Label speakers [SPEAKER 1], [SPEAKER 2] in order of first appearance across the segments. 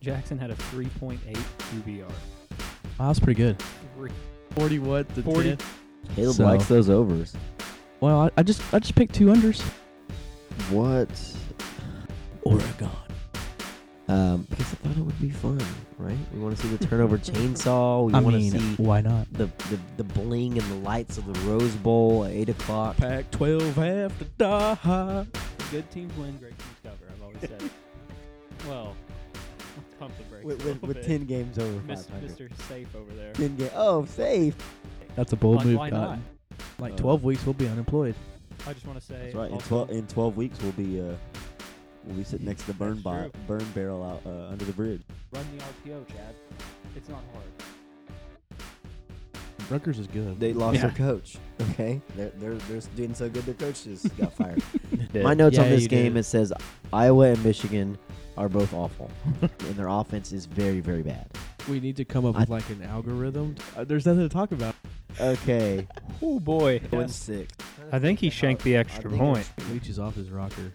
[SPEAKER 1] Jackson had a 3.8 QBR.
[SPEAKER 2] Wow, that's pretty good.
[SPEAKER 1] Three-
[SPEAKER 2] Forty what? The
[SPEAKER 1] 40.
[SPEAKER 3] Caleb
[SPEAKER 2] So-
[SPEAKER 3] likes those overs.
[SPEAKER 2] Well, I, I just I just picked two unders.
[SPEAKER 3] What?
[SPEAKER 2] Oregon.
[SPEAKER 3] Um, because I thought it would be fun, right? We want to see the turnover chainsaw. We
[SPEAKER 2] I
[SPEAKER 3] want
[SPEAKER 2] mean,
[SPEAKER 3] to see
[SPEAKER 2] why not?
[SPEAKER 3] the, the the bling and the lights of the Rose Bowl at eight o'clock.
[SPEAKER 2] Pack twelve after die.
[SPEAKER 1] Good teams win, great teams cover. I've always said it. Well, pump the brakes.
[SPEAKER 3] With,
[SPEAKER 1] a
[SPEAKER 3] with,
[SPEAKER 1] little
[SPEAKER 3] with
[SPEAKER 1] bit.
[SPEAKER 3] ten games over
[SPEAKER 1] Mis-
[SPEAKER 3] 500.
[SPEAKER 1] Mr. Safe over there.
[SPEAKER 3] Ten game. Oh, safe.
[SPEAKER 2] That's a bold
[SPEAKER 1] Like,
[SPEAKER 2] move.
[SPEAKER 1] why
[SPEAKER 2] Cotton. Like
[SPEAKER 3] Uh,
[SPEAKER 2] twelve weeks, we'll be unemployed.
[SPEAKER 1] I just want to say.
[SPEAKER 3] That's right. In
[SPEAKER 1] also-
[SPEAKER 3] twelve in twelve weeks, we'll be uh, we'll be sitting next to the burn
[SPEAKER 1] That's
[SPEAKER 3] bo- burn barrel out uh, under the bridge.
[SPEAKER 1] Run the RPO, Chad. It's not hard.
[SPEAKER 2] Rutgers is good.
[SPEAKER 3] They lost their
[SPEAKER 2] Yeah.
[SPEAKER 3] coach. Okay, they're they're they're doing so good. Their coach just got fired. My notes on
[SPEAKER 2] Yeah,
[SPEAKER 3] this
[SPEAKER 2] you
[SPEAKER 3] game
[SPEAKER 2] did.
[SPEAKER 3] it says Iowa and Michigan are both awful, and their offense is very very bad.
[SPEAKER 2] We need to come up
[SPEAKER 3] I-
[SPEAKER 2] with like an algorithm. Uh, there's nothing to talk about.
[SPEAKER 3] Okay,
[SPEAKER 1] Oh boy.
[SPEAKER 3] one six.
[SPEAKER 1] I think he shanked the extra point.
[SPEAKER 2] Leach is off his rocker.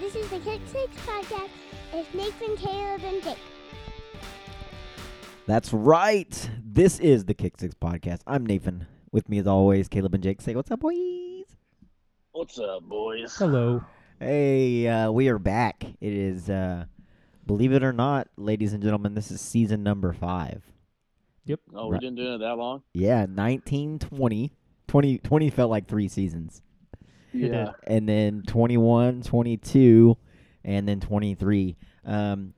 [SPEAKER 4] This is the Kick Six Podcast. It's Nathan, Caleb, and Dick.
[SPEAKER 3] That's right. This is the Kick Six podcast. I'm Nathan. With me as always, Caleb and Jake. Say what's up, boys.
[SPEAKER 5] What's up, boys?
[SPEAKER 1] Hello.
[SPEAKER 3] Hey, uh, we are back. It is, uh, believe it or not, ladies and gentlemen, this is season number five.
[SPEAKER 5] Oh,
[SPEAKER 3] Right.
[SPEAKER 5] we didn't do it that long.
[SPEAKER 3] Yeah, 1920. 20, 20 felt like three seasons.
[SPEAKER 1] Yeah.
[SPEAKER 3] And then 21, 22, and then 23. Um,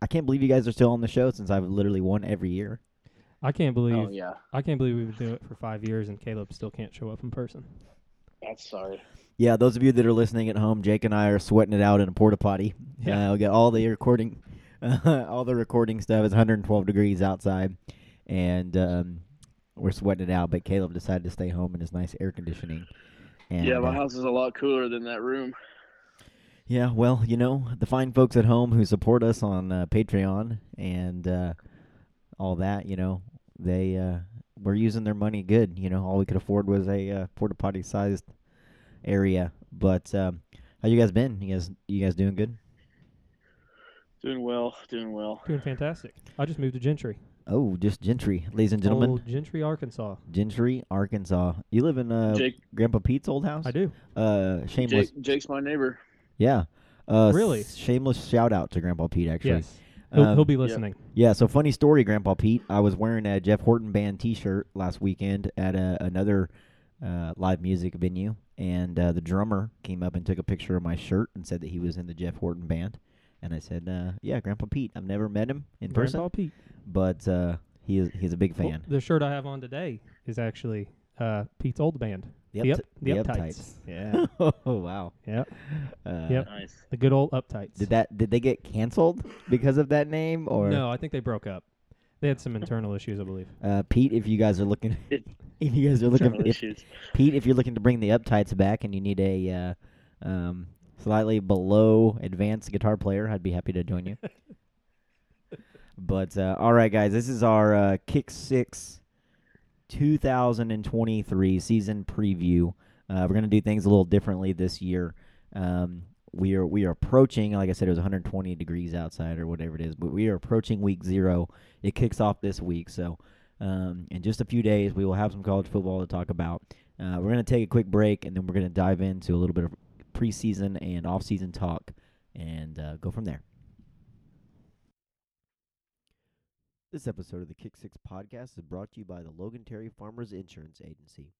[SPEAKER 3] I can't believe you guys are still on the show since I've literally won every year.
[SPEAKER 6] I can't believe
[SPEAKER 5] Oh yeah.
[SPEAKER 6] I can't believe we've been doing it for five years and Caleb still can't show up in person.
[SPEAKER 5] That's sorry.
[SPEAKER 3] Yeah, those of you that are listening at home, Jake and I are sweating it out in a porta potty.
[SPEAKER 6] Yeah.
[SPEAKER 3] Uh, we got all the recording, all the recording stuff. It's 112 degrees outside, and um, we're sweating it out. But Caleb decided to stay home in his nice air conditioning. And,
[SPEAKER 5] yeah, my
[SPEAKER 3] uh,
[SPEAKER 5] house is a lot cooler than that room.
[SPEAKER 3] yeah, well, you know the fine folks at home who support us on uh, Patreon and uh, all that. You know, they uh, were using their money good. You know, all we could afford was a uh, porta potty sized area. But um, how you guys been? You guys, you guys doing good?
[SPEAKER 5] Doing well, doing well.
[SPEAKER 6] Doing fantastic. I just moved to Gentry.
[SPEAKER 3] Oh, just Gentry, ladies and gentlemen.
[SPEAKER 6] Old Gentry, Arkansas.
[SPEAKER 3] Gentry, Arkansas. You live in uh,
[SPEAKER 5] Jake,
[SPEAKER 3] Grandpa Pete's old house.
[SPEAKER 6] I do.
[SPEAKER 3] Uh, shameless.
[SPEAKER 5] Jake, Jake's my neighbor.
[SPEAKER 3] Yeah. Uh,
[SPEAKER 6] Really?
[SPEAKER 3] s- shameless shout out to Grandpa Pete. Actually.
[SPEAKER 6] Yes. He'll,
[SPEAKER 3] Um,
[SPEAKER 6] he'll be
[SPEAKER 5] Yep.
[SPEAKER 6] listening.
[SPEAKER 3] Yeah, so funny story, Grandpa Pete. I was wearing a Jeff Horton band T-shirt last weekend at a, another uh, live music venue, and uh, the drummer came up and took a picture of my shirt and said that he was in the Jeff Horton band. And I said, uh, "Yeah, Grandpa Pete. I've never met him in person,
[SPEAKER 6] Grandpa Pete.
[SPEAKER 3] but uh, he is, he's a big
[SPEAKER 6] Well,
[SPEAKER 3] fan."
[SPEAKER 6] the shirt I have on today is actually uh, Pete's old band.
[SPEAKER 3] The
[SPEAKER 6] the
[SPEAKER 3] Upti-
[SPEAKER 6] up- the
[SPEAKER 3] the
[SPEAKER 6] uptights.
[SPEAKER 3] Yeah. oh wow.
[SPEAKER 6] Yep.
[SPEAKER 3] Uh,
[SPEAKER 6] Yep.
[SPEAKER 5] Nice.
[SPEAKER 6] The good old uptights.
[SPEAKER 3] Did that? Did they get canceled because of that name? Or
[SPEAKER 6] No, I think they broke up. They had some internal issues, I believe.
[SPEAKER 3] uh, Pete, if you guys are looking, if you guys are looking,
[SPEAKER 5] Internal
[SPEAKER 3] if,
[SPEAKER 5] issues.
[SPEAKER 3] Pete, if you're looking to bring the uptights back and you need a uh, um, slightly below advanced guitar player, I'd be happy to join you. but uh, all right, guys, this is our uh, Kick Six 2023 season preview. Uh, we're gonna do things a little differently this year. Um, we are we are approaching, like I said, it was 120 degrees outside or whatever it is, but we are approaching week zero. It kicks off this week, so um, in just a few days we will have some college football to talk about. Uh, we're going to take a quick break and then we're going to dive into a little bit of preseason and offseason talk and uh, go from there. This episode of the Kick Six podcast is brought to you by the Logan Terry Farmers Insurance Agency.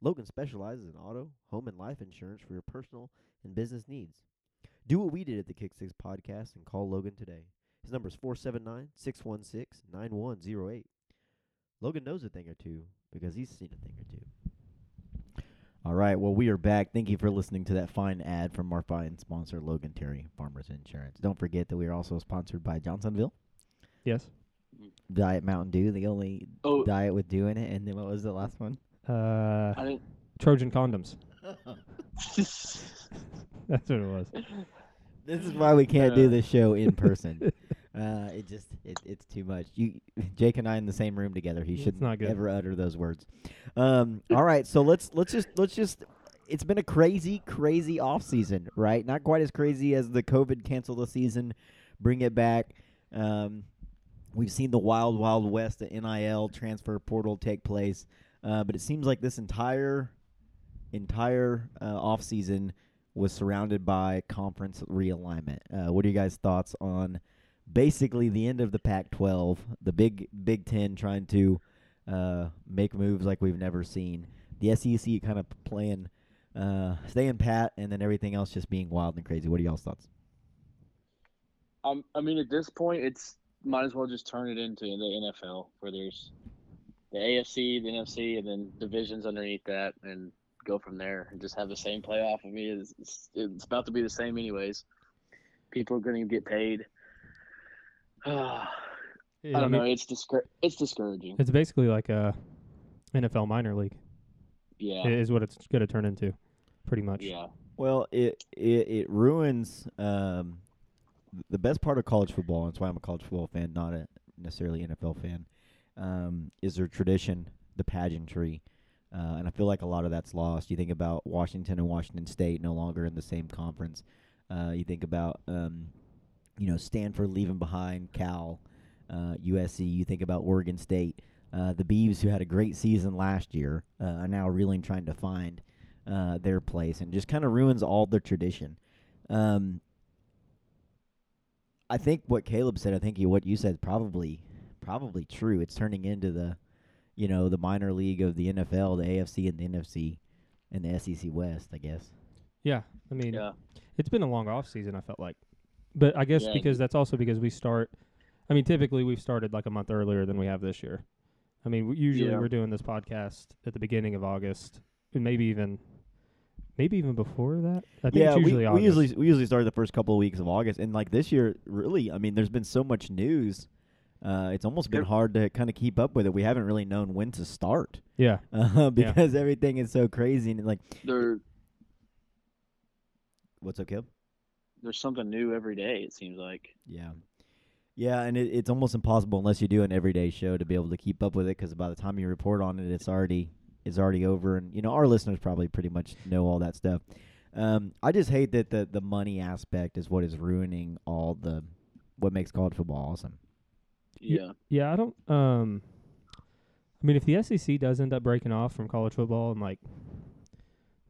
[SPEAKER 3] Logan specializes in auto, home, and life insurance for your personal and business needs. Do what we did at the Kick Six podcast and call Logan today. His number is 479 616 9108. Logan knows a thing or two because he's seen a thing or two. All right. Well, we are back. Thank you for listening to that fine ad from our fine sponsor, Logan Terry Farmers Insurance. Don't forget that we are also sponsored by Johnsonville
[SPEAKER 6] Yes.
[SPEAKER 3] Diet Mountain Dew, the only
[SPEAKER 5] Oh,
[SPEAKER 3] diet with dew in it. And then what was the last one?
[SPEAKER 6] Uh,
[SPEAKER 5] I didn't.
[SPEAKER 6] Trojan condoms. That's what it was.
[SPEAKER 3] This is why we can't do
[SPEAKER 5] Uh.
[SPEAKER 3] this show in person. uh, it just it, it's too much. You, Jake and I in the same room together. He
[SPEAKER 6] It's
[SPEAKER 3] shouldn't
[SPEAKER 6] not good.
[SPEAKER 3] ever utter those words. Um, all right, so let's let's just let's just. It's been a crazy, crazy off season, right? Not quite as crazy as the COVID canceled the season, bring it back. Um, we've seen the wild, wild west at NIL transfer portal take place, uh, but it seems like this entire entire uh, offseason was surrounded by conference realignment. Uh, what are you guys' thoughts on basically the end of the Pac-12, the Big Big Ten trying to uh, make moves like we've never seen, the SEC kind of playing uh, staying pat, and then everything else just being wild and crazy. What are y'all's thoughts?
[SPEAKER 5] Um, I mean, at this point, it's might as well just turn it into the NFL, where there's the AFC, the NFC, and then divisions underneath that, and go from there, and just have the same playoff. I mean, it's, it's, it's about to be the same anyways. People are going to get paid. I
[SPEAKER 6] Yeah,
[SPEAKER 5] don't
[SPEAKER 6] mean,
[SPEAKER 5] know. It's discour- It's discouraging.
[SPEAKER 6] It's basically like a NFL minor league
[SPEAKER 5] Yeah.
[SPEAKER 6] i- is what it's going to turn into, pretty much.
[SPEAKER 5] yeah.
[SPEAKER 3] Well, it it, it ruins um, the best part of college football. And that's why I'm a college football fan, not a necessarily NFL fan. Um, is their tradition, the pageantry, uh, and I feel like a lot of that's lost. You think about Washington and Washington State no longer in the same conference. Uh, you think about um, you know Stanford leaving behind Cal, uh, USC. You think about Oregon State. Uh, the Beavs, who had a great season last year, uh, are now really trying to find uh, their place and just kind of ruins all their tradition. Um, I think what Caleb said, I think you, what you said, is probably probably true. It's turning into the, you know, the minor league of the NFL, the AFC and the NFC, and the SEC West, I guess.
[SPEAKER 6] Yeah. I mean,
[SPEAKER 5] Yeah.
[SPEAKER 6] it's been a long off season. I felt like, but I guess
[SPEAKER 5] Yeah.
[SPEAKER 6] because that's also because we start. I mean, typically we've started like a month earlier than we have this year. I mean, we- usually
[SPEAKER 5] Yeah.
[SPEAKER 6] we're doing this podcast at the beginning of August, and maybe even, maybe even before that. I think it's usually
[SPEAKER 3] we,
[SPEAKER 6] August.
[SPEAKER 3] we usually we usually start the first couple of weeks of August, and like this year, really, I mean, there's been so much news. Uh, it's almost been
[SPEAKER 5] Yep.
[SPEAKER 3] hard to kind of keep up with it. We haven't really known when to start
[SPEAKER 6] yeah,
[SPEAKER 3] uh, because everything is so crazy. And like,
[SPEAKER 5] There,
[SPEAKER 3] what's up, Caleb?
[SPEAKER 5] there's something new every day. It seems like.
[SPEAKER 3] Yeah. Yeah, and it, it's almost impossible unless you do an everyday show to be able to keep up with it because by the time you report on it, it's already it's already over, and you know our listeners probably pretty much know all that stuff. Um, I just hate that the the money aspect is what is ruining all the what makes college football awesome.
[SPEAKER 6] Ye-
[SPEAKER 5] Yeah.
[SPEAKER 6] yeah. I don't. Um, I mean, if the SEC does end up breaking off from college football and like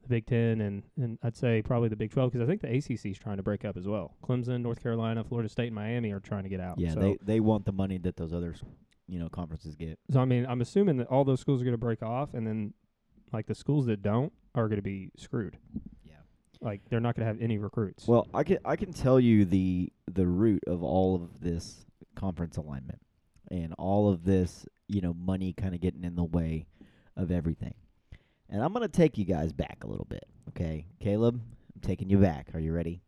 [SPEAKER 6] the Big Ten and and I'd say probably the Big Twelve because I think the ACC is trying to break up as well. Clemson, North Carolina, Florida State, and Miami are trying to get out.
[SPEAKER 3] Yeah,
[SPEAKER 6] Oh, so.
[SPEAKER 3] they they want the money that those other you know conferences get.
[SPEAKER 6] So I mean, I'm assuming that all those schools are going to break off, and then like the schools that don't are going to be screwed.
[SPEAKER 3] Yeah.
[SPEAKER 6] Like they're not going to have any recruits.
[SPEAKER 3] Well, I can I can tell you the the root of all of this conference alignment and all of this, you know, money kind of getting in the way of everything. And I'm gonna take you guys back a little bit, okay? Caleb, I'm taking you back. Are you ready?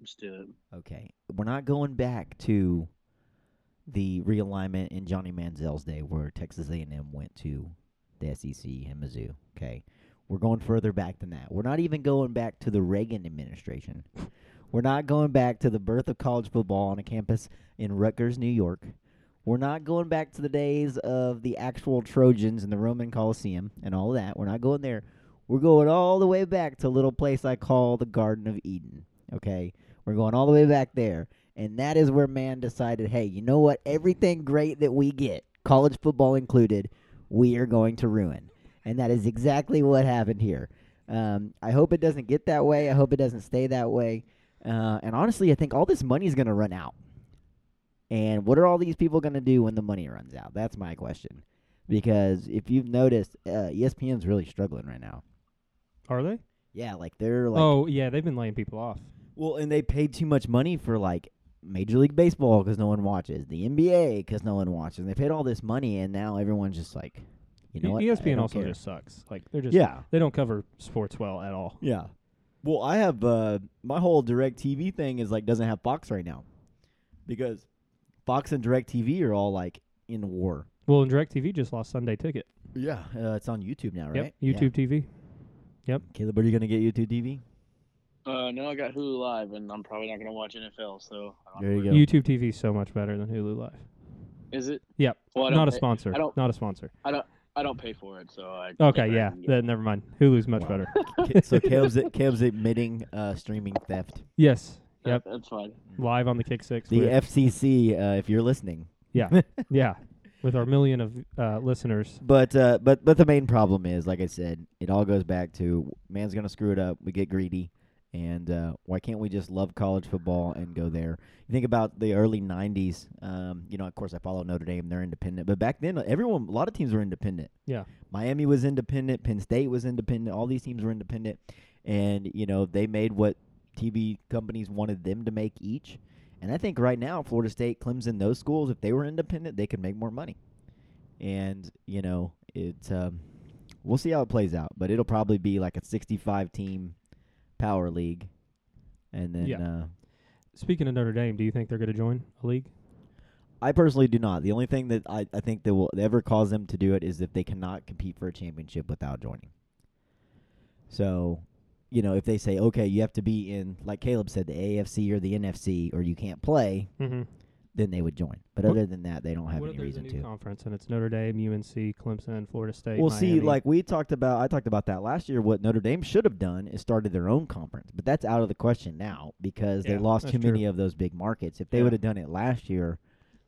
[SPEAKER 5] Just do it.
[SPEAKER 3] Okay. We're not going back to the realignment in Johnny Manziel's day where Texas A&M went to the SEC and Mizzou. Okay. We're going further back than that. We're not even going back to the Reagan administration. We're not going back to the birth of college football on a campus in Rutgers, New York. We're not going back to the days of the actual Trojans and the Roman Coliseum and all that. We're not going there. We're going all the way back to a little place I call the Garden of Eden. Okay? We're going all the way back there. And that is where man decided, hey, you know what? Everything great that we get, college football included, we are going to ruin. And that is exactly what happened here. Um, I hope it doesn't get that way. I hope it doesn't stay that way. Uh, and honestly, I think all this money is going to run out. And what are all these people going to do when the money runs out? That's my question. Because if you've noticed, uh, ESPN's really struggling right now.
[SPEAKER 6] are they?
[SPEAKER 3] Yeah, like they're like
[SPEAKER 6] oh yeah, they've been laying people off.
[SPEAKER 3] well, and they paid too much money for like Major League Baseball because no one watches the NBA because no one watches. And they paid all this money, and now everyone's just like, you know what? I
[SPEAKER 6] ESPN
[SPEAKER 3] don't
[SPEAKER 6] also
[SPEAKER 3] care.
[SPEAKER 6] just sucks. Like they're just
[SPEAKER 3] yeah,
[SPEAKER 6] they don't cover sports well at all.
[SPEAKER 3] yeah. Well, I have uh, my whole Direct TV thing is like doesn't have Fox right now because Fox and Direct TV are all like in war.
[SPEAKER 6] Well, and Directv just lost Sunday Ticket.
[SPEAKER 3] Yeah, uh, it's on YouTube now, right? Yeah.
[SPEAKER 6] Yep. YouTube TV.
[SPEAKER 3] Caleb, are you gonna get YouTube TV?
[SPEAKER 5] Uh, no, I got Hulu Live, and I'm probably not gonna watch NFL. So I
[SPEAKER 3] There you go.
[SPEAKER 6] YouTube TV is so much better than Hulu Live.
[SPEAKER 5] Is it?
[SPEAKER 6] Yep.
[SPEAKER 5] Well, I don't
[SPEAKER 6] not a
[SPEAKER 5] pay-
[SPEAKER 6] sponsor.
[SPEAKER 5] I don't-
[SPEAKER 6] Not a sponsor.
[SPEAKER 5] I don't pay for it, so I.
[SPEAKER 6] Okay.
[SPEAKER 5] never
[SPEAKER 6] Yeah.
[SPEAKER 5] even get it.
[SPEAKER 6] Then never mind. Hulu's much
[SPEAKER 3] Wow.
[SPEAKER 6] better.
[SPEAKER 3] Ca- so Caleb's Caleb's admitting uh, streaming theft.
[SPEAKER 6] yes. Yep.
[SPEAKER 5] That's fine.
[SPEAKER 6] live on the Kick Six.
[SPEAKER 3] The
[SPEAKER 6] with-
[SPEAKER 3] FCC, uh, if you're listening.
[SPEAKER 6] yeah, with our million of uh, listeners.
[SPEAKER 3] But uh, but but the main problem is, like I said, it all goes back to man's gonna screw it up. We get greedy, and uh, why can't we just love college football and go there? You think about the early '90s. Um, you know, of course, I follow Notre Dame; they're independent. But back then, everyone, a lot of teams were independent.
[SPEAKER 6] Yeah.
[SPEAKER 3] Miami was independent. Penn State was independent. All these teams were independent, and you know they made what TV companies wanted them to make each. And I think right now, Florida State, Clemson, those schools, if they were independent, they could make more money and you know it. Um, we'll see how it plays out, but it'll probably be like a 65 team power league, and then
[SPEAKER 6] Yeah.
[SPEAKER 3] uh,
[SPEAKER 6] Speaking of Notre Dame, do you think they're going to join a league?
[SPEAKER 3] I personally do not. The only thing that I, I think that will ever cause them to do it is if they cannot compete for a championship without joining. So, you know, if they say okay, you have to be in like Caleb said, the AFC or the NFC, or you can't play,
[SPEAKER 6] Mm-hmm.
[SPEAKER 3] then they would join. But
[SPEAKER 6] What-
[SPEAKER 3] other than that, they don't have
[SPEAKER 6] What if
[SPEAKER 3] any
[SPEAKER 6] there's a
[SPEAKER 3] reason
[SPEAKER 6] new
[SPEAKER 3] to.
[SPEAKER 6] conference and it's Notre Dame, UNC, Clemson, Florida State?
[SPEAKER 3] Well, see,
[SPEAKER 6] Miami.
[SPEAKER 3] like we talked about, I talked about that last year. What Notre Dame should have done is started their own conference, but that's out of the question now because they
[SPEAKER 6] Yeah,
[SPEAKER 3] lost
[SPEAKER 6] that's
[SPEAKER 3] too many
[SPEAKER 6] true.
[SPEAKER 3] of those big markets. If they
[SPEAKER 6] Yeah.
[SPEAKER 3] would have done it last year,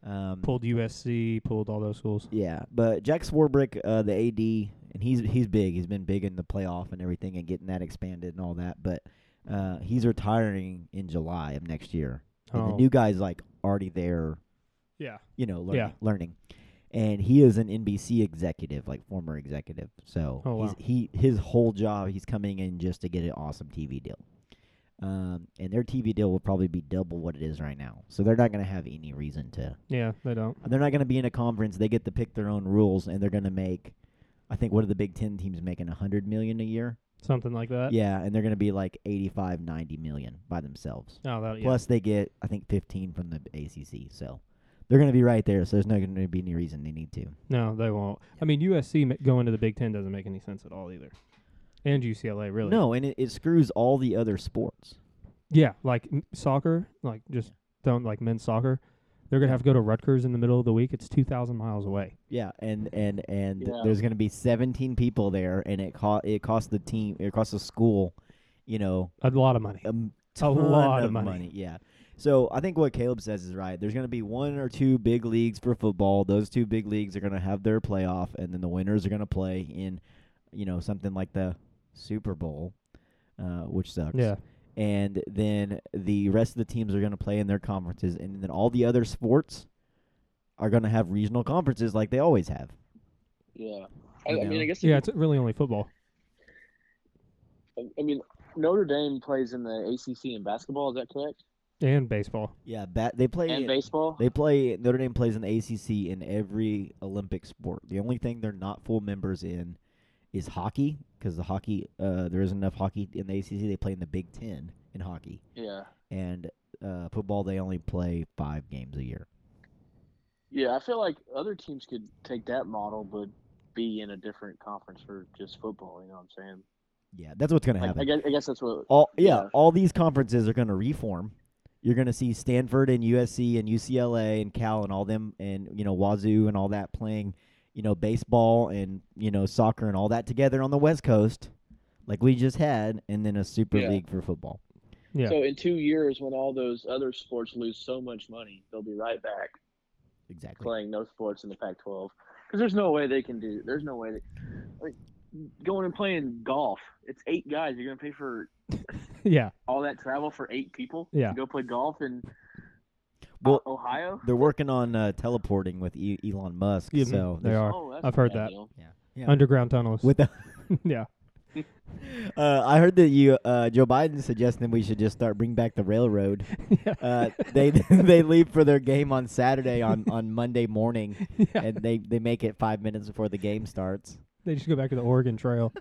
[SPEAKER 3] um,
[SPEAKER 6] pulled USC, pulled all those schools.
[SPEAKER 3] yeah. But Jack Swarbrick, uh, the AD, and he's he's big. He's been big in the playoff and everything, and getting that expanded and all that. But uh, he's retiring in July of next year, and the
[SPEAKER 6] Oh.
[SPEAKER 3] new guy's like already there
[SPEAKER 6] yeah,
[SPEAKER 3] you know, learning,
[SPEAKER 6] Yeah.
[SPEAKER 3] learning. And he is an NBC executive, like former executive. So
[SPEAKER 6] Oh,
[SPEAKER 3] he's,
[SPEAKER 6] wow.
[SPEAKER 3] he his whole job, he's coming in just to get an awesome TV deal. Um, and their TV deal will probably be double what it is right now. So they're not going to have any reason to.
[SPEAKER 6] yeah, they don't.
[SPEAKER 3] They're not going to be in a conference. They get to pick their own rules, and they're going to make. I think what are the Big Ten teams making? A hundred million a year.
[SPEAKER 6] Something like that.
[SPEAKER 3] yeah, and they're going to be like 85, 90 million by themselves.
[SPEAKER 6] Oh, that, yeah.
[SPEAKER 3] Plus, they get I think fifteen from the ACC, so they're going to be right there. So there's not going to be any reason they need to.
[SPEAKER 6] No, they won't. I mean, USC ma- going to the Big Ten doesn't make any sense at all either, and UCLA really.
[SPEAKER 3] No, and it, it screws all the other sports.
[SPEAKER 6] Yeah, like m- soccer, like just don't like men's soccer. They're gonna have to go to Rutgers in the middle of the week. It's two thousand miles away.
[SPEAKER 3] Yeah, and and and
[SPEAKER 5] Yeah.
[SPEAKER 3] there's going to be seventeen people there, and it cost it costs the team, it costs the school, you know,
[SPEAKER 6] A lot of money.
[SPEAKER 3] a, m-
[SPEAKER 6] A
[SPEAKER 3] ton
[SPEAKER 6] lot of
[SPEAKER 3] of
[SPEAKER 6] money.
[SPEAKER 3] Yeah. So I think what Caleb says is right. There's going to be one or two big leagues for football. Those two big leagues are going to have their playoff, and then the winners are going to play in, you know, something like the Super Bowl, uh, which sucks.
[SPEAKER 6] Yeah,
[SPEAKER 3] and then the rest of the teams are going to play in their conferences, and then all the other sports are going to have regional conferences like they always have.
[SPEAKER 5] Yeah. I,
[SPEAKER 3] You
[SPEAKER 5] I mean,
[SPEAKER 3] know?
[SPEAKER 5] I guess. if
[SPEAKER 6] yeah.
[SPEAKER 5] you-
[SPEAKER 6] It's really only football.
[SPEAKER 5] I- I mean, Notre Dame plays in the ACC in basketball. Is that correct?
[SPEAKER 6] and baseball.
[SPEAKER 3] Yeah, bat they play.
[SPEAKER 5] And baseball.
[SPEAKER 3] they play. Notre Dame plays in the ACC in every Olympic sport. The only thing they're not full members in is hockey because the hockey uh, there isn't enough hockey in the ACC. They play in the Big Ten in hockey
[SPEAKER 5] yeah.
[SPEAKER 3] and uh, football. They only play five games a year.
[SPEAKER 5] Yeah, I feel like other teams could take that model, but be in a different conference for just football. You know what I'm saying?
[SPEAKER 3] Yeah, that's what's going to
[SPEAKER 5] Like,
[SPEAKER 3] happen.
[SPEAKER 5] I, guess, I guess that's what.
[SPEAKER 3] All yeah,
[SPEAKER 5] Yeah.
[SPEAKER 3] all these conferences are going to reform. You're going to see Stanford and USC and UCLA and Cal and all them and you know Wazoo and all that playing, you know baseball and you know soccer and all that together on the West Coast, like we just had, and then a Super
[SPEAKER 5] Yeah.
[SPEAKER 3] League for football.
[SPEAKER 6] Yeah.
[SPEAKER 5] So in two years, when all those other sports lose so much money, they'll be right back
[SPEAKER 3] Exactly.
[SPEAKER 5] playing no sports in the Pac-12 because there's no way they can do. There's no way that like, going and playing golf. It's eight guys. You're gonna pay for
[SPEAKER 6] yeah,
[SPEAKER 5] all that travel for eight people.
[SPEAKER 6] Yeah.
[SPEAKER 5] To go play golf in
[SPEAKER 3] Well,
[SPEAKER 5] O- Ohio.
[SPEAKER 3] They're working on uh, teleporting with e- Elon Musk.
[SPEAKER 6] Yeah,
[SPEAKER 3] so
[SPEAKER 6] they
[SPEAKER 3] there's-
[SPEAKER 6] are
[SPEAKER 5] Oh, that's
[SPEAKER 6] I've
[SPEAKER 5] not
[SPEAKER 6] heard
[SPEAKER 5] a bad
[SPEAKER 6] that.
[SPEAKER 5] deal.
[SPEAKER 3] Yeah. yeah.
[SPEAKER 6] underground tunnels.
[SPEAKER 3] With the,
[SPEAKER 6] yeah,
[SPEAKER 3] uh, I heard that you uh, Joe Biden suggesting we should just start bring back the railroad.
[SPEAKER 6] yeah,
[SPEAKER 3] Uh, they they leave for their game on Saturday on, on Monday morning,
[SPEAKER 6] yeah.
[SPEAKER 3] and they, they make it five minutes before the game starts.
[SPEAKER 6] They just go back to the Oregon Trail.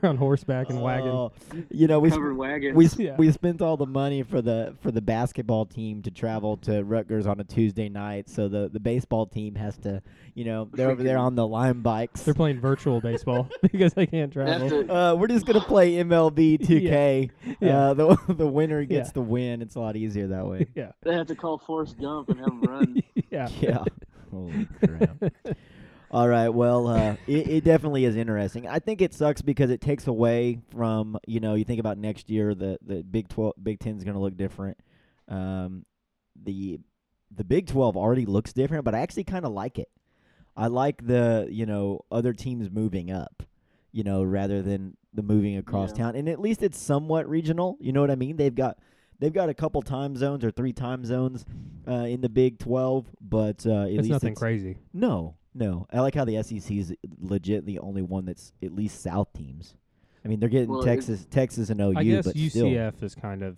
[SPEAKER 6] They're on horseback and wagon.
[SPEAKER 3] Oh, you know we sp-
[SPEAKER 5] Covered wagon.
[SPEAKER 3] we sp-
[SPEAKER 6] Yeah.
[SPEAKER 3] we spent all the money for the for the basketball team to travel to Rutgers on a Tuesday night, so the, the baseball team has to you know they're over there on the lime bikes.
[SPEAKER 6] They're playing virtual baseball because they can't
[SPEAKER 5] That's
[SPEAKER 6] travel.
[SPEAKER 5] it.
[SPEAKER 3] Uh, we're just gonna play MLB 2K.
[SPEAKER 6] Yeah.
[SPEAKER 3] Uh, the the winner gets
[SPEAKER 6] Yeah.
[SPEAKER 3] the win. It's a lot easier that way.
[SPEAKER 6] Yeah,
[SPEAKER 5] They have to call Forrest Gump and have him run.
[SPEAKER 6] yeah.
[SPEAKER 3] yeah. Holy crap. All right. Well, uh, it, it definitely is interesting. I think it sucks because it takes away from you know you think about next year the the Big Twelve Big Ten is going to look different. Um, the the Big Twelve already looks different, but I actually kind of like it. I like the you know other teams moving up, you know, rather than the moving across
[SPEAKER 5] Yeah.
[SPEAKER 3] town. And at least it's somewhat regional. You know what I mean? They've got they've got a couple time zones or three time zones uh, in the Big Twelve, but uh, at
[SPEAKER 6] it's
[SPEAKER 3] least
[SPEAKER 6] nothing
[SPEAKER 3] it's,
[SPEAKER 6] crazy.
[SPEAKER 3] No, no. I like how the SEC is legit the only one that's at least South teams. I mean, they're getting
[SPEAKER 5] Well, it-
[SPEAKER 3] Texas, Texas, and OU,
[SPEAKER 6] I guess
[SPEAKER 3] but still.
[SPEAKER 6] UCF is kind of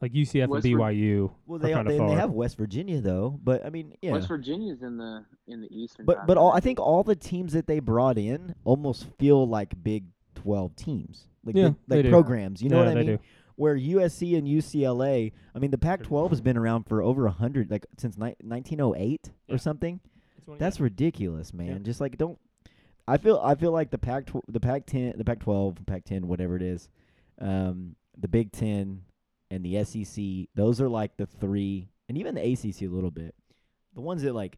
[SPEAKER 6] like UCF
[SPEAKER 5] West Vir-
[SPEAKER 6] and BYU.
[SPEAKER 3] Well,
[SPEAKER 6] are
[SPEAKER 3] they,
[SPEAKER 6] kinda
[SPEAKER 3] they, they
[SPEAKER 6] far.
[SPEAKER 3] have West Virginia though, but I mean, yeah.
[SPEAKER 5] West Virginia's in the in the eastern.
[SPEAKER 3] but
[SPEAKER 5] time
[SPEAKER 3] but all I
[SPEAKER 5] zone.
[SPEAKER 3] think all the teams that they brought in almost feel like Big Twelve teams, like
[SPEAKER 6] Yeah,
[SPEAKER 3] big-
[SPEAKER 6] they
[SPEAKER 3] like
[SPEAKER 6] do.
[SPEAKER 3] programs. You know
[SPEAKER 6] yeah,
[SPEAKER 3] what I
[SPEAKER 6] they
[SPEAKER 3] mean?
[SPEAKER 6] do.
[SPEAKER 3] Where USC and UCLA, I mean, the Pac-12 has been around for over a hundred, like since ni- 1908
[SPEAKER 1] Yeah.
[SPEAKER 3] or something.
[SPEAKER 6] Oh,
[SPEAKER 3] That's ridiculous, man. Just like don't. I feel I feel like the Pac tw- the Pac ten the Pac twelve Pac ten whatever it is, um, the Big Ten and the SEC. Those are like the three, and even the ACC a little bit. The ones that like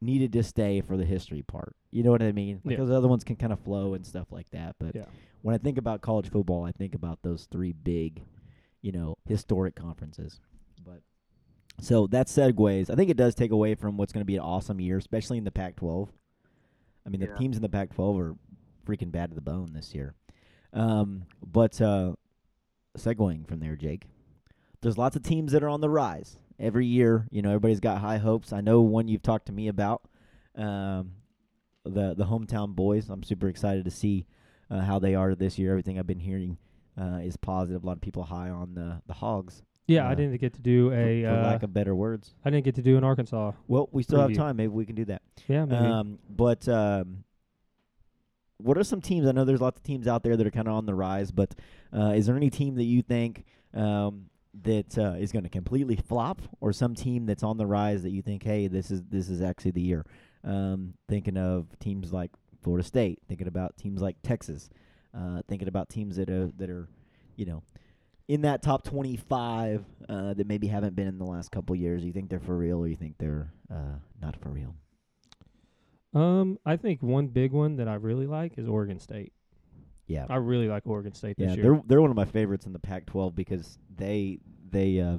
[SPEAKER 3] needed to stay for the history part. You know what I mean? Because
[SPEAKER 6] Yeah.
[SPEAKER 3] the other ones can kind of flow and stuff like that. But
[SPEAKER 6] Yeah.
[SPEAKER 3] when I think about college football, I think about those three big, you know, historic conferences. But so that segues. I think it does take away from what's going to be an awesome year, especially in the Pac-12. I mean, the
[SPEAKER 5] Yeah.
[SPEAKER 3] teams in the Pac-12 are freaking bad to the bone this year. Um, but uh, segueing from there, Jake, there's lots of teams that are on the rise every year. You know, everybody's got high hopes. I know one you've talked to me about, um, the the hometown boys. I'm super excited to see uh, how they are this year. Everything I've been hearing uh, is positive. A lot of people high on the the hogs,
[SPEAKER 6] Yeah,
[SPEAKER 3] uh,
[SPEAKER 6] I didn't get to do
[SPEAKER 3] for,
[SPEAKER 6] a.
[SPEAKER 3] for
[SPEAKER 6] Uh,
[SPEAKER 3] lack of better words.
[SPEAKER 6] I didn't get to do an Arkansas.
[SPEAKER 3] Well, we still have
[SPEAKER 6] preview.
[SPEAKER 3] time. Maybe we can do that.
[SPEAKER 6] Yeah, maybe.
[SPEAKER 3] Um, but um, what are some teams? I know there's lots of teams out there that are kind of on the rise, but uh, is there any team that you think um, that uh, is going to completely flop, or some team that's on the rise that you think, hey, this is this is actually the year? Um, thinking of teams like Florida State, thinking about teams like Texas, uh, thinking about teams that are that are, you know. In that top twenty-five, uh, that maybe haven't been in the last couple years, you think they're for real, or you think they're uh, not for real?
[SPEAKER 6] Um, I think one big one that I really like is Oregon State.
[SPEAKER 3] Yeah,
[SPEAKER 6] I really like Oregon State
[SPEAKER 3] Yeah,
[SPEAKER 6] this year.
[SPEAKER 3] they're they're one of my favorites in the Pac-12 because they they uh,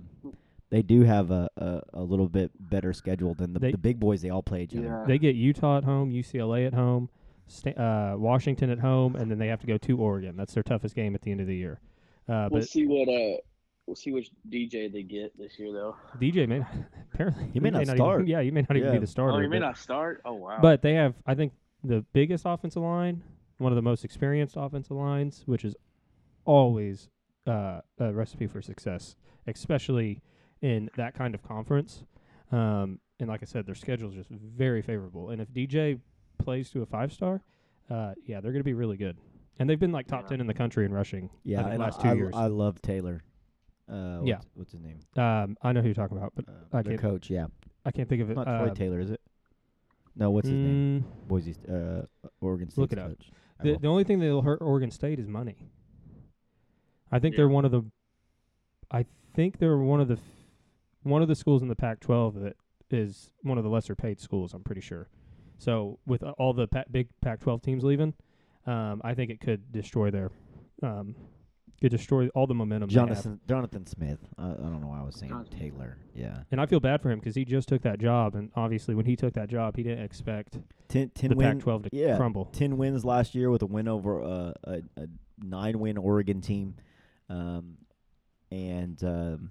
[SPEAKER 3] they do have a, a, a little bit better schedule than the,
[SPEAKER 6] They-
[SPEAKER 3] the big boys. They all play each other.
[SPEAKER 5] Yeah.
[SPEAKER 6] They get Utah at home, UCLA at home, sta- uh, Washington at home, and then they have to go to Oregon. That's their toughest game at the end of the year. Uh,
[SPEAKER 5] we'll
[SPEAKER 6] but
[SPEAKER 5] see what uh we'll see which DJ they get this year though.
[SPEAKER 6] DJ may apparently
[SPEAKER 3] He may not
[SPEAKER 6] even-
[SPEAKER 3] start.
[SPEAKER 6] yeah, you may not even
[SPEAKER 3] Yeah.
[SPEAKER 6] be the starter.
[SPEAKER 5] oh, you may
[SPEAKER 6] but,
[SPEAKER 5] not start. Oh wow.
[SPEAKER 6] but they have, I think, the biggest offensive line, one of the most experienced offensive lines, which is always uh, a recipe for success, especially in that kind of conference. Um, and like I said, their schedule is just very favorable. And if DJ plays to a five star, uh, yeah, they're going to be really good. And they've been like top
[SPEAKER 5] Yeah.
[SPEAKER 6] ten in the country in rushing.
[SPEAKER 3] Yeah,
[SPEAKER 6] I think,
[SPEAKER 3] and
[SPEAKER 6] last
[SPEAKER 3] I,
[SPEAKER 6] two
[SPEAKER 3] I,
[SPEAKER 6] years.
[SPEAKER 3] I love Taylor. Uh, what's,
[SPEAKER 6] Yeah.
[SPEAKER 3] what's his name?
[SPEAKER 6] um, I know who you're talking about, but
[SPEAKER 3] Uh,
[SPEAKER 6] I
[SPEAKER 3] their
[SPEAKER 6] can't-
[SPEAKER 3] coach. Yeah,
[SPEAKER 6] I can't think of it.
[SPEAKER 3] not
[SPEAKER 6] uh,
[SPEAKER 3] Troy Taylor, is it? No, what's his name?
[SPEAKER 6] mm,
[SPEAKER 3] Boise, St- uh, Oregon State's
[SPEAKER 6] Look it up.
[SPEAKER 3] coach. I
[SPEAKER 6] The,
[SPEAKER 3] will.
[SPEAKER 6] the only thing that'll hurt Oregon State is money. I think
[SPEAKER 5] Yeah.
[SPEAKER 6] they're one of the. I think they're one of the, f- one of the schools in the Pac-12 that is one of the lesser paid schools. I'm pretty sure. So with a- all the pa- big Pac-12 teams leaving, um, I think it could destroy their, um, could destroy all the momentum. they have.
[SPEAKER 3] Jonathan Jonathan Smith. I, I don't know why I was saying
[SPEAKER 5] Jonathan Smith.
[SPEAKER 3] Taylor. Yeah,
[SPEAKER 6] And I feel bad for him because he just took that job, and obviously when he took that job, he didn't expect
[SPEAKER 3] ten, ten
[SPEAKER 6] the
[SPEAKER 3] win,
[SPEAKER 6] Pac-12 to
[SPEAKER 3] yeah.
[SPEAKER 6] crumble.
[SPEAKER 3] 10 wins last year with a win over uh, a, a nine win Oregon team. Um, and um,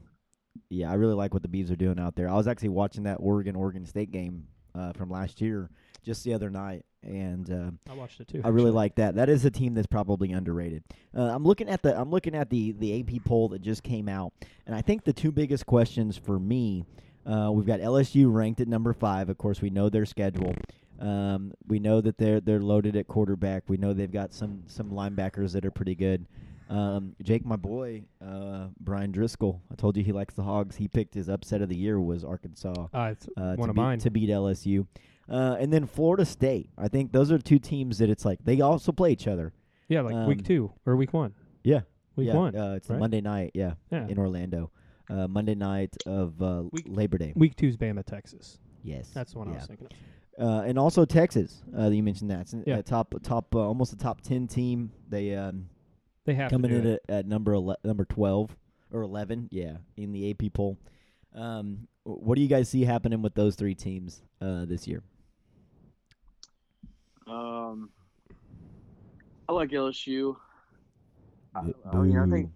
[SPEAKER 3] yeah, I really like what the Beavs are doing out there. I was actually watching that Oregon Oregon State game uh, from last year just the other night. And um,
[SPEAKER 6] I watched it too.
[SPEAKER 3] I really
[SPEAKER 6] actually.
[SPEAKER 3] like that. That is a team that's probably underrated. Uh, I'm looking at the I'm looking at the the AP poll that just came out, and I think the two biggest questions for me, uh, we've got LSU ranked at number five. Of course, we know their schedule. Um, we know that they're they're loaded at quarterback. We know they've got some some linebackers that are pretty good. Um, Jake, my boy, uh, Brian Driscoll. I told you he likes the Hogs. He picked his upset of the year was Arkansas
[SPEAKER 6] Uh, it's one
[SPEAKER 3] uh, to,
[SPEAKER 6] of
[SPEAKER 3] beat,
[SPEAKER 6] mine.
[SPEAKER 3] to beat LSU. Uh, and then Florida State. I think those are two teams that it's like they also play each other.
[SPEAKER 6] yeah, like
[SPEAKER 3] um,
[SPEAKER 6] week two or week one.
[SPEAKER 3] Yeah.
[SPEAKER 6] Week
[SPEAKER 3] yeah,
[SPEAKER 6] one.
[SPEAKER 3] Uh, it's the
[SPEAKER 6] right?
[SPEAKER 3] Monday night, yeah,
[SPEAKER 6] yeah.
[SPEAKER 3] in Orlando. Uh, Monday night of uh,
[SPEAKER 6] Week-
[SPEAKER 3] Labor Day.
[SPEAKER 6] Week two's Bama, Texas.
[SPEAKER 3] Yes.
[SPEAKER 6] That's the one I
[SPEAKER 3] Yeah.
[SPEAKER 6] was thinking of.
[SPEAKER 3] Uh, and also Texas. Uh, you mentioned that. It's an-
[SPEAKER 6] Yeah.
[SPEAKER 3] a top, top, uh, almost a top 10 team. They um,
[SPEAKER 6] They have
[SPEAKER 3] coming
[SPEAKER 6] to do
[SPEAKER 3] in
[SPEAKER 6] it.
[SPEAKER 3] at, at number ele- number 12 or 11, yeah, in the AP poll. Um, wh- what do you guys see happening with those three teams uh, this year?
[SPEAKER 5] Um, I like LSU. I, I mean, I think.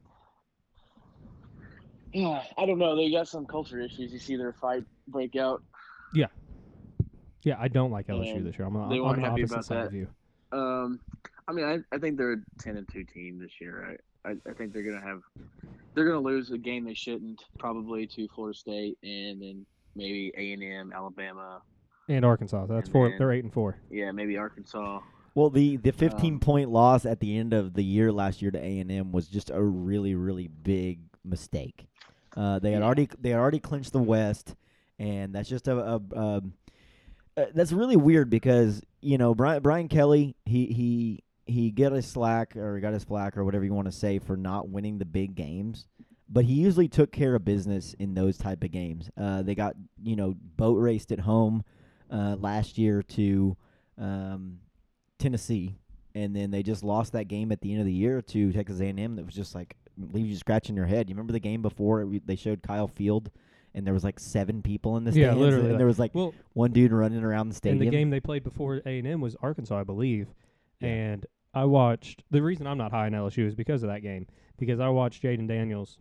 [SPEAKER 5] Yeah, I don't know. They got some culture issues. You see their fight break out.
[SPEAKER 6] Yeah, I don't like LSU
[SPEAKER 5] And
[SPEAKER 6] this year. I'm, on-
[SPEAKER 5] Um, they
[SPEAKER 6] I'm
[SPEAKER 5] weren't
[SPEAKER 6] on the
[SPEAKER 5] happy
[SPEAKER 6] opposite
[SPEAKER 5] about
[SPEAKER 6] side
[SPEAKER 5] that.
[SPEAKER 6] of you.
[SPEAKER 5] Um, I mean, I, I think they're a ten and two team this year. I, I I think they're gonna have they're gonna lose a game they shouldn't probably to Florida State and then maybe A and M, Alabama.
[SPEAKER 6] And Arkansas. That's
[SPEAKER 5] And
[SPEAKER 6] four.
[SPEAKER 5] then-
[SPEAKER 6] They're eight and four.
[SPEAKER 5] Yeah, maybe Arkansas.
[SPEAKER 3] Well, the the 15
[SPEAKER 5] Um,
[SPEAKER 3] point loss at the end of the year last year to A and M was just a really really big mistake. Uh, they had
[SPEAKER 5] Yeah.
[SPEAKER 3] already they had already clinched the West, and that's just a, a um, uh, that's really weird because you know Brian Brian Kelly he he he get his slack or got his flack or whatever you want to say for not winning the big games. But he usually took care of business in those type of games. Uh, they got you know boat raced at home uh, last year to um, Tennessee, and then they just lost that game at the end of the year to Texas A&M. That was just like leaves you scratching your head. You remember the game before it, we- they showed Kyle Field, and there was like seven people in the
[SPEAKER 6] Yeah,
[SPEAKER 3] stands,
[SPEAKER 6] literally,
[SPEAKER 3] and there was like
[SPEAKER 6] Well,
[SPEAKER 3] one dude running around the
[SPEAKER 6] and
[SPEAKER 3] stadium.
[SPEAKER 6] the game they played before A and M was Arkansas, I believe.
[SPEAKER 3] Yeah.
[SPEAKER 6] And I watched. The reason I'm not high in LSU is because of that game. Because I watched Jaden Daniels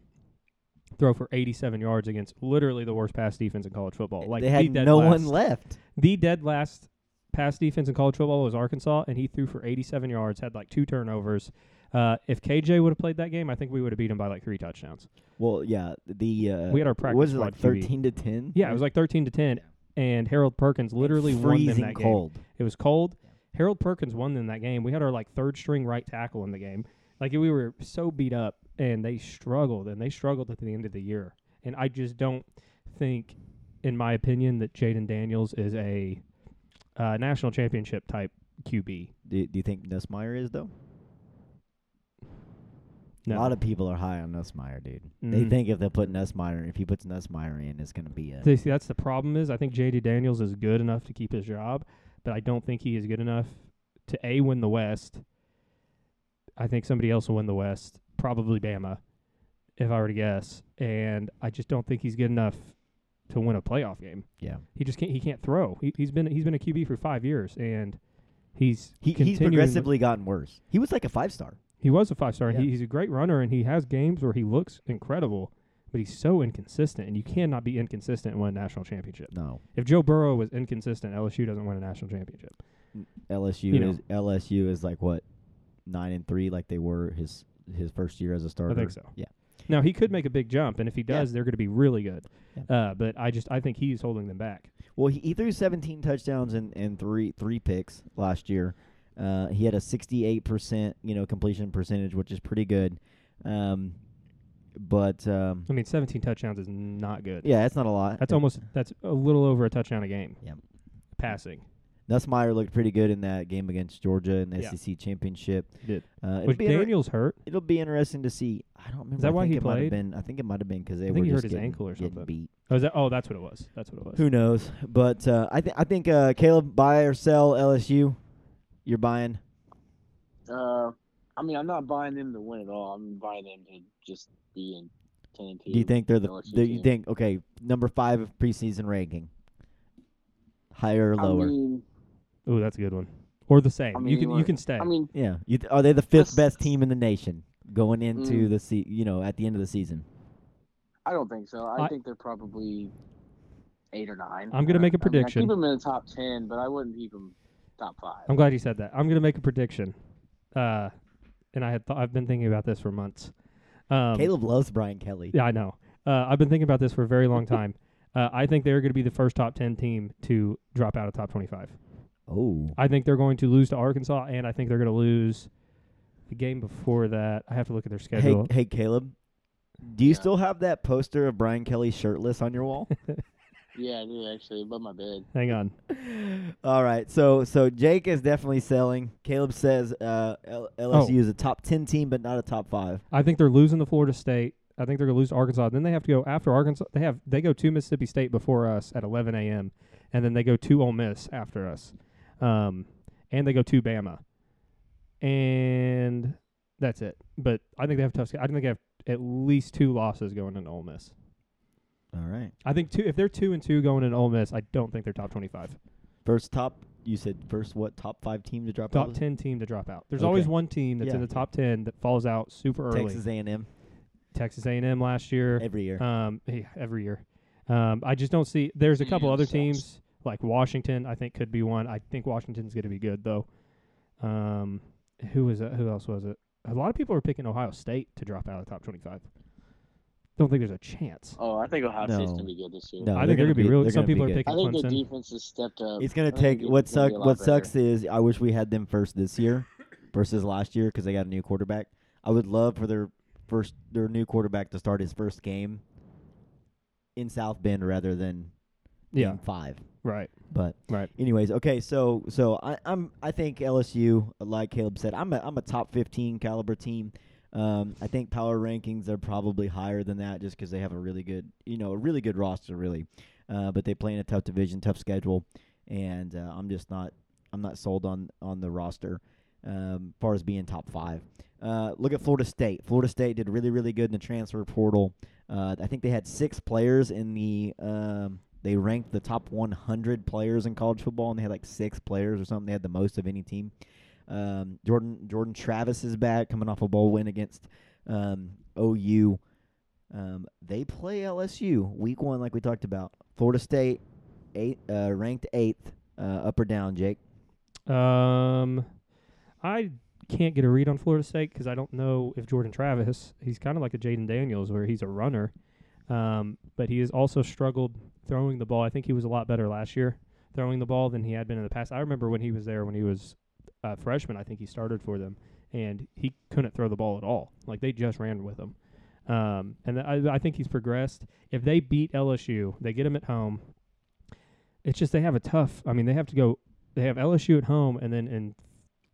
[SPEAKER 6] throw for 87 yards against literally the worst pass defense in college football. Like
[SPEAKER 3] they
[SPEAKER 6] the
[SPEAKER 3] had
[SPEAKER 6] dead
[SPEAKER 3] no
[SPEAKER 6] last.
[SPEAKER 3] one left.
[SPEAKER 6] The dead last pass defense in college football was Arkansas, and he threw for 87 yards, had like two turnovers. Uh, if KJ would have played that game, I think we would have beat him by like three touchdowns.
[SPEAKER 3] Well, yeah, the uh,
[SPEAKER 6] We had our
[SPEAKER 3] what
[SPEAKER 6] practice
[SPEAKER 3] Was it like
[SPEAKER 6] squad QB.
[SPEAKER 3] thirteen to ten?
[SPEAKER 6] Yeah, it was like 13 to 10, and Harold Perkins literally won
[SPEAKER 3] freezing
[SPEAKER 6] them that game.
[SPEAKER 3] cold.
[SPEAKER 6] It was cold. Harold Perkins won them that game. We had our like third string right tackle in the game. Like we were so beat up and they struggled and they struggled at the end of the year. And I just don't think, in my opinion, that Jaden Daniels is a uh, national championship type QB.
[SPEAKER 3] Do, do you think Nussmeyer is though?
[SPEAKER 6] No.
[SPEAKER 3] A lot of people are high on Nussmeyer, dude. They
[SPEAKER 6] Mhm.
[SPEAKER 3] think if they put Nussmeyer, if he puts Nussmeyer in, it's gonna be a
[SPEAKER 6] See, see, that's the problem is I think J.D. Daniels is good enough to keep his job, but I don't think he is good enough to a win the West. I think somebody else will win the West, probably Bama, if I were to guess. And I just don't think he's good enough to win a playoff game.
[SPEAKER 3] yeah.
[SPEAKER 6] He just can't. He can't throw. He, he's been he's been a QB for five years, and he's
[SPEAKER 3] He, he's
[SPEAKER 6] continuing-
[SPEAKER 3] progressively gotten worse. He was like a five star.
[SPEAKER 6] He was a five star. and
[SPEAKER 3] Yeah.
[SPEAKER 6] He, he's a great runner, and he has games where he looks incredible, but he's so inconsistent. And you cannot be inconsistent and win a national championship.
[SPEAKER 3] No,
[SPEAKER 6] If Joe Burrow was inconsistent, LSU doesn't win a national championship.
[SPEAKER 3] LSU
[SPEAKER 6] You know.
[SPEAKER 3] is LSU is like what nine and three, like they were his his first year as a starter.
[SPEAKER 6] so.
[SPEAKER 3] Yeah,
[SPEAKER 6] Now he could make a big jump, and if he does, they're going to be really good. Uh, but I just I think he's holding them back.
[SPEAKER 3] Well, he, he threw 17 touchdowns and, and three three picks last year. Uh, he had a 68 percent you know completion percentage, which is pretty good. Um, but um,
[SPEAKER 6] I mean, 17 touchdowns is not good.
[SPEAKER 3] yeah, that's not a lot.
[SPEAKER 6] that's almost that's a little over a touchdown a game.
[SPEAKER 3] Yep.
[SPEAKER 6] passing.
[SPEAKER 3] Nussmeier looked pretty good in that game against Georgia in the
[SPEAKER 6] Yeah.
[SPEAKER 3] SEC championship.
[SPEAKER 6] He did.
[SPEAKER 3] Uh, it'll,
[SPEAKER 6] Was
[SPEAKER 3] be inter-
[SPEAKER 6] Daniels hurt?
[SPEAKER 3] it'll be interesting to see. I don't remember.
[SPEAKER 6] that
[SPEAKER 3] I
[SPEAKER 6] why
[SPEAKER 3] think
[SPEAKER 6] he
[SPEAKER 3] it might have
[SPEAKER 6] played?
[SPEAKER 3] been. I think it might have been because they
[SPEAKER 6] I
[SPEAKER 3] were
[SPEAKER 6] think he hurt
[SPEAKER 3] just
[SPEAKER 6] his
[SPEAKER 3] getting,
[SPEAKER 6] ankle or
[SPEAKER 3] getting
[SPEAKER 6] something.
[SPEAKER 3] beat.
[SPEAKER 6] Oh, is that? Oh, that's what it was. That's what it was.
[SPEAKER 3] Who knows? But uh, I think I think uh, Caleb buy or sell LSU. You're buying.
[SPEAKER 5] Uh, I mean, I'm not buying them to win at all. I'm buying them to just be in ten and two.
[SPEAKER 3] Do you think they're the?
[SPEAKER 5] LSU
[SPEAKER 3] Do you
[SPEAKER 5] team.
[SPEAKER 3] think okay? Number five of preseason ranking, higher or
[SPEAKER 5] I
[SPEAKER 3] lower?
[SPEAKER 5] mean,
[SPEAKER 6] Oh, that's a good one. Or the same.
[SPEAKER 5] I
[SPEAKER 6] you
[SPEAKER 5] mean,
[SPEAKER 6] can you
[SPEAKER 5] like-
[SPEAKER 6] can stay.
[SPEAKER 5] I mean,
[SPEAKER 3] yeah, you th- are they the fifth
[SPEAKER 5] This-
[SPEAKER 3] best team in the nation going into
[SPEAKER 5] Mm.
[SPEAKER 3] the se- You know, at the end of the season.
[SPEAKER 5] I don't think so. I,
[SPEAKER 6] I-
[SPEAKER 5] think they're probably eight or nine.
[SPEAKER 6] I'm gonna make a
[SPEAKER 5] I mean,
[SPEAKER 6] prediction.
[SPEAKER 5] I keep them in the top ten, but I wouldn't keep them top five.
[SPEAKER 6] I'm glad you said that. I'm going to make a prediction. Uh, and I had th- I've been thinking about this for months. Um,
[SPEAKER 3] Caleb loves Brian Kelly.
[SPEAKER 6] Yeah, I know. Uh, I've been thinking about this for a very long time. Uh, I think they're going to be the first top 10 team to drop out of top 25.
[SPEAKER 3] Oh,
[SPEAKER 6] I think they're going to lose to Arkansas, and I think they're going to lose the game before that. I have to look at their
[SPEAKER 3] hey,
[SPEAKER 6] schedule.
[SPEAKER 3] hey, Caleb, do you
[SPEAKER 5] Yeah.
[SPEAKER 3] still have that poster of Brian Kelly shirtless on your wall?
[SPEAKER 5] Yeah, I do actually above my bed.
[SPEAKER 6] Hang on.
[SPEAKER 3] All right, so so Jake is definitely selling. Caleb says uh, L- LSU
[SPEAKER 6] Oh.
[SPEAKER 3] is a top ten team, but not a top five.
[SPEAKER 6] I think they're losing to Florida State. I think they're going to lose to Arkansas. Then they have to go after Arkansas. They have they go to Mississippi State before us at 11 a.m. and then they go to Ole Miss after us, um, and they go to Bama, and that's it. But I think they have a tough. sch- I think they have at least two losses going into Ole Miss.
[SPEAKER 3] All right.
[SPEAKER 6] I think two if they're two and two going into Ole Miss, I don't think they're top twenty five.
[SPEAKER 3] First top. You said first what? Top five team to drop out
[SPEAKER 6] Top
[SPEAKER 3] was it?
[SPEAKER 6] ten team to drop out. There's
[SPEAKER 3] Okay.
[SPEAKER 6] always one team that's
[SPEAKER 3] Yeah.
[SPEAKER 6] in the top ten that falls out super early.
[SPEAKER 3] Texas A&M
[SPEAKER 6] Texas A&M last year.
[SPEAKER 3] every year.
[SPEAKER 6] Um, yeah, every year. Um, I just don't see. There's a couple
[SPEAKER 5] Mm, Yeah,
[SPEAKER 6] other
[SPEAKER 5] sucks.
[SPEAKER 6] teams like Washington. I think could be one. I think Washington's going to be good though. Um, who was that? Who else was it? A lot of people are picking Ohio State to drop out of the top 25. Don't think there's a chance.
[SPEAKER 5] Oh, I think Ohio State's gonna
[SPEAKER 3] No.
[SPEAKER 5] be good this year.
[SPEAKER 3] No,
[SPEAKER 6] I think they're
[SPEAKER 3] gonna
[SPEAKER 6] gonna be real.
[SPEAKER 3] they're
[SPEAKER 6] Some
[SPEAKER 3] gonna be
[SPEAKER 6] people are
[SPEAKER 3] good.
[SPEAKER 6] picking
[SPEAKER 5] I think the
[SPEAKER 6] Clemson.
[SPEAKER 5] defense has stepped up.
[SPEAKER 3] It's
[SPEAKER 5] I
[SPEAKER 3] gonna
[SPEAKER 5] think
[SPEAKER 3] take
[SPEAKER 5] the
[SPEAKER 3] what
[SPEAKER 5] defense is gonna
[SPEAKER 3] suck.
[SPEAKER 5] be a lot
[SPEAKER 3] What
[SPEAKER 5] better.
[SPEAKER 3] sucks is I wish we had them first this year versus last year because they got a new quarterback. I would love for their first their new quarterback to start his first game in South Bend rather than
[SPEAKER 6] Yeah,
[SPEAKER 3] game five.
[SPEAKER 6] right.
[SPEAKER 3] But
[SPEAKER 6] Right.
[SPEAKER 3] Anyways, okay, so so I, I'm I think LSU, like Caleb said, I'm a I'm a top 15 caliber team. Um, I think power rankings are probably higher than that just because they have a really good you know a really good roster really, uh, but they play in a tough division, tough schedule, and uh, I'm just not I'm not sold on on the roster um, far as being top five. Uh, look at Florida State. Florida State did really really good in the transfer portal. Uh, I think they had six players in the um, they ranked the top 100 players in college football, and they had like six players or something. They had the most of any team. Um, Jordan Jordan Travis is back, coming off a bowl win against um, OU. Um, they play LSU week one, like we talked about. Florida State, eight uh, ranked eighth, uh, up or down, Jake.
[SPEAKER 6] Um, I can't get a read on Florida State because I don't know if Jordan Travis. He's kind of like a Jaden Daniels, where he's a runner, um, but he has also struggled throwing the ball. I think he was a lot better last year throwing the ball than he had been in the past. I remember when he was there when he was a freshman. I think he started for them, and he couldn't throw the ball at all. Like they just ran with him. Um, and I, I think he's progressed. If they beat LSU, they get him at home. It's just they have a tough. I mean, they have to go they have LSU at home, and then in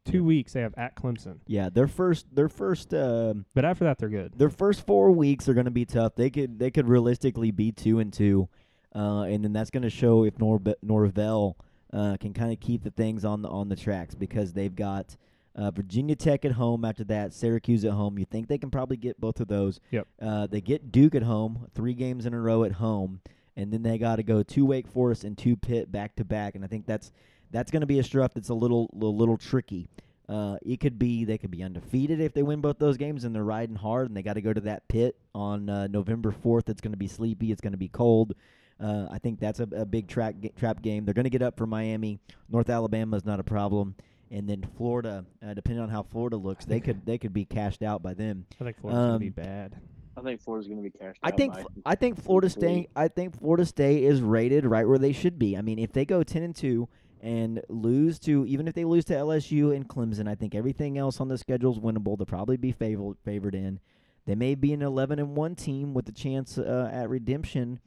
[SPEAKER 6] two weeks they have at Clemson.
[SPEAKER 3] Yeah, their first their first um,
[SPEAKER 6] But after that, they're good.
[SPEAKER 3] their first four weeks are going to be tough. They could they could realistically be two and two, uh, and then that's going to show if Norbe- Norvell uh, can kind of keep the things on the on the tracks because they've got uh, Virginia Tech at home after that, Syracuse at home. You think they can probably get both of those?
[SPEAKER 6] Yep.
[SPEAKER 3] Uh, they get Duke at home, three games in a row at home, and then they got to go to Wake Forest and two Pitt back to back, and I think that's that's going to be a stretch that's a little a little tricky. Uh, it could be they could be undefeated if they win both those games, and they're riding hard, and they got to go to that pit on uh, November fourth. It's going to be sleepy. It's going to be cold. Uh, I think that's a, a big trap trap game. They're going to get up for Miami. North Alabama is not a problem, and then Florida, uh, depending on how Florida looks, they could they could be cashed out by them.
[SPEAKER 6] I think Florida's gonna be
[SPEAKER 3] Um,
[SPEAKER 6] bad.
[SPEAKER 5] I think Florida's gonna be cashed.
[SPEAKER 3] I
[SPEAKER 5] out
[SPEAKER 3] think
[SPEAKER 5] by-
[SPEAKER 3] I think Florida
[SPEAKER 5] Three.
[SPEAKER 3] State I think Florida State is rated right where they should be. I mean, if they go 10 and 2 and lose to even if they lose to LSU and Clemson, I think everything else on the schedule is winnable. They'll probably be favored favored in. They may be an 11 and 1 team with a chance uh, at redemption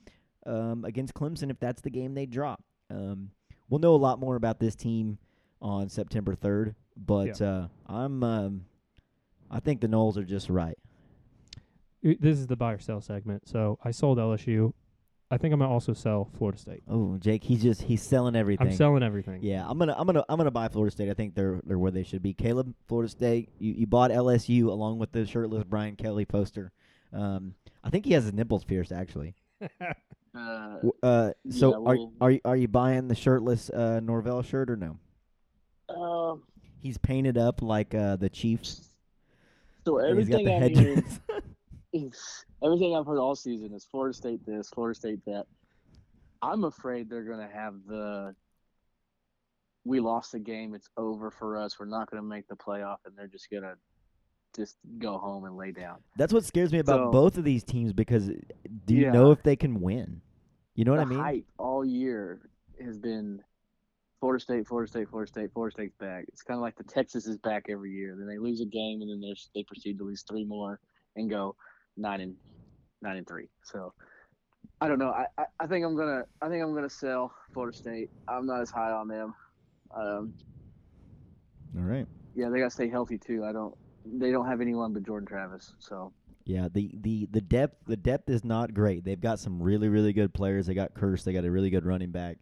[SPEAKER 3] um, against Clemson if that's the game they drop. Um, we'll know a lot more about this team on September 3rd, but uh, I'm um, I think the Knowles are just right.
[SPEAKER 6] Uh, This is the buy or sell segment. So I sold LSU. I think I'm gonna also sell Florida State.
[SPEAKER 3] Oh, Jake, he's just he's selling everything.
[SPEAKER 6] I'm selling everything.
[SPEAKER 3] Yeah, I'm gonna I'm gonna I'm gonna buy Florida State. I think they're they're where they should be. Caleb, Florida State. You you bought LSU along with the shirtless Brian Kelly poster. Um, I think he has his nipples pierced actually.
[SPEAKER 5] Uh,
[SPEAKER 3] W- Uh, so
[SPEAKER 5] Yeah,
[SPEAKER 3] are
[SPEAKER 5] well-
[SPEAKER 3] are you, are you buying the shirtless uh, Norvell shirt or no?
[SPEAKER 5] um,
[SPEAKER 3] He's painted up like uh, the Chiefs.
[SPEAKER 5] so
[SPEAKER 3] and He's got
[SPEAKER 5] everything
[SPEAKER 3] the
[SPEAKER 5] I hear,
[SPEAKER 3] headdress.
[SPEAKER 5] everything I've heard all season is Florida State this, Florida State that. I'm afraid they're gonna have the. We lost the game. It's over for us. We're not gonna make the playoff, and they're just gonna just go home and lay down.
[SPEAKER 3] That's what scares me about
[SPEAKER 5] So-
[SPEAKER 3] both of these teams because do you
[SPEAKER 5] Yeah.
[SPEAKER 3] know if they can win? You know what I
[SPEAKER 5] the
[SPEAKER 3] mean?
[SPEAKER 5] hype all year has been Florida State, Florida State, Florida State, Florida State's back. It's kind of like the Texas is back every year. Then they lose a game, and then they they proceed to lose three more and go nine and nine and three. So I don't know. I, I, I think I'm gonna I think I'm gonna sell Florida State. I'm not as high on them. Um,
[SPEAKER 3] All right.
[SPEAKER 5] yeah, they gotta stay healthy too. I don't. They don't have anyone but Jordan Travis. So
[SPEAKER 3] Yeah, the, the, the depth the depth is not great. They've got some really really good players. They got Curse. They got a really good running back.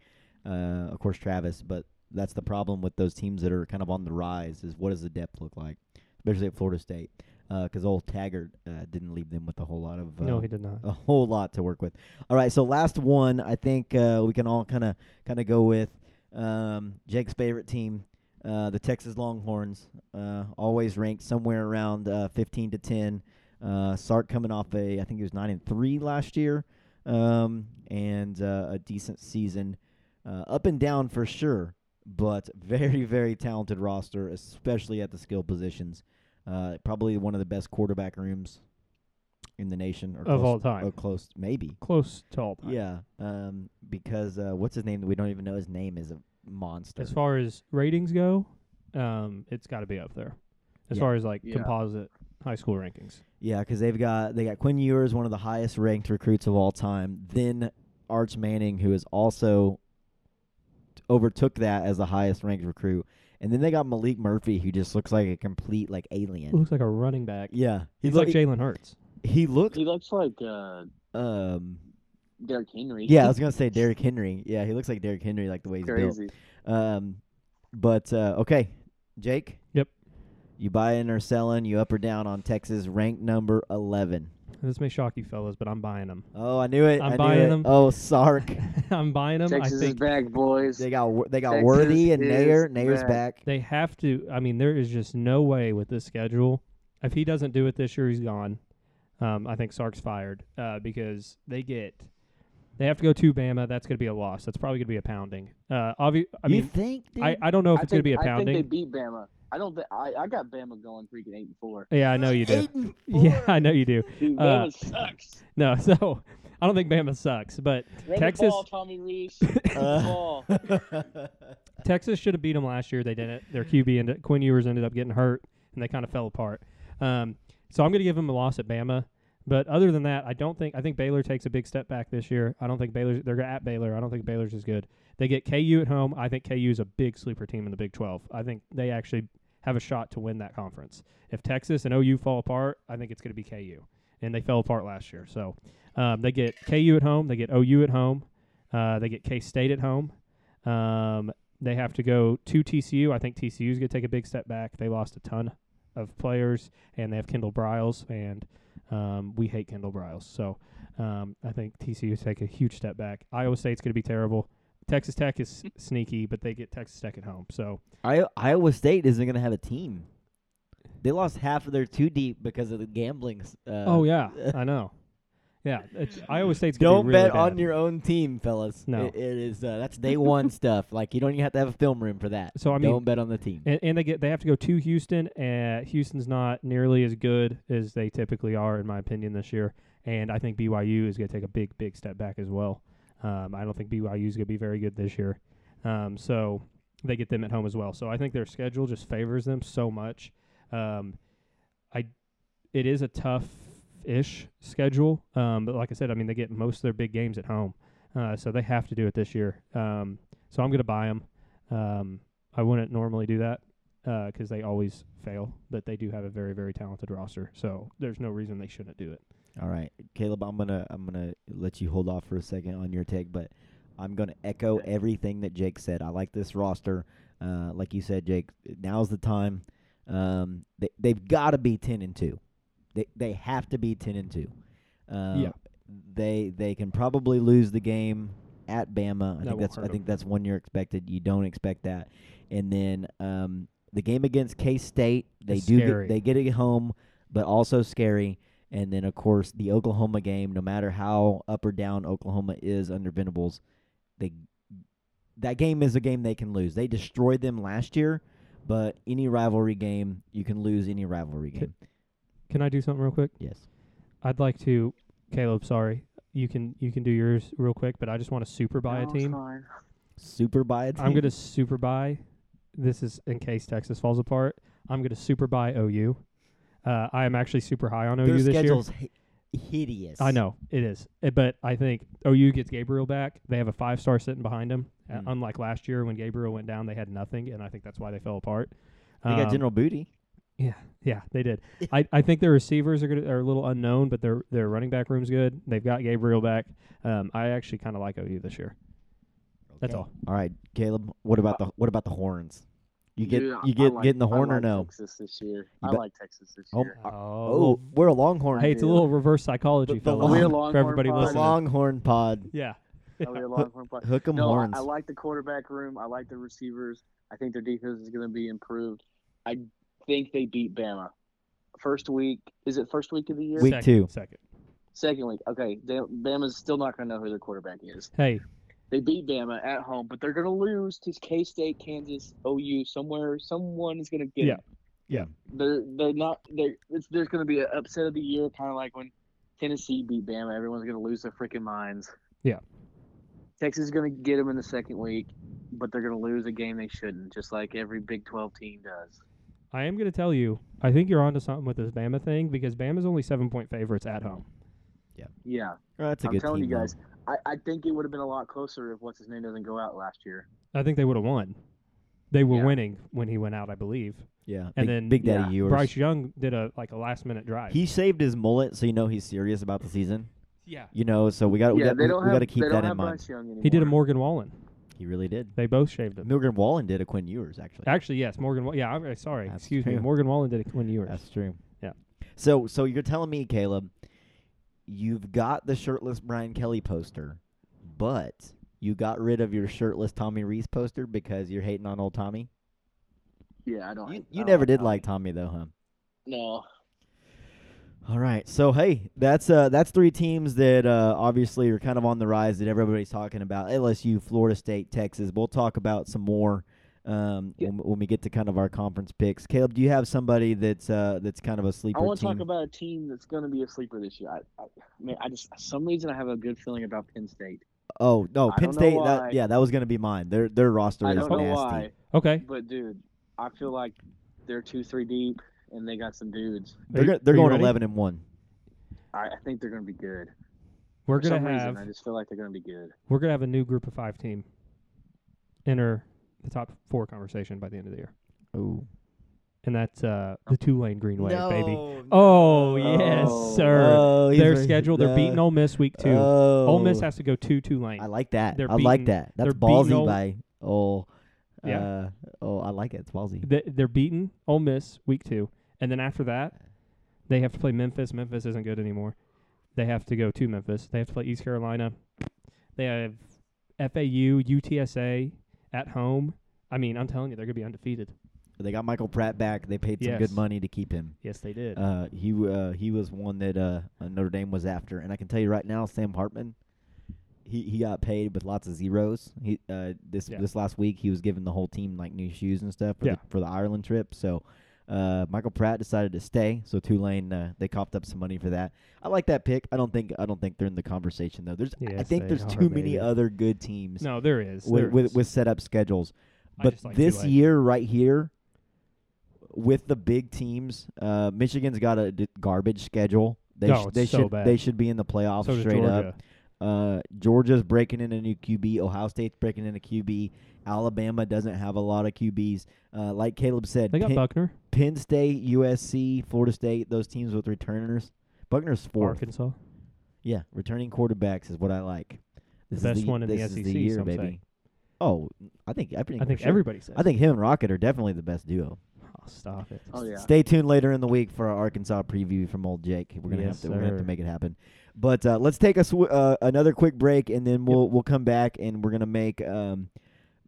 [SPEAKER 3] Uh, of course Travis, but that's the problem with those teams that are kind of on the rise is what does the depth look like, especially at Florida State. because old Taggart uh, didn't leave them with a whole lot of uh,
[SPEAKER 6] no, he did not.
[SPEAKER 3] a whole lot to work with. All right, so last one, I think uh, we can all kind of kind of go with um, Jake's favorite team, uh, the Texas Longhorns, uh, always ranked somewhere around uh, 15 to 10. Uh, Sark coming off a, I think he was nine and three last year, um, and uh, a decent season, uh, up and down for sure, but very very talented roster, especially at the skill positions. Uh, probably one of the best quarterback rooms in the nation, or
[SPEAKER 6] Of
[SPEAKER 3] close-
[SPEAKER 6] all time.
[SPEAKER 3] or Oh, close, maybe.
[SPEAKER 6] Close to all time.
[SPEAKER 3] Yeah, um, because uh, what's his name that we don't even know his name is a monster.
[SPEAKER 6] As far as ratings go, um, it's got to be up there. As
[SPEAKER 3] Yeah.
[SPEAKER 6] far as like
[SPEAKER 5] Yeah.
[SPEAKER 6] composite high school rankings,
[SPEAKER 3] Yeah, because they've got they got Quinn Ewers, one of the highest ranked recruits of all time. Then Arch Manning, who is also overtook that as the highest ranked recruit, and then they got Malik Murphy, who just looks like a complete like
[SPEAKER 6] It
[SPEAKER 3] alien.
[SPEAKER 6] looks like a running back.
[SPEAKER 3] Yeah, he
[SPEAKER 6] He's
[SPEAKER 3] look-
[SPEAKER 6] like Jalen Hurts.
[SPEAKER 3] He looked.
[SPEAKER 5] He looks like uh,
[SPEAKER 3] Um,
[SPEAKER 5] Derrick Henry.
[SPEAKER 3] yeah, I was gonna say Derrick Henry. Yeah, he looks like Derrick Henry, like the way he's built.
[SPEAKER 5] crazy.
[SPEAKER 3] Um, but uh, okay, Jake.
[SPEAKER 6] Yep.
[SPEAKER 3] You buying or selling? You up or down on Texas? Rank number eleven.
[SPEAKER 6] This may shock you fellas, but I'm buying them.
[SPEAKER 3] Oh, I knew it.
[SPEAKER 6] I'm
[SPEAKER 3] I knew
[SPEAKER 6] buying
[SPEAKER 3] it.
[SPEAKER 6] them.
[SPEAKER 3] Oh, Sark.
[SPEAKER 6] I'm buying them.
[SPEAKER 5] Texas
[SPEAKER 6] I
[SPEAKER 5] is
[SPEAKER 6] think
[SPEAKER 5] back, boys.
[SPEAKER 3] they got Wor- they got
[SPEAKER 5] Texas
[SPEAKER 3] Worthy and
[SPEAKER 5] is
[SPEAKER 3] Nayer. Nayer's
[SPEAKER 5] back.
[SPEAKER 3] back.
[SPEAKER 6] they have to. I mean, there is just no way with this schedule. If he doesn't do it this year, he's gone. Um, I think Sark's fired uh, because they get they have to go to Bama. That's going to be a loss. That's probably going to be a pounding. Uh, obvi- I
[SPEAKER 3] you
[SPEAKER 6] mean,
[SPEAKER 3] think? Dude?
[SPEAKER 6] I, I don't know if
[SPEAKER 5] I
[SPEAKER 6] it's going to
[SPEAKER 5] think-
[SPEAKER 6] be a
[SPEAKER 5] I
[SPEAKER 6] pounding.
[SPEAKER 5] think they beat Bama. I don't. Th- I I got Bama going freaking eight and four.
[SPEAKER 6] yeah, I know you do.
[SPEAKER 3] Eight and
[SPEAKER 6] Yeah,
[SPEAKER 3] four.
[SPEAKER 6] I know you do.
[SPEAKER 5] Dude,
[SPEAKER 6] Uh,
[SPEAKER 5] Bama sucks.
[SPEAKER 6] No, so I don't think Bama sucks, but
[SPEAKER 5] Run
[SPEAKER 6] Texas-
[SPEAKER 5] the ball, Tommy Reese. Run the
[SPEAKER 3] Uh,
[SPEAKER 5] ball.
[SPEAKER 6] Texas should have beat them last year. They didn't. Their QB ended, Quinn Ewers ended up getting hurt, and they kind of fell apart. Um, so I'm going to give them a loss at Bama. But other than that, I don't think. I think Baylor takes a big step back this year. I don't think Baylor. They're at Baylor. I don't think Baylor's as good. They get KU at home. I think KU is a big sleeper team in the Big 12. I think they actually have a shot to win that conference. If Texas and OU fall apart, I think it's going to be KU. And they fell apart last year. So um, they get KU at home. They get OU at home. Uh, they get K State at home. Um, they have to go to TCU. I think TCU is going to take a big step back. They lost a ton of players, and they have Kendall Briles, and um, we hate Kendall Briles. So um, I think TCU is take a huge step back. Iowa State's going to be terrible. Texas Tech is sneaky, but they get Texas Tech at home. So
[SPEAKER 3] I, Iowa State isn't gonna have a team. They lost half of their two deep because of the gambling. s- Uh,
[SPEAKER 6] oh yeah, I know. Yeah, it's, Iowa State's gonna
[SPEAKER 3] Don't
[SPEAKER 6] be really
[SPEAKER 3] bet on
[SPEAKER 6] bad.
[SPEAKER 3] your own team, fellas.
[SPEAKER 6] No.
[SPEAKER 3] It- it is uh, that's day one stuff. Like you don't even have to have a film room for that.
[SPEAKER 6] So, I mean-
[SPEAKER 3] don't bet on the team.
[SPEAKER 6] And, and they get they have to go to Houston. And Houston's not nearly as good as they typically are, in my opinion, this year. And I think BYU is going to take a big, big step back as well. Um, I don't think BYU is going to be very good this year. Um, so they get them at home as well. So I think their schedule just favors them so much. Um, I it is a tough ish schedule. Um, but like I said, I mean they get most of their big games at home, uh, so they have to do it this year. Um, so I'm going to buy them. Um, I wouldn't normally do that because they always fail, but they do have a very very talented roster, so there's no reason they shouldn't do it.
[SPEAKER 3] All right, Caleb, I'm gonna I'm gonna let you hold off for a second on your take, but I'm gonna echo everything that Jake said. I like this roster. Uh, like you said, Jake, now's the time. Um, they they've got to be ten and two. They they have to be ten and two. Uh,
[SPEAKER 6] Yeah.
[SPEAKER 3] They they can probably lose the game at Bama. I
[SPEAKER 6] That
[SPEAKER 3] think
[SPEAKER 6] will
[SPEAKER 3] that's
[SPEAKER 6] hurt
[SPEAKER 3] I
[SPEAKER 6] 'em.
[SPEAKER 3] think that's one you're expected. You don't expect that. And then um, the game against K State, they
[SPEAKER 6] It's
[SPEAKER 3] do
[SPEAKER 6] scary.
[SPEAKER 3] get, they get it home, but also scary. And then, of course, the Oklahoma game. No matter how up or down Oklahoma is under Venables, they that game is a game they can lose. They destroyed them last year, but any rivalry game you can lose. Any rivalry game,
[SPEAKER 6] Can I do something real quick?
[SPEAKER 3] yes.
[SPEAKER 6] I'd like to, Caleb. Sorry, you can you can do yours real quick, but I just want to super buy a team.
[SPEAKER 3] Super by a team.
[SPEAKER 6] I'm gonna super buy. This is in case Texas falls apart. I'm gonna super buy OU. Uh, I am actually super high on OU
[SPEAKER 3] Their
[SPEAKER 6] this year.
[SPEAKER 3] schedule's hi- hideous.
[SPEAKER 6] I know it is, Uh, but I think OU gets Gabriel back. They have a five star sitting behind him, uh,
[SPEAKER 3] Mm.
[SPEAKER 6] unlike last year when Gabriel went down. They had nothing, and I think that's why they fell apart.
[SPEAKER 3] They got
[SPEAKER 6] Um,
[SPEAKER 3] General Booty.
[SPEAKER 6] Yeah, yeah, they did. I, I think their receivers are gonna, are a little unknown, but their their running back room's good. They've got Gabriel back. Um, I actually kind of like OU this year. That's all.
[SPEAKER 3] All right, Caleb. What about the what about the horns? You get
[SPEAKER 5] Dude,
[SPEAKER 3] you
[SPEAKER 5] I
[SPEAKER 3] get
[SPEAKER 5] like,
[SPEAKER 3] getting the
[SPEAKER 5] I
[SPEAKER 3] horn or
[SPEAKER 5] like
[SPEAKER 3] no?
[SPEAKER 5] Texas this year.
[SPEAKER 3] You
[SPEAKER 5] I
[SPEAKER 3] bet.
[SPEAKER 5] like Texas this
[SPEAKER 3] Oh,
[SPEAKER 5] year.
[SPEAKER 3] Oh, we're a Longhorn.
[SPEAKER 6] hey, it's a
[SPEAKER 5] dude.
[SPEAKER 6] little reverse psychology
[SPEAKER 3] The- the
[SPEAKER 6] fellas,
[SPEAKER 3] we're
[SPEAKER 5] Longhorn
[SPEAKER 6] for everybody
[SPEAKER 5] pod.
[SPEAKER 3] the
[SPEAKER 6] listening.
[SPEAKER 3] Longhorn pod.
[SPEAKER 6] yeah,
[SPEAKER 5] That'll be a Longhorn play.
[SPEAKER 3] Hook 'em
[SPEAKER 5] No, I-
[SPEAKER 3] horns.
[SPEAKER 5] I, like the quarterback room. I like the receivers. I think their defense is going to be improved. I think they beat Bama. First week is it first week of the year?
[SPEAKER 3] Week
[SPEAKER 6] second,
[SPEAKER 3] two.
[SPEAKER 6] Second.
[SPEAKER 5] Second week. Okay, they, Bama's still not going to know who their quarterback is.
[SPEAKER 6] Hey,
[SPEAKER 5] They beat Bama at home, but they're going to lose to K State, Kansas, OU. Somewhere, someone is going to get.
[SPEAKER 6] Yeah.
[SPEAKER 5] them.
[SPEAKER 3] Yeah.
[SPEAKER 5] They're they're not. They're, it's, there's going to be an upset of the year, kind of like when Tennessee beat Bama. Everyone's going to lose their freaking minds.
[SPEAKER 6] Yeah.
[SPEAKER 5] Texas is going to get them in the second week, but they're going to lose a game they shouldn't, just like every Big 12 team does.
[SPEAKER 6] I am gonna tell you. I think you're onto something with this Bama thing because Bama's only seven point favorites at home.
[SPEAKER 5] Yeah,
[SPEAKER 3] Oh, that's a
[SPEAKER 5] I'm
[SPEAKER 3] good
[SPEAKER 5] telling
[SPEAKER 3] team,
[SPEAKER 5] you
[SPEAKER 3] though.
[SPEAKER 5] guys, I, I think it would have been a lot closer if what's his name doesn't go out last year.
[SPEAKER 6] I think they would have won. They were
[SPEAKER 5] Yeah.
[SPEAKER 6] winning when he went out, I believe.
[SPEAKER 3] Yeah,
[SPEAKER 6] And
[SPEAKER 3] Big-
[SPEAKER 6] then-
[SPEAKER 3] Big Daddy
[SPEAKER 5] yeah,
[SPEAKER 3] Ewers.
[SPEAKER 6] Bryce Young did a like a last minute drive.
[SPEAKER 3] He shaved his mullet, so you know he's serious about the season.
[SPEAKER 6] yeah.
[SPEAKER 3] You know, so we got Uh, we
[SPEAKER 5] yeah,
[SPEAKER 3] got
[SPEAKER 5] they don't
[SPEAKER 3] we got
[SPEAKER 5] have,
[SPEAKER 3] to keep
[SPEAKER 5] they
[SPEAKER 3] that
[SPEAKER 5] don't
[SPEAKER 3] in
[SPEAKER 5] have
[SPEAKER 3] mind.
[SPEAKER 5] Bryce Young anymore.
[SPEAKER 6] He did a Morgan Wallen.
[SPEAKER 3] He really did.
[SPEAKER 6] They both shaved him.
[SPEAKER 3] Morgan Wallen did a Quinn Ewers actually.
[SPEAKER 6] Actually, yes, Morgan. Wa- Yeah, I'm uh, sorry.
[SPEAKER 3] That's
[SPEAKER 6] Excuse me.
[SPEAKER 3] true.
[SPEAKER 6] Morgan Wallen did it when you were.
[SPEAKER 3] That's true.
[SPEAKER 6] Yeah.
[SPEAKER 3] So so you're telling me, Caleb, you've got the shirtless Brian Kelly poster, but you got rid of your shirtless Tommy Reese poster because you're hating on old Tommy.
[SPEAKER 5] Yeah, I don't.
[SPEAKER 3] You,
[SPEAKER 5] I
[SPEAKER 3] you
[SPEAKER 5] don't
[SPEAKER 3] never
[SPEAKER 5] like
[SPEAKER 3] did
[SPEAKER 5] Tommy.
[SPEAKER 3] like Tommy though, huh?
[SPEAKER 5] No,
[SPEAKER 3] All right. So hey, that's uh that's three teams that uh obviously are kind of on the rise that everybody's talking about. LSU, Florida State, Texas. We'll talk about some more um
[SPEAKER 5] Yeah.
[SPEAKER 3] when, when we get to kind of our conference picks. Caleb, do you have somebody that's uh that's kind of a sleeper
[SPEAKER 5] I want to
[SPEAKER 3] team?
[SPEAKER 5] talk about a team that's going to be a sleeper this year. I, I, I mean, I just some reason I have a good feeling about Penn State.
[SPEAKER 3] oh, no,
[SPEAKER 5] I
[SPEAKER 3] Penn
[SPEAKER 5] don't know
[SPEAKER 3] State
[SPEAKER 5] why.
[SPEAKER 3] that yeah, that was going to be mine. Their their roster
[SPEAKER 5] I
[SPEAKER 3] is
[SPEAKER 5] don't
[SPEAKER 3] nasty.
[SPEAKER 5] know why,
[SPEAKER 6] Okay.
[SPEAKER 5] but dude, I feel like they're two, three deep, and they got some dudes.
[SPEAKER 3] They're
[SPEAKER 6] Are you-
[SPEAKER 3] go- they're
[SPEAKER 6] are you
[SPEAKER 3] going
[SPEAKER 6] ready?
[SPEAKER 3] 11 and 1.
[SPEAKER 5] I, I think they're going to be good.
[SPEAKER 6] We're
[SPEAKER 5] For
[SPEAKER 6] gonna
[SPEAKER 5] some
[SPEAKER 6] have
[SPEAKER 5] Reason, I just feel like they're going to be good.
[SPEAKER 6] we're gonna have a new group of five team enter the top four conversation by the end of the year,
[SPEAKER 3] Ooh.
[SPEAKER 6] and that's uh, the Tulane Green Wave, baby.
[SPEAKER 3] no.
[SPEAKER 6] Oh yes,
[SPEAKER 5] Oh,
[SPEAKER 6] sir.
[SPEAKER 3] Oh, he's
[SPEAKER 6] They're
[SPEAKER 3] right.
[SPEAKER 6] scheduled. They're beating
[SPEAKER 3] No.
[SPEAKER 6] Ole Miss week two. Ole Miss
[SPEAKER 3] Oh.
[SPEAKER 6] has to go to Tulane.
[SPEAKER 3] I like that.
[SPEAKER 6] They're
[SPEAKER 3] I like
[SPEAKER 6] beating-
[SPEAKER 3] that. That's
[SPEAKER 6] they're beating
[SPEAKER 3] ballsy
[SPEAKER 6] Ole-
[SPEAKER 3] by oh,
[SPEAKER 6] Yeah.
[SPEAKER 3] uh, oh, I like it. It's ballsy.
[SPEAKER 6] They, they're beating Ole Miss week two, and then after that, they have to play Memphis. Memphis isn't good anymore. They have to go to Memphis. They have to play East Carolina. They have FAU, UTSA at home. I mean, I'm telling you, they're gonna be undefeated.
[SPEAKER 3] They got Michael Pratt back. They paid some good
[SPEAKER 6] Yes.
[SPEAKER 3] money to keep him.
[SPEAKER 6] Yes, they did.
[SPEAKER 3] Uh, he w- uh, he was one that uh, Notre Dame was after, and I can tell you right now, Sam Hartman, he, he got paid with lots of zeros. He uh, this
[SPEAKER 6] Yeah.
[SPEAKER 3] this last week he was giving the whole team like new shoes and stuff for,
[SPEAKER 6] Yeah.
[SPEAKER 3] the, for the Ireland trip. So uh, Michael Pratt decided to stay. So Tulane uh, they coughed up some money for that. I like that pick. I don't think I don't think they're in the conversation though. There's I
[SPEAKER 6] Yes,
[SPEAKER 3] think
[SPEAKER 6] they
[SPEAKER 3] there's
[SPEAKER 6] are,
[SPEAKER 3] too many
[SPEAKER 6] baby.
[SPEAKER 3] other good teams
[SPEAKER 6] no, there is. there
[SPEAKER 3] with, with
[SPEAKER 6] is.
[SPEAKER 3] with set up schedules.
[SPEAKER 6] I
[SPEAKER 3] But
[SPEAKER 6] just like
[SPEAKER 3] this
[SPEAKER 6] Tulane.
[SPEAKER 3] year, right here, with the big teams, uh, Michigan's got a d- garbage schedule. They,
[SPEAKER 6] No,
[SPEAKER 3] sh-
[SPEAKER 6] it's
[SPEAKER 3] they
[SPEAKER 6] so
[SPEAKER 3] should
[SPEAKER 6] bad.
[SPEAKER 3] they should be in the playoffs
[SPEAKER 6] so does
[SPEAKER 3] straight
[SPEAKER 6] Georgia.
[SPEAKER 3] up. Uh, Georgia's breaking in a new QB. Ohio State's breaking in a QB. Alabama doesn't have a lot of QBs. Uh, like Caleb said,
[SPEAKER 6] They got
[SPEAKER 3] Penn,
[SPEAKER 6] Buckner,
[SPEAKER 3] Penn State, USC, Florida State, those teams with returners. Buckner's fourth.
[SPEAKER 6] Arkansas.
[SPEAKER 3] Yeah, returning quarterbacks is what I like. This
[SPEAKER 6] Best
[SPEAKER 3] is the,
[SPEAKER 6] one in the
[SPEAKER 3] this is
[SPEAKER 6] SEC,
[SPEAKER 3] year,
[SPEAKER 6] some say.
[SPEAKER 3] baby. Oh, I think I think,
[SPEAKER 6] I think
[SPEAKER 3] for sure.
[SPEAKER 6] everybody says.
[SPEAKER 3] I think him and Rocket are definitely the best duo.
[SPEAKER 6] Oh, stop it.
[SPEAKER 5] Oh yeah.
[SPEAKER 3] Stay tuned later in the week for our Arkansas preview from old Jake. We're gonna have
[SPEAKER 6] Yes,
[SPEAKER 3] to we're gonna have to
[SPEAKER 6] sir.
[SPEAKER 3] make it happen. But uh, let's take a sw- uh, another quick break, and then we'll we'll come back and we're gonna make um,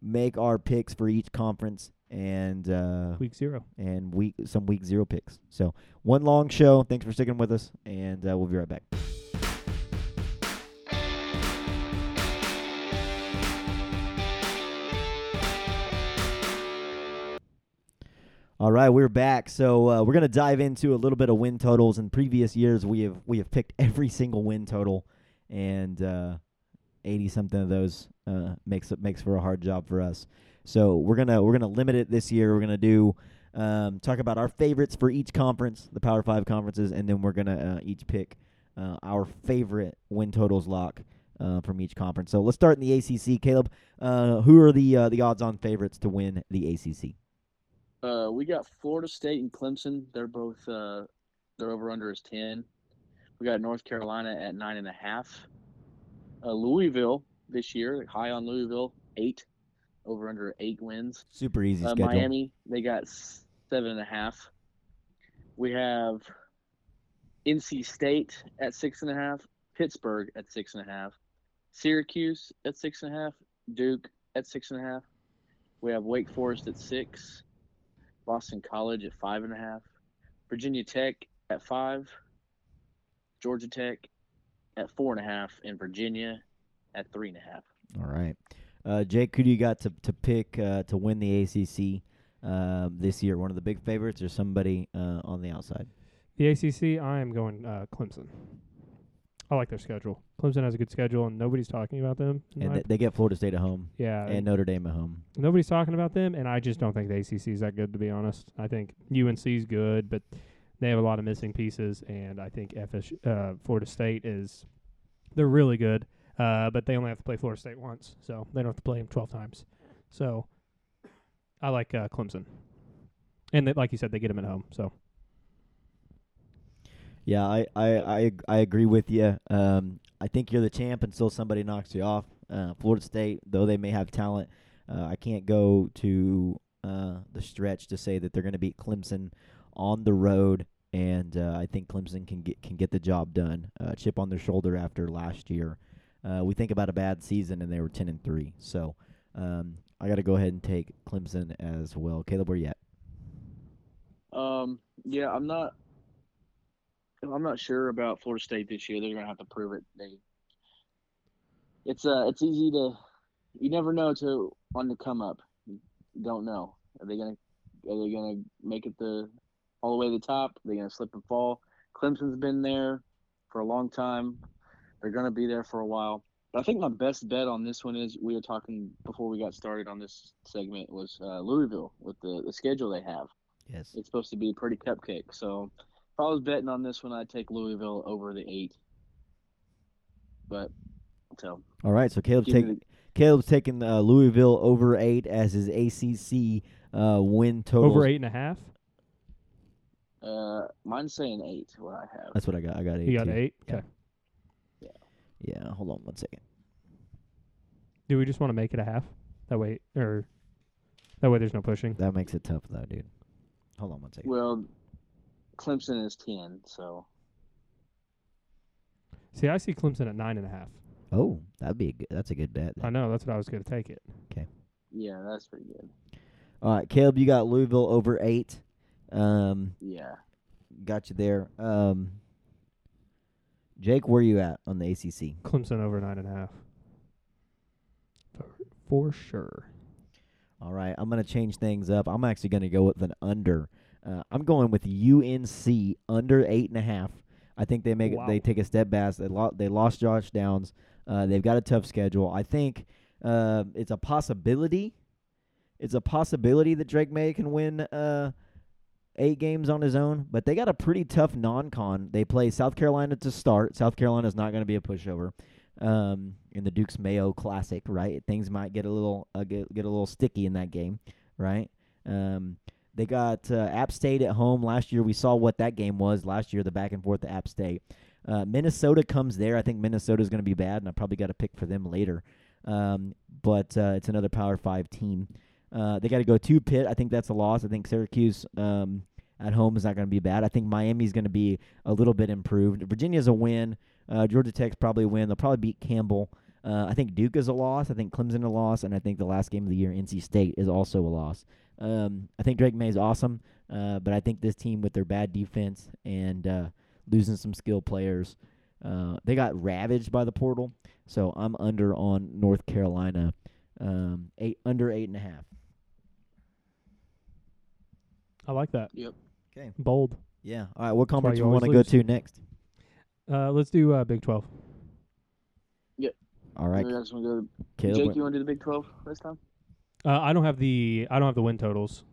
[SPEAKER 3] make our picks for each conference and uh,
[SPEAKER 6] Week zero.
[SPEAKER 3] and week some week zero picks. So one long show. Thanks for sticking with us, and uh, we'll be right back. All right, we're back. So uh, we're gonna dive into a little bit of win totals. In previous years, we have we have picked every single win total, and uh, eighty something of those uh, makes makes for a hard job for us. So we're gonna we're gonna limit it this year. We're gonna do um, talk about our favorites for each conference, the Power Five conferences, and then we're gonna uh, each pick uh, our favorite win totals lock uh, from each conference. So let's start in the ACC. Caleb, uh, who are the uh, the odds on favorites to win the ACC?
[SPEAKER 5] Uh, we got Florida State and Clemson. They're both uh, their over under is ten. We got North Carolina at nine and a half. Uh, Louisville this year, high on Louisville, eight. over under eight wins.
[SPEAKER 3] Super easy
[SPEAKER 5] Uh,
[SPEAKER 3] schedule.
[SPEAKER 5] Miami, they got s- seven and a half. We have NC State at six and a half, Pittsburgh at six and a half, Syracuse at six and a half, Duke at six and a half. We have Wake Forest at six, Boston College at five and a half, Virginia Tech at five, Georgia Tech at four and a half, and Virginia at three and a half.
[SPEAKER 3] All right, uh, Jake, who do you got to to pick uh, to win the ACC uh, this year? One of the big favorites, or somebody uh, on the outside?
[SPEAKER 6] The ACC, I am going uh, Clemson. I like their schedule. Clemson has a good schedule, and nobody's talking about them. in
[SPEAKER 3] And
[SPEAKER 6] my
[SPEAKER 3] th- they get Florida State at home
[SPEAKER 6] Yeah,
[SPEAKER 3] and Notre Dame at home.
[SPEAKER 6] nobody's talking about them, and I just don't think the ACC is that good to be honest. I think UNC is good, but they have a lot of missing pieces, and I think FS uh, Florida State is they're really good, uh, but they only have to play Florida State once, so they don't have to play them twelve times. So I like uh, Clemson, and they, like you said, they get them at home. So
[SPEAKER 3] Yeah, I I I, ag- I agree with you. Um, I think you're the champ until somebody knocks you off. Uh, Florida State, though they may have talent, uh, I can't go to uh, the stretch to say that they're going to beat Clemson on the road. And uh, I think Clemson can get can get the job done. Uh, chip on their shoulder after last year. Uh, we think about a bad season, and they were ten and three. So um, I got to go ahead and take Clemson as well. Caleb, where you at?
[SPEAKER 5] Um, yeah, I'm not. I'm not sure about Florida State this year. They're gonna have to prove it. They, it's uh, it's easy to, you never know to on the come up. You don't know. Are they gonna, are they gonna make it the, all the way to the top? Are they gonna slip and fall? Clemson's been there for a long time. They're gonna be there for a while. But I think my best bet on this one is we were talking before we got started on this segment was uh, Louisville with the, the schedule they have
[SPEAKER 3] Yes.
[SPEAKER 5] it's supposed to be pretty cupcake. So if I was betting on this one, I'd take Louisville over the eight. But so
[SPEAKER 3] All right. So Caleb's
[SPEAKER 5] give me
[SPEAKER 3] taking. Caleb's taking uh, Louisville over eight as his ACC uh, win total.
[SPEAKER 6] over eight and a half,
[SPEAKER 5] the, uh, mine's saying eight. What I have.
[SPEAKER 3] That's what I got. I got eight.
[SPEAKER 6] you got
[SPEAKER 3] too.
[SPEAKER 6] eight.
[SPEAKER 3] Yeah.
[SPEAKER 6] Okay.
[SPEAKER 3] Yeah. Hold on one second.
[SPEAKER 6] Do we just want to make it a half? That way, or that way, there's no pushing.
[SPEAKER 3] That makes it tough though, dude. Hold on one second.
[SPEAKER 5] Well, Clemson is ten, so
[SPEAKER 6] See, I see Clemson at nine and a half.
[SPEAKER 3] Oh, that'd be a good, that's a good bet.
[SPEAKER 6] I know that's what I was going to take it.
[SPEAKER 5] yeah, that's pretty good.
[SPEAKER 3] All right, Caleb, you got Louisville over eight. Um,
[SPEAKER 5] Yeah,
[SPEAKER 3] got you there. Um, Jake, where you at on the ACC?
[SPEAKER 6] Clemson over nine and a half. For, for sure.
[SPEAKER 3] All right, I'm gonna change things up. I'm actually gonna go with an under. Uh, I'm going with UNC under eight and a half. I think they make it they
[SPEAKER 6] Wow.
[SPEAKER 3] take a step back. They lost they lost Josh Downs. Uh, they've got a tough schedule. I think uh, it's a possibility. It's a possibility that Drake May can win uh, eight games on his own, but they got a pretty tough non-con. They play South Carolina to start. South Carolina's not going to be a pushover um, in the Duke's Mayo Classic, right? Things might get a little uh, get, get a little sticky in that game, right? Um, they got uh, App State at home last year. We saw what that game was last year, the back and forth at App State. Uh, Minnesota comes there. I think Minnesota's going to be bad, and I probably got a pick for them later. Um, but uh, it's another Power Five team. Uh, they got to go to Pitt. I think that's a loss. I think Syracuse um, at home is not going to be bad. I think Miami's going to be a little bit improved. Virginia's a win. Uh, Georgia Tech's probably a win. They'll probably beat Campbell. Uh, I think Duke is a loss. I think Clemson a loss, and I think the last game of the year, NC State, is also a loss. Um, I think Drake May is awesome, uh, but I think this team with their bad defense and uh, losing some skill players, uh, they got ravaged by the portal. So I'm under on North Carolina, um, eight under eight and a half.
[SPEAKER 6] I like that.
[SPEAKER 5] Yep.
[SPEAKER 3] 'Kay.
[SPEAKER 6] Bold.
[SPEAKER 3] Yeah. All right. What conference
[SPEAKER 6] you
[SPEAKER 3] you want to
[SPEAKER 6] always
[SPEAKER 3] go
[SPEAKER 6] lose.
[SPEAKER 3] to next?
[SPEAKER 6] Uh, let's do uh, Big Twelve.
[SPEAKER 3] All right,
[SPEAKER 5] you guys want to go?
[SPEAKER 3] Caleb.
[SPEAKER 5] Jake,
[SPEAKER 3] what-
[SPEAKER 5] you want to do the Big Twelve this time?
[SPEAKER 6] Uh, I don't have the I don't have the win totals.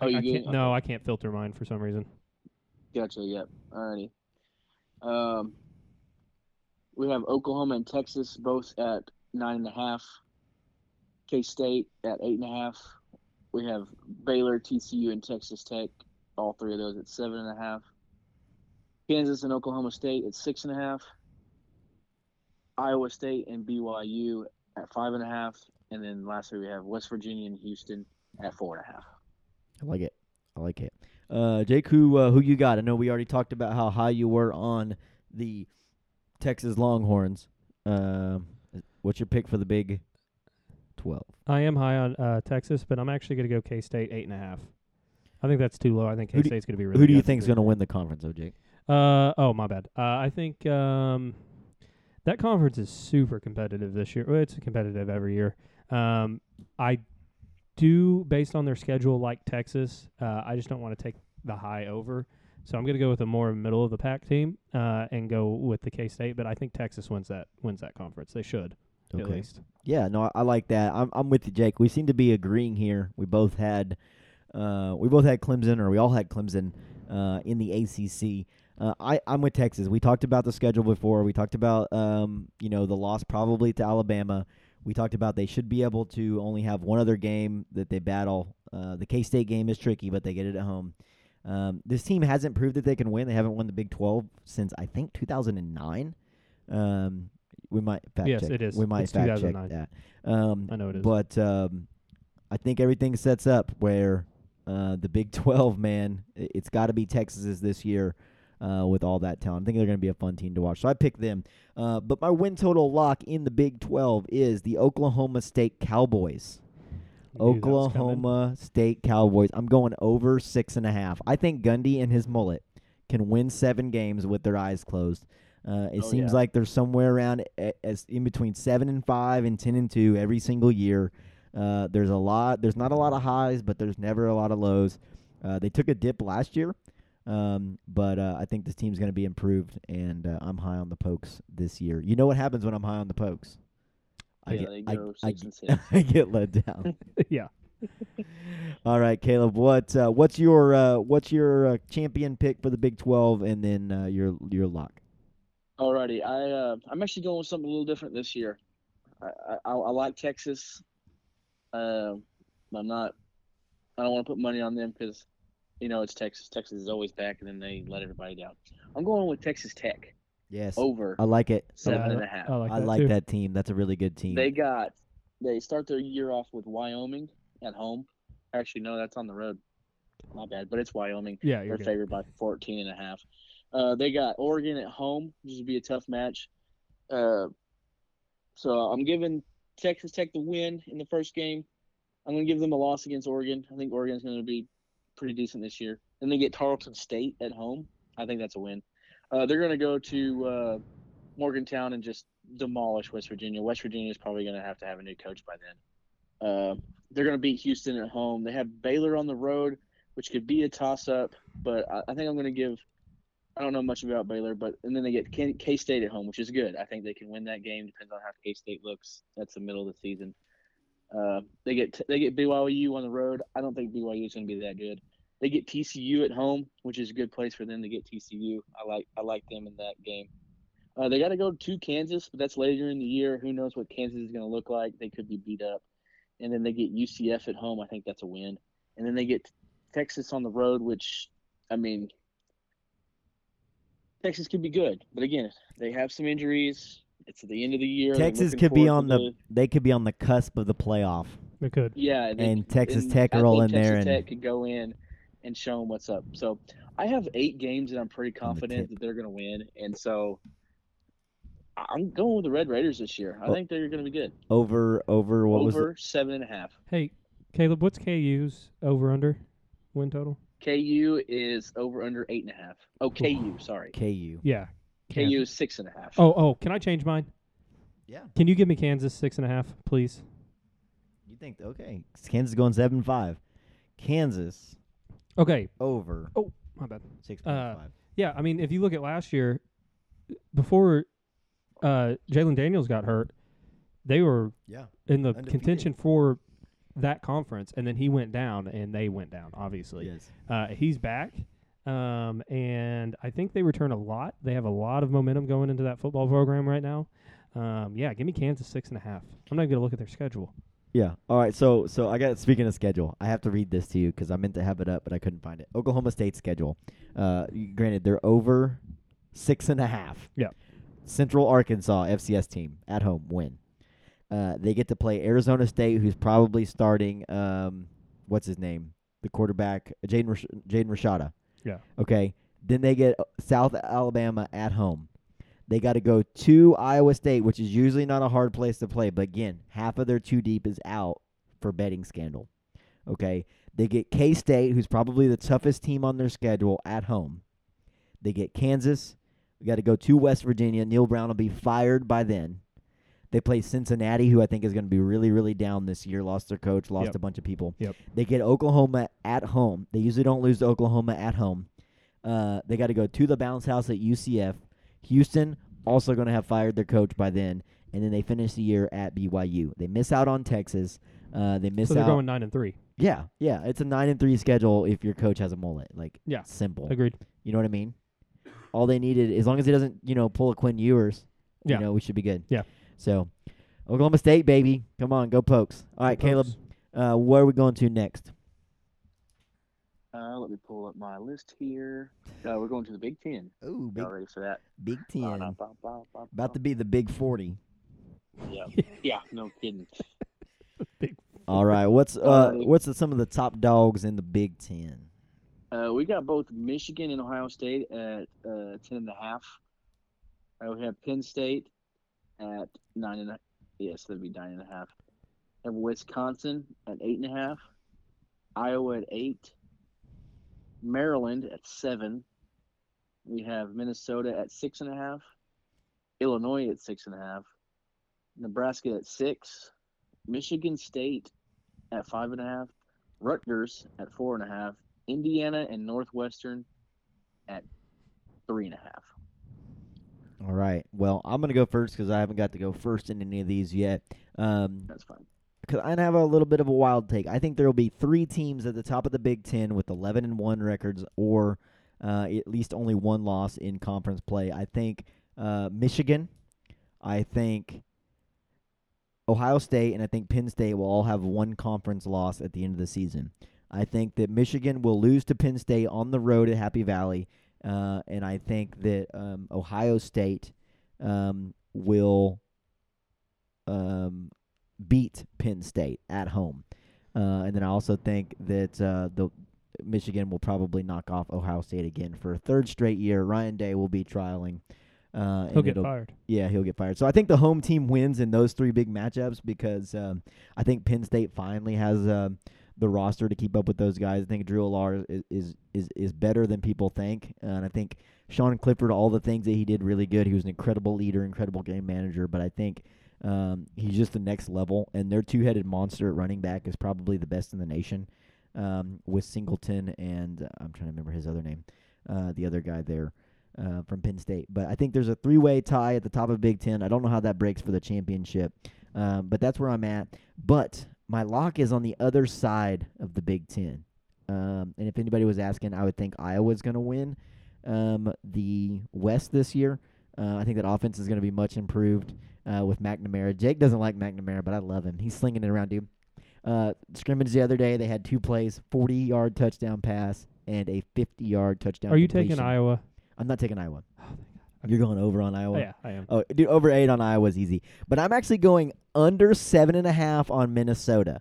[SPEAKER 5] Oh,
[SPEAKER 6] I,
[SPEAKER 5] you
[SPEAKER 6] I
[SPEAKER 5] do?
[SPEAKER 6] can't, No, I can't filter mine for some reason.
[SPEAKER 5] Gotcha. Yep. Alrighty. Um, we have Oklahoma and Texas both at nine and a half. K State at eight and a half. We have Baylor, TCU, and Texas Tech. All three of those at seven and a half. Kansas and Oklahoma State at six and a half. Iowa State and BYU at five and a half, and then lastly we have West Virginia and Houston at four and a half.
[SPEAKER 3] I like it. I like it. Uh, Jake, who uh, who you got? I know we already talked about how high you were on the Texas Longhorns. Um, what's your pick for the Big Twelve?
[SPEAKER 6] I am high on uh, Texas, but I'm actually going to go K State eight and a half. I think that's too low. I think
[SPEAKER 3] Who
[SPEAKER 6] K
[SPEAKER 3] do-
[SPEAKER 6] State's going to be really.
[SPEAKER 3] who do you
[SPEAKER 6] good.
[SPEAKER 3] think's going to win the conference? Oh, Jake.
[SPEAKER 6] Uh oh, my bad. Uh, I think um, that conference is super competitive this year. Well, it's competitive every year. Um, I do, based on their schedule, like Texas. Uh, I just don't want to take the high over, so I'm going to go with a more middle of the pack team uh, and go with the K State. But I think Texas wins that wins that conference. They should at
[SPEAKER 3] Okay.
[SPEAKER 6] least.
[SPEAKER 3] Yeah, no, I, I like that. I'm I'm with you, Jake. We seem to be agreeing here. We both had, uh, we both had Clemson, or we all had Clemson, uh, in the ACC. Uh, I I'm with Texas. We talked about the schedule before. We talked about um, you know, the loss probably to Alabama. We talked about they should be able to only have one other game that they battle. Uh, the K State game is tricky, but they get it at home. Um, this team hasn't proved that they can win. They haven't won the Big 12 since I think 2009. Um, we might fact
[SPEAKER 6] Yes,
[SPEAKER 3] check.
[SPEAKER 6] it is.
[SPEAKER 3] We might
[SPEAKER 6] It's
[SPEAKER 3] fact check
[SPEAKER 6] 2009.
[SPEAKER 3] that. Um,
[SPEAKER 6] I know it is.
[SPEAKER 3] But um, I think everything sets up where uh, the Big 12, man, i- it's got to be Texas's this year uh, with all that talent. I think they're going to be a fun team to watch. So I picked them. Uh, but my win total lock in the Big 12 is the Oklahoma State Cowboys.
[SPEAKER 6] Knew that was coming.
[SPEAKER 3] Oklahoma State Cowboys. I'm going over six and a half. I think Gundy and his mullet can win seven games with their eyes closed. Uh, it
[SPEAKER 5] Oh,
[SPEAKER 3] seems
[SPEAKER 5] yeah.
[SPEAKER 3] like they're somewhere around a- as in between seven and five and ten and two every single year. Uh, there's a lot. There's not a lot of highs, but there's never a lot of lows. Uh, they took a dip last year, um, but uh, I think this team's going to be improved, and uh, I'm high on the Pokes this year. You know what happens when I'm high on the Pokes? I
[SPEAKER 5] Yeah,
[SPEAKER 3] get,
[SPEAKER 5] they
[SPEAKER 3] I,
[SPEAKER 5] go
[SPEAKER 3] I
[SPEAKER 5] six and
[SPEAKER 3] get- I get let down.
[SPEAKER 6] yeah.
[SPEAKER 3] All right, Caleb. What uh, what's your uh, what's your uh, champion pick for the Big Twelve, and then uh, your your lock?
[SPEAKER 5] Alrighty, I uh, I'm actually going with something a little different this year. I I, I I like Texas. Um, but I'm not. I don't want to put money on them because, you know, it's Texas. Texas is always back, and then they let everybody down. I'm going with Texas Tech
[SPEAKER 3] Yes,
[SPEAKER 5] over
[SPEAKER 3] I like it.
[SPEAKER 5] seven
[SPEAKER 6] I
[SPEAKER 5] and
[SPEAKER 6] li-
[SPEAKER 5] a half.
[SPEAKER 6] I Oh. like
[SPEAKER 3] I
[SPEAKER 6] that
[SPEAKER 3] like
[SPEAKER 6] too.
[SPEAKER 3] that team. That's a really good team.
[SPEAKER 5] They got they start their year off with Wyoming at home. Actually, no, that's on the road. My bad, but it's Wyoming.
[SPEAKER 6] Yeah, you're
[SPEAKER 5] They're
[SPEAKER 6] good.
[SPEAKER 5] favored by 14 and a half. Uh, they got Oregon at home, which would be a tough match. Uh, so I'm giving Texas Tech the win in the first game. I'm going to give them a loss against Oregon. I think Oregon's going to be pretty decent this year. Then they get Tarleton State at home. I think that's a win. Uh, they're going to go to uh, Morgantown and just demolish West Virginia. West Virginia is probably going to have to have a new coach by then. Uh, they're going to beat Houston at home. They have Baylor on the road, which could be a toss up, but I, I think I'm going to give. I don't know much about Baylor, but and then they get K State at home, which is good. I think they can win that game. Depends on how K State looks. That's the middle of the season. Uh, they get they get BYU on the road. I don't think BYU is going to be that good. They get TCU at home, which is a good place for them to get TCU. I like I like them in that game. Uh, they got to go to Kansas, but that's later in the year. Who knows what Kansas is going to look like? They could be beat up. And then they get UCF at home. I think that's a win. And then they get Texas on the road, which, I mean, Texas could be good. But again, they have some injuries. It's at the end of the year. They're
[SPEAKER 3] Texas
[SPEAKER 5] looking
[SPEAKER 3] could be
[SPEAKER 5] forward
[SPEAKER 3] on
[SPEAKER 5] to
[SPEAKER 3] the they could be on the cusp of the playoff,
[SPEAKER 6] It could.
[SPEAKER 5] yeah, and, they-
[SPEAKER 3] and Texas
[SPEAKER 5] and
[SPEAKER 3] Tech
[SPEAKER 5] I
[SPEAKER 3] are all in
[SPEAKER 5] think
[SPEAKER 3] there.
[SPEAKER 5] Texas
[SPEAKER 3] And
[SPEAKER 5] Tech could go in and show them what's up. So I have eight games, and I'm pretty confident
[SPEAKER 3] tip.
[SPEAKER 5] that they're going to win. And so I- I'm going with the Red Raiders this year. I
[SPEAKER 3] Oh.
[SPEAKER 5] think they're going to be good.
[SPEAKER 3] over over what was
[SPEAKER 5] Over
[SPEAKER 3] it?
[SPEAKER 5] seven and a half.
[SPEAKER 6] Hey, Caleb, what's KU's over under win total?
[SPEAKER 5] KU is over under eight and a half. Oh, KU, sorry.
[SPEAKER 3] KU?
[SPEAKER 6] Yeah.
[SPEAKER 5] KU is six and a half.
[SPEAKER 6] Oh, oh, can I change mine?
[SPEAKER 3] Yeah.
[SPEAKER 6] Can you give me Kansas six and a half, please?
[SPEAKER 3] You think okay? Kansas is going seven five. Kansas
[SPEAKER 6] Okay,
[SPEAKER 3] over
[SPEAKER 6] my bad.
[SPEAKER 3] six point five.
[SPEAKER 6] Yeah, I mean, if you look at last year, before uh, Jalen Daniels got hurt, they were
[SPEAKER 3] Yeah.
[SPEAKER 6] in the
[SPEAKER 3] Undefeated.
[SPEAKER 6] contention for that conference, and then he went down, and they went down. Obviously,
[SPEAKER 3] yes.
[SPEAKER 6] uh, he's back, um, and I think they return a lot. They have a lot of momentum going into that football program right now. Um, yeah, give me Kansas six and a half. I'm not even gonna look at their schedule.
[SPEAKER 3] Yeah. All right. So so I got speaking of schedule, I have to read this to you because I meant to have it up, but I couldn't find it. Oklahoma State schedule. Uh, y- granted, they're over six and a half.
[SPEAKER 6] Yeah.
[SPEAKER 3] Central Arkansas FCS team at home win. Uh, they get to play Arizona State, who's probably starting um, what's his name, the quarterback Jaden Rash- Jaden Rashada.
[SPEAKER 6] Yeah.
[SPEAKER 3] Okay. Then they get uh, South Alabama at home. They got to go to Iowa State, which is usually not a hard place to play, but again, half of their two deep is out for betting scandal. Okay. They get K State, who's probably the toughest team on their schedule at home. They get Kansas. We got to go to West Virginia. Neil Brown will be fired by then. They play Cincinnati, who I think is going to be really, really down this year. Lost their coach, lost
[SPEAKER 6] Yep.
[SPEAKER 3] a bunch of people.
[SPEAKER 6] Yep.
[SPEAKER 3] They get Oklahoma at home. They usually don't lose to Oklahoma at home. Uh, they got to go to the bounce house at UCF. Houston also going to have fired their coach by then, and then they finish the year at BYU. They miss out on Texas. Uh, they miss
[SPEAKER 6] so they're
[SPEAKER 3] out.
[SPEAKER 6] going nine and three.
[SPEAKER 3] Yeah, yeah. It's a nine and three schedule if your coach has a mullet. Like,
[SPEAKER 6] Yeah.
[SPEAKER 3] simple.
[SPEAKER 6] Agreed.
[SPEAKER 3] You know what I mean? All they needed, as long as he doesn't, you know, pull a Quinn Ewers,
[SPEAKER 6] Yeah.
[SPEAKER 3] you know, we should be good.
[SPEAKER 6] Yeah.
[SPEAKER 3] So, Oklahoma State, baby, come on, go Pokes. All right, Caleb, uh, where are we going to next?
[SPEAKER 5] Uh, let me pull up my list here. Uh, we're going to the Big Ten.
[SPEAKER 3] Ooh,
[SPEAKER 5] Y'all ready for that?
[SPEAKER 3] Big
[SPEAKER 5] Ba-da-ba-ba-ba-ba.
[SPEAKER 3] be the Big Forty.
[SPEAKER 5] Yeah. yeah, no kidding.
[SPEAKER 3] All right, what's uh,
[SPEAKER 5] Alright.
[SPEAKER 3] what's the, some of the top dogs in the Big Ten?
[SPEAKER 5] Uh, we got both Michigan and Ohio State at uh, ten and a half. Uh, we have Penn State at nine and a, yes, that'd be nine and a half. And Wisconsin at eight and a half. Iowa at eight. Maryland at seven. We have Minnesota at six and a half. Illinois at six and a half. Nebraska at six. Michigan State at five and a half. Rutgers at four and a half. Indiana and Northwestern at three and a half.
[SPEAKER 3] All right, well, I'm gonna go first because I haven't got to go first in any of these yet. Um,
[SPEAKER 5] That's fine.
[SPEAKER 3] because I have a little bit of a wild take. I think there will be three teams at the top of the Big Ten with 11 and one records, or uh, at least only one loss in conference play. I think uh, Michigan, I think Ohio State, and I think Penn State will all have one conference loss at the end of the season. I think that Michigan will lose to Penn State on the road at Happy Valley, uh, and I think that um, Ohio State um, will um, beat Penn State at home. Uh, and then I also think that uh, the Michigan will probably knock off Ohio State again for a third straight year. Ryan Day will be trialing. Uh,
[SPEAKER 6] He'll
[SPEAKER 3] and
[SPEAKER 6] get
[SPEAKER 3] it'll-
[SPEAKER 6] fired.
[SPEAKER 3] yeah, he'll get fired. So I think the home team wins in those three big matchups because um, I think Penn State finally has um the roster to keep up with those guys. I think Drew Alar is is is, is better than people think, and I think Sean Clifford, all the things that he did really good. He was an incredible leader, incredible game manager, but I think. Um, he's just the next level, and their two-headed monster at running back is probably the best in the nation, um, with Singleton and uh, I'm trying to remember his other name, uh, the other guy there uh, from Penn State. But I think there's a three-way tie at the top of Big Ten. I don't know how that breaks for the championship, um, but that's where I'm at. But my lock is on the other side of the Big Ten. Um, and if anybody was asking, I would think Iowa's going to win um, the West this year. Uh, I think that offense is going to be much improved uh, with McNamara. Jake doesn't like McNamara, but I love him. He's slinging it around, dude. Uh, scrimmage the other day, they had two plays: forty-yard touchdown pass and a fifty-yard touchdown.
[SPEAKER 6] Are you taking
[SPEAKER 3] completion.
[SPEAKER 6] Iowa?
[SPEAKER 3] I'm not taking Iowa. You're going over on Iowa.
[SPEAKER 6] Oh, yeah, I am.
[SPEAKER 3] Oh, dude, over eight on Iowa is easy. But I'm actually going under seven and a half on Minnesota.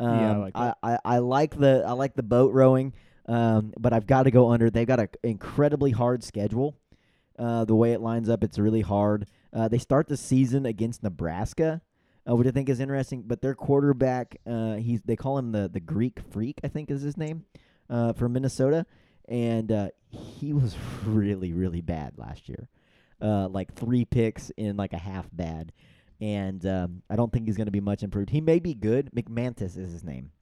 [SPEAKER 3] Um,
[SPEAKER 6] Yeah, I like
[SPEAKER 3] I,
[SPEAKER 6] that.
[SPEAKER 3] I, I like the I like the boat rowing, um, but I've got to go under. They've got an incredibly hard schedule. Uh, the way it lines up, it's really hard. Uh, they start the season against Nebraska, uh, which I think is interesting. But their quarterback, uh, he's they call him the the Greek Freak, I think is his name, uh, from Minnesota, and uh, he was really really bad last year, uh, like three picks in like a half bad, and um, I don't think he's going to be much improved. He may be good. McMantis is his name,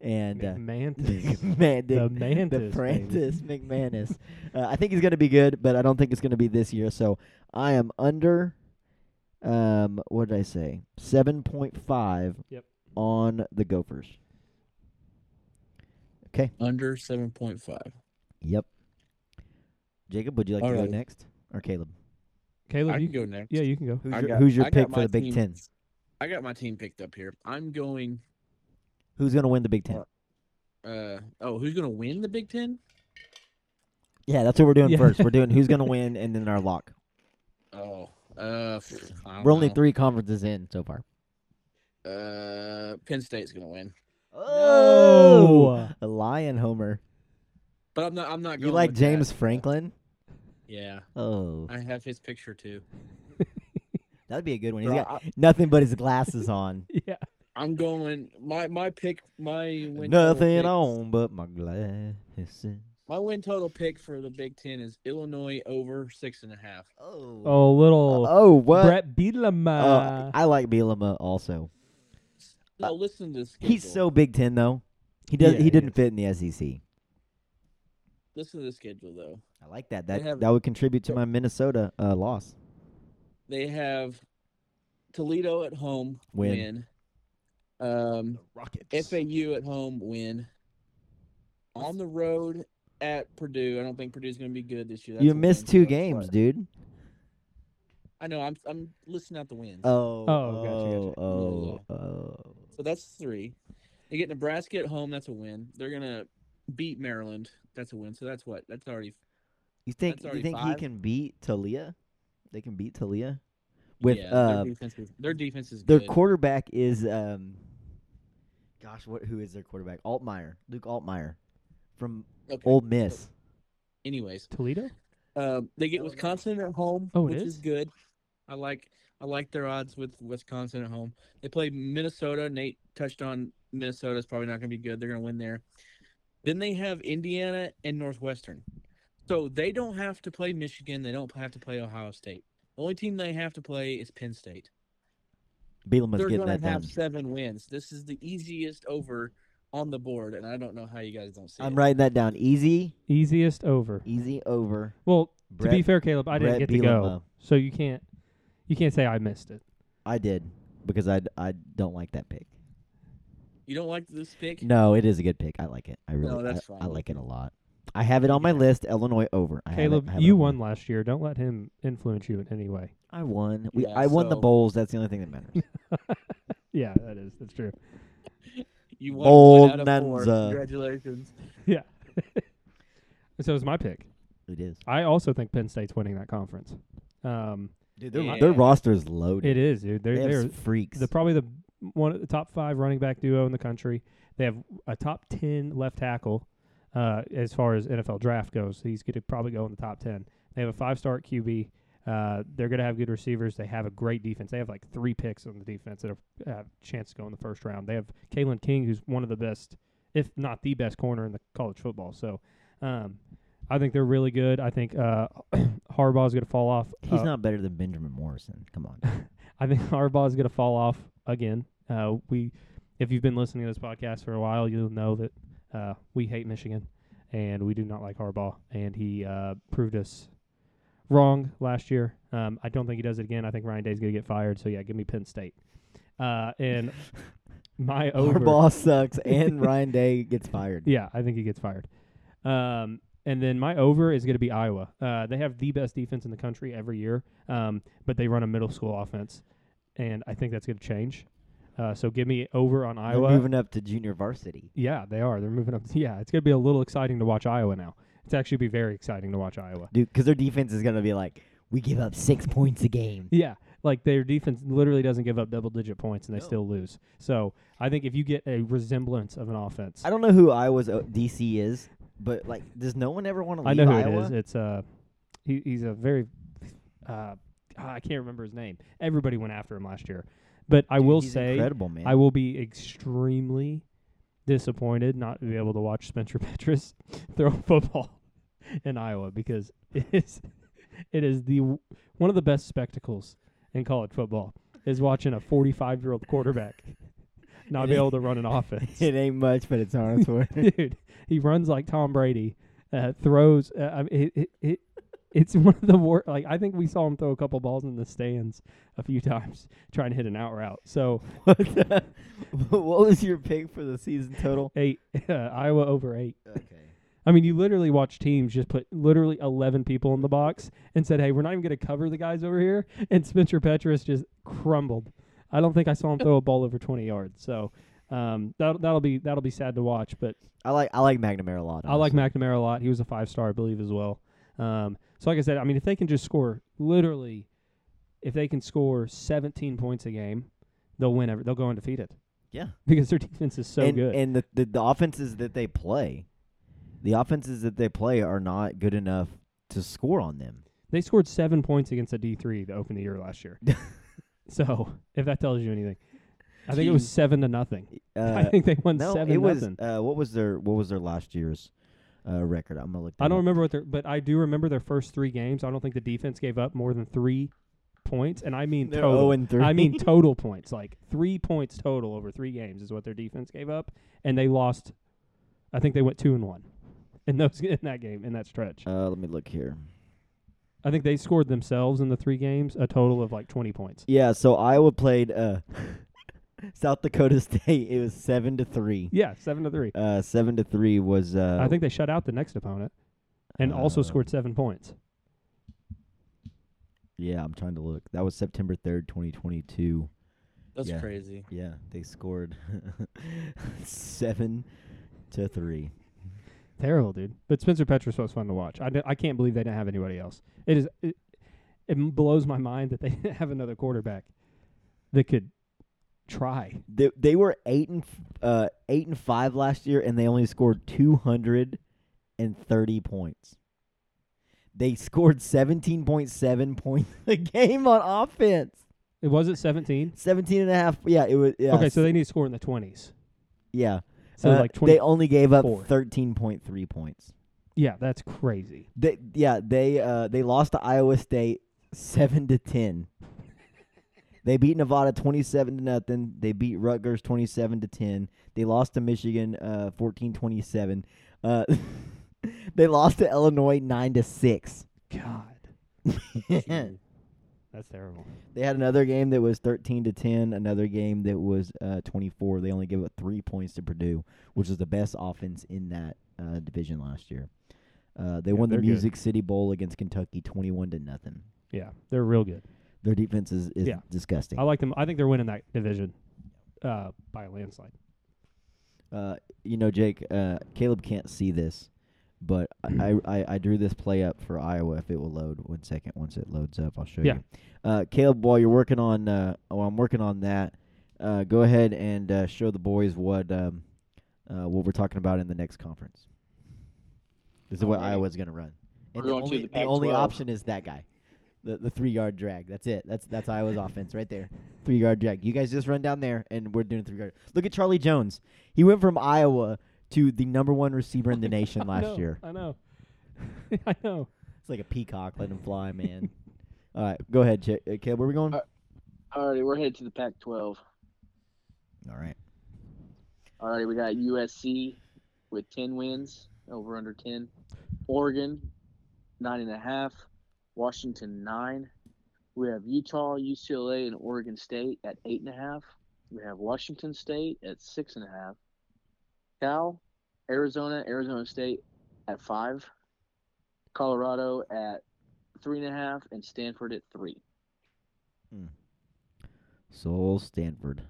[SPEAKER 3] and uh,
[SPEAKER 6] McMantis.
[SPEAKER 3] Man,
[SPEAKER 6] The
[SPEAKER 3] the
[SPEAKER 6] Mantis, baby.
[SPEAKER 3] Francis McManus. Uh, I think he's going to be good, but I don't think it's going to be this year. So I am under. Um, what did I say? Seven point five.
[SPEAKER 6] Yep.
[SPEAKER 3] On the Gophers. Okay.
[SPEAKER 7] Under seven point five.
[SPEAKER 3] Yep. Jacob, would you like
[SPEAKER 7] All
[SPEAKER 3] to go
[SPEAKER 7] right.
[SPEAKER 3] next, or Caleb?
[SPEAKER 6] Caleb,
[SPEAKER 7] I
[SPEAKER 6] you
[SPEAKER 7] can go next.
[SPEAKER 6] Yeah, you can go.
[SPEAKER 3] Who's
[SPEAKER 7] I
[SPEAKER 3] your
[SPEAKER 7] got-
[SPEAKER 3] Who's your
[SPEAKER 7] I got
[SPEAKER 3] pick for
[SPEAKER 7] my
[SPEAKER 3] the Big
[SPEAKER 7] team-
[SPEAKER 3] Ten?
[SPEAKER 7] I got my team picked up here. I'm going.
[SPEAKER 3] Who's going to win the Big Ten?
[SPEAKER 7] Uh, Uh oh, who's gonna win the Big Ten?
[SPEAKER 3] Yeah, that's what we're doing
[SPEAKER 6] Yeah.
[SPEAKER 3] first. We're doing who's going to win, and then our lock.
[SPEAKER 7] Oh, uh, pff, I don't
[SPEAKER 3] We're only
[SPEAKER 7] know.
[SPEAKER 3] three conferences in so far.
[SPEAKER 7] Uh, Penn State's gonna win,
[SPEAKER 3] Oh, a lion homer.
[SPEAKER 7] but I'm not. I'm not.
[SPEAKER 3] You
[SPEAKER 7] Going
[SPEAKER 3] like
[SPEAKER 7] with that.
[SPEAKER 3] James Franklin?
[SPEAKER 7] Yeah,
[SPEAKER 3] Oh,
[SPEAKER 7] I have his picture too.
[SPEAKER 3] that'd be a good one. He's
[SPEAKER 7] Bro,
[SPEAKER 3] got nothing but his glasses on.
[SPEAKER 6] Yeah.
[SPEAKER 7] I, am going. My my pick. My win total
[SPEAKER 3] nothing
[SPEAKER 7] picks-
[SPEAKER 3] on but my glasses.
[SPEAKER 7] My win total pick for the Big Ten is Illinois over six and a half.
[SPEAKER 3] Oh,
[SPEAKER 6] Oh, little
[SPEAKER 3] oh, what?
[SPEAKER 6] Brett
[SPEAKER 3] Uh,
[SPEAKER 6] Bielema.
[SPEAKER 3] I like Bielema also.
[SPEAKER 7] No, listen to this.
[SPEAKER 3] He's so Big Ten though. He does.
[SPEAKER 2] Yeah,
[SPEAKER 3] he
[SPEAKER 2] he
[SPEAKER 3] didn't fit in the E SEC.
[SPEAKER 7] Listen to the schedule though.
[SPEAKER 3] I like that.
[SPEAKER 7] They
[SPEAKER 3] That
[SPEAKER 7] have-
[SPEAKER 3] that would contribute to my Minnesota uh, loss.
[SPEAKER 7] They have Toledo at home
[SPEAKER 3] Win.
[SPEAKER 7] win. Um,
[SPEAKER 2] Rockets.
[SPEAKER 7] FAU at home win. On the road at Purdue. I don't think Purdue's going to be good this year. That's
[SPEAKER 3] you
[SPEAKER 7] a
[SPEAKER 3] missed
[SPEAKER 7] win
[SPEAKER 3] two
[SPEAKER 7] for us,
[SPEAKER 3] games,
[SPEAKER 7] but-
[SPEAKER 3] dude.
[SPEAKER 7] I know. I'm I'm listing out the wins.
[SPEAKER 3] Oh,
[SPEAKER 6] Oh, gotcha,
[SPEAKER 3] oh,
[SPEAKER 7] gotcha. Yeah,
[SPEAKER 3] oh, oh.
[SPEAKER 7] So that's three. They get Nebraska at home. That's a win. They're going to beat Maryland. That's a win. So that's what. That's already.
[SPEAKER 3] You think
[SPEAKER 7] That's
[SPEAKER 3] you
[SPEAKER 7] already
[SPEAKER 3] think he
[SPEAKER 7] five.
[SPEAKER 3] can beat Talia? They can beat Talia with
[SPEAKER 7] yeah,
[SPEAKER 3] uh,
[SPEAKER 7] their defense is, their defense is
[SPEAKER 3] their
[SPEAKER 7] good.
[SPEAKER 3] quarterback is um, gosh, what who is their quarterback? Altmeyer, Luke Altmeyer, from
[SPEAKER 7] Okay,
[SPEAKER 3] Old
[SPEAKER 7] so
[SPEAKER 3] Miss.
[SPEAKER 7] Anyways,
[SPEAKER 6] Toledo?
[SPEAKER 7] um, they get Wisconsin at home,
[SPEAKER 6] Oh, it
[SPEAKER 7] which is?
[SPEAKER 6] is?
[SPEAKER 7] good. I like I like their odds with Wisconsin at home. They play Minnesota. Nate touched on Minnesota is probably not going to be good. They're going to win there. Then they have Indiana and Northwestern. So they don't have to play Michigan. They don't have to play Ohio State. The only team they have to play is Penn State.
[SPEAKER 3] Bielema's
[SPEAKER 7] They're
[SPEAKER 3] getting
[SPEAKER 7] going
[SPEAKER 3] that
[SPEAKER 7] to have
[SPEAKER 3] done.
[SPEAKER 7] seven wins. This is the easiest over on the board, and I don't know how you guys don't see
[SPEAKER 3] I'm
[SPEAKER 7] it.
[SPEAKER 3] writing that down. Easy,
[SPEAKER 6] Easiest over.
[SPEAKER 3] easy over.
[SPEAKER 6] Well,
[SPEAKER 3] E Brett,
[SPEAKER 6] to be fair, Caleb, I didn't
[SPEAKER 3] Brett
[SPEAKER 6] get to
[SPEAKER 3] Bielema.
[SPEAKER 6] go. So you can't you can't say I missed it.
[SPEAKER 3] I did because I d- I don't like that pick.
[SPEAKER 7] You don't like this pick?
[SPEAKER 3] No, it is a good pick. I like it. I really,
[SPEAKER 7] No, that's
[SPEAKER 3] I, I
[SPEAKER 7] fine.
[SPEAKER 3] like it a lot. I have it on my
[SPEAKER 7] Yeah.
[SPEAKER 3] list. Illinois over. I have it-
[SPEAKER 6] Caleb,
[SPEAKER 3] I have it
[SPEAKER 6] you
[SPEAKER 3] on my-
[SPEAKER 6] won last year. Don't let him influence you in any way.
[SPEAKER 3] I won. We,
[SPEAKER 7] Yeah,
[SPEAKER 3] I won the
[SPEAKER 7] so-
[SPEAKER 3] bowls. That's the only thing that matters.
[SPEAKER 6] Yeah, that is. That's true.
[SPEAKER 7] You won one out of four.
[SPEAKER 3] Bonanza.
[SPEAKER 7] Congratulations.
[SPEAKER 6] Yeah. so it's my pick.
[SPEAKER 3] it is.
[SPEAKER 6] I also think Penn State's winning that conference. Um,
[SPEAKER 3] Dude,
[SPEAKER 7] their ro-
[SPEAKER 3] their
[SPEAKER 7] Yeah.
[SPEAKER 3] roster is loaded.
[SPEAKER 6] it is, dude. They're
[SPEAKER 3] they
[SPEAKER 6] they're
[SPEAKER 3] have freaks.
[SPEAKER 6] the probably the one of the top five running back duo in the country. They have a top ten left tackle uh, as far as NFL draft goes. He's going to probably go in the top ten. They have a five star QB. Uh, they're going to have good receivers. They have a great defense. They have like three picks on the defense that have have a chance to go in the first round. They have Kalen King, who's one of the best, if not the best corner in the college football. So, um, I think they're really good. I think uh, Harbaugh's going to fall off.
[SPEAKER 3] He's
[SPEAKER 6] uh,
[SPEAKER 3] not better than Benjamin Morrison. Come on.
[SPEAKER 6] I think Harbaugh is going to fall off again. Uh, we, if you've been listening to this podcast for a while, you'll know that uh, we hate Michigan and we do not like Harbaugh, and he uh, proved us wrong last year. Um, I don't think he does it again. I think Ryan Day's going to get fired. So yeah, give me Penn State. Uh, and my over.
[SPEAKER 3] Harbaugh sucks, and Ryan Day gets fired.
[SPEAKER 6] Yeah, I think he gets fired. Um, and then my over is going to be Iowa. Uh, they have the best defense in the country every year, um, but they run a middle school offense, and I think that's going to change. Uh, so give me over on
[SPEAKER 3] They're
[SPEAKER 6] Iowa.
[SPEAKER 3] moving up to junior varsity.
[SPEAKER 6] yeah, they are. They're moving up. Yeah, it's going to be a little exciting to watch Iowa now. It's actually be very exciting to watch Iowa.
[SPEAKER 3] Dude, because their defense is going to be like, we give up six points a game.
[SPEAKER 6] Yeah, like their defense literally doesn't give up double digit points, and they
[SPEAKER 3] No.
[SPEAKER 6] still lose. So I think if you get a resemblance of an offense,
[SPEAKER 3] I don't know who Iowa's O- DC is, but like, does no one ever want to
[SPEAKER 6] I
[SPEAKER 3] leave
[SPEAKER 6] know who
[SPEAKER 3] Iowa?
[SPEAKER 6] it is. It's uh, he, he's a very, uh, I can't remember his name. Everybody went after him last year, but I
[SPEAKER 3] Dude,
[SPEAKER 6] will
[SPEAKER 3] he's
[SPEAKER 6] say
[SPEAKER 3] incredible man.
[SPEAKER 6] I will be extremely disappointed not to be able to watch Spencer Petras throw a football in Iowa because it is it is the w- one of the best spectacles in college football is watching a 45 year old quarterback not be able to run an offense
[SPEAKER 3] it ain't much, but it's hard for.
[SPEAKER 6] dude. He runs like Tom Brady. Uh, throws. Uh, I mean, it, it, it, it's one of the worst. Like I think we saw him throw a couple balls in the stands a few times trying to hit an out route. So
[SPEAKER 3] what, the- what was your pick for the season total?
[SPEAKER 6] eight uh, Iowa over eight.
[SPEAKER 3] Okay.
[SPEAKER 6] I mean, you literally watch teams just put literally eleven people in the box and said, "Hey, we're not even going to cover the guys over here." And Spencer Petras just crumbled. I don't think I saw him throw a ball over twenty yards. So. Um, that that'll be that'll be sad to watch, but
[SPEAKER 3] I like I like McNamara a lot.
[SPEAKER 6] I like
[SPEAKER 3] honestly.
[SPEAKER 6] McNamara a lot. He was a five star, I believe, as well. Um, so, like I said, I mean, if they can just score literally, if they can score 17 points a game, they'll win. Every, they'll go undefeated
[SPEAKER 3] Yeah.
[SPEAKER 6] because their defense is so
[SPEAKER 3] and,
[SPEAKER 6] good.
[SPEAKER 3] And the, the the offenses that they play, the offenses that they play are not good enough to score on them.
[SPEAKER 6] they scored seven points against a D three to open the year last year. so if that tells you anything, I think it was
[SPEAKER 7] Jeez.
[SPEAKER 6] seven to nothing. I
[SPEAKER 3] Uh,
[SPEAKER 6] think they won
[SPEAKER 3] no,
[SPEAKER 6] seven
[SPEAKER 3] it was.
[SPEAKER 6] nothing.
[SPEAKER 3] Uh, what was their what was their last year's uh, record? I'm gonna look.
[SPEAKER 6] I
[SPEAKER 3] that
[SPEAKER 6] don't
[SPEAKER 3] up.
[SPEAKER 6] remember what their, but I do remember their first three games. I don't think the defense gave up more than three points, and I mean
[SPEAKER 3] They're
[SPEAKER 6] total.
[SPEAKER 3] 0 and 3.
[SPEAKER 6] I mean total points, like three points total over three games is what their defense gave up, and they lost. I think they went two and one in those in that game in that stretch.
[SPEAKER 3] Uh, let me look here.
[SPEAKER 6] I think they scored themselves in the three games a total of like twenty points.
[SPEAKER 3] Yeah, so Iowa played uh, South Dakota State. It was seven to three.
[SPEAKER 6] Yeah, seven to three.
[SPEAKER 3] Uh, seven to three was. Uh,
[SPEAKER 6] I think they shut out the next opponent and also scored
[SPEAKER 3] um,
[SPEAKER 6] seven points.
[SPEAKER 3] Yeah, I'm trying to look. That was September third, 2022.
[SPEAKER 7] That's
[SPEAKER 3] Yeah.
[SPEAKER 7] crazy.
[SPEAKER 3] Yeah, they scored seven to three.
[SPEAKER 6] Terrible, dude. But Spencer Petras was fun to watch. I, d- I can't believe they didn't have anybody else. It is it, it m- blows my mind that they didn't have another quarterback that could try.
[SPEAKER 3] They they were eight and f- uh eight and five last year, and they only scored 230 points. They scored 17.7 points a game on offense.
[SPEAKER 6] It was at 17.
[SPEAKER 3] 17 and a half. Yeah, it was. Yeah,
[SPEAKER 6] Okay, so they need to score in the 20s.
[SPEAKER 3] yeah.
[SPEAKER 6] So
[SPEAKER 3] Uh,
[SPEAKER 6] like 20
[SPEAKER 3] they only gave up
[SPEAKER 6] 24.
[SPEAKER 3] 13.3 points.
[SPEAKER 6] Yeah, that's crazy.
[SPEAKER 3] They yeah, they uh they lost to Iowa State 7 to 10. They beat Nevada 27 to nothing. They beat Rutgers 27 to 10. They lost to Michigan uh 14-27. Uh they lost to Illinois 9 to 6.
[SPEAKER 6] God, that's terrible.
[SPEAKER 3] They had another game that was 13 to 10, another game that was uh 24. They only gave up 3 points to Purdue, which was the best offense in that uh division last year. Uh, they
[SPEAKER 6] Yeah,
[SPEAKER 3] won the
[SPEAKER 6] they're good.
[SPEAKER 3] Music City Bowl against Kentucky 21 to nothing.
[SPEAKER 6] Yeah, they're real good.
[SPEAKER 3] Their defense is, is
[SPEAKER 6] Yeah.
[SPEAKER 3] disgusting.
[SPEAKER 6] I like them. I think they're winning that division uh, by a landslide.
[SPEAKER 3] Uh, you know, Jake, uh, Caleb can't see this, but
[SPEAKER 5] Mm.
[SPEAKER 3] I, I, I drew this play up for Iowa. If it will load, one second. Once it loads up, I'll show
[SPEAKER 6] Yeah.
[SPEAKER 3] you. Uh, Caleb, while you're working on, uh, while I'm working on that, uh, go ahead and uh, show the boys what um, uh, what we're talking about in the next conference. This is what
[SPEAKER 5] Alrighty.
[SPEAKER 3] Iowa's going to run.
[SPEAKER 5] We're
[SPEAKER 3] And the
[SPEAKER 5] going to
[SPEAKER 3] only,
[SPEAKER 5] the
[SPEAKER 3] the only
[SPEAKER 5] Pac-12.
[SPEAKER 3] option is that guy, the the three yard drag. That's it. That's that's Iowa's offense right there. Three yard drag. You guys just run down there, and we're doing three yard. Look at Charlie Jones. He went from Iowa to the number one receiver in the nation
[SPEAKER 6] I
[SPEAKER 3] last
[SPEAKER 6] know,
[SPEAKER 3] year.
[SPEAKER 6] I know. I know.
[SPEAKER 3] It's like a peacock. Let him fly, man. All right, go ahead, Ch- uh, Caleb. Where we going?
[SPEAKER 5] Uh, Alrighty, we're headed to the
[SPEAKER 3] All
[SPEAKER 5] Pac-12.
[SPEAKER 3] right.
[SPEAKER 5] Alrighty, we got USC with ten wins, over under ten. Oregon, nine and a half. Washington nine. We have Utah, UCLA, and Oregon State at eight and a half. We have Washington State at six and a half. Cal, Arizona, Arizona State at five. Colorado at three and a half, and Stanford at three.
[SPEAKER 3] Soul Stanford.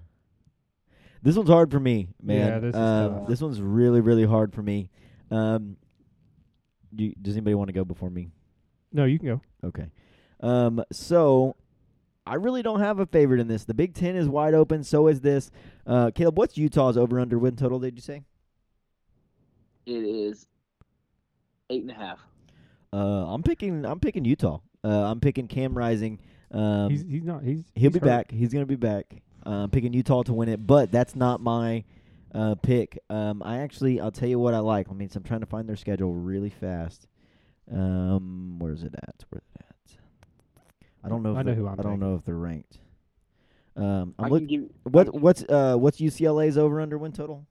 [SPEAKER 3] This one's hard for me, man.
[SPEAKER 6] Yeah, this is
[SPEAKER 3] Um,
[SPEAKER 6] tough.
[SPEAKER 3] this one's really, really hard for me. Um, do, does anybody want to go before me?
[SPEAKER 6] No, you can go.
[SPEAKER 3] Okay. Um, so I really don't have a favorite in this. The Big Ten is wide open. So is this. Uh, Caleb, what's Utah's over under win total? Did you say?
[SPEAKER 5] It is eight and a half.
[SPEAKER 3] Uh, I'm picking. I'm picking Utah. Uh, I'm picking Cam Rising. Um,
[SPEAKER 6] he's he's not. He's
[SPEAKER 3] he'll
[SPEAKER 6] he's
[SPEAKER 3] be
[SPEAKER 6] hurt.
[SPEAKER 3] back. He's gonna be back. Uh, I'm picking Utah to win it, but that's not my uh, pick. Um, I actually, I'll tell you what I like. I mean, so I'm trying to find their schedule really fast. Um, where's it at? Where's it at? I don't know. If
[SPEAKER 6] I know
[SPEAKER 3] they're-
[SPEAKER 6] who I'm
[SPEAKER 3] I don't
[SPEAKER 6] picking.
[SPEAKER 3] know if they're ranked. Um,
[SPEAKER 5] i
[SPEAKER 3] I'm
[SPEAKER 5] can
[SPEAKER 3] look,
[SPEAKER 5] give
[SPEAKER 3] What what's uh what's UCLA's over under win total?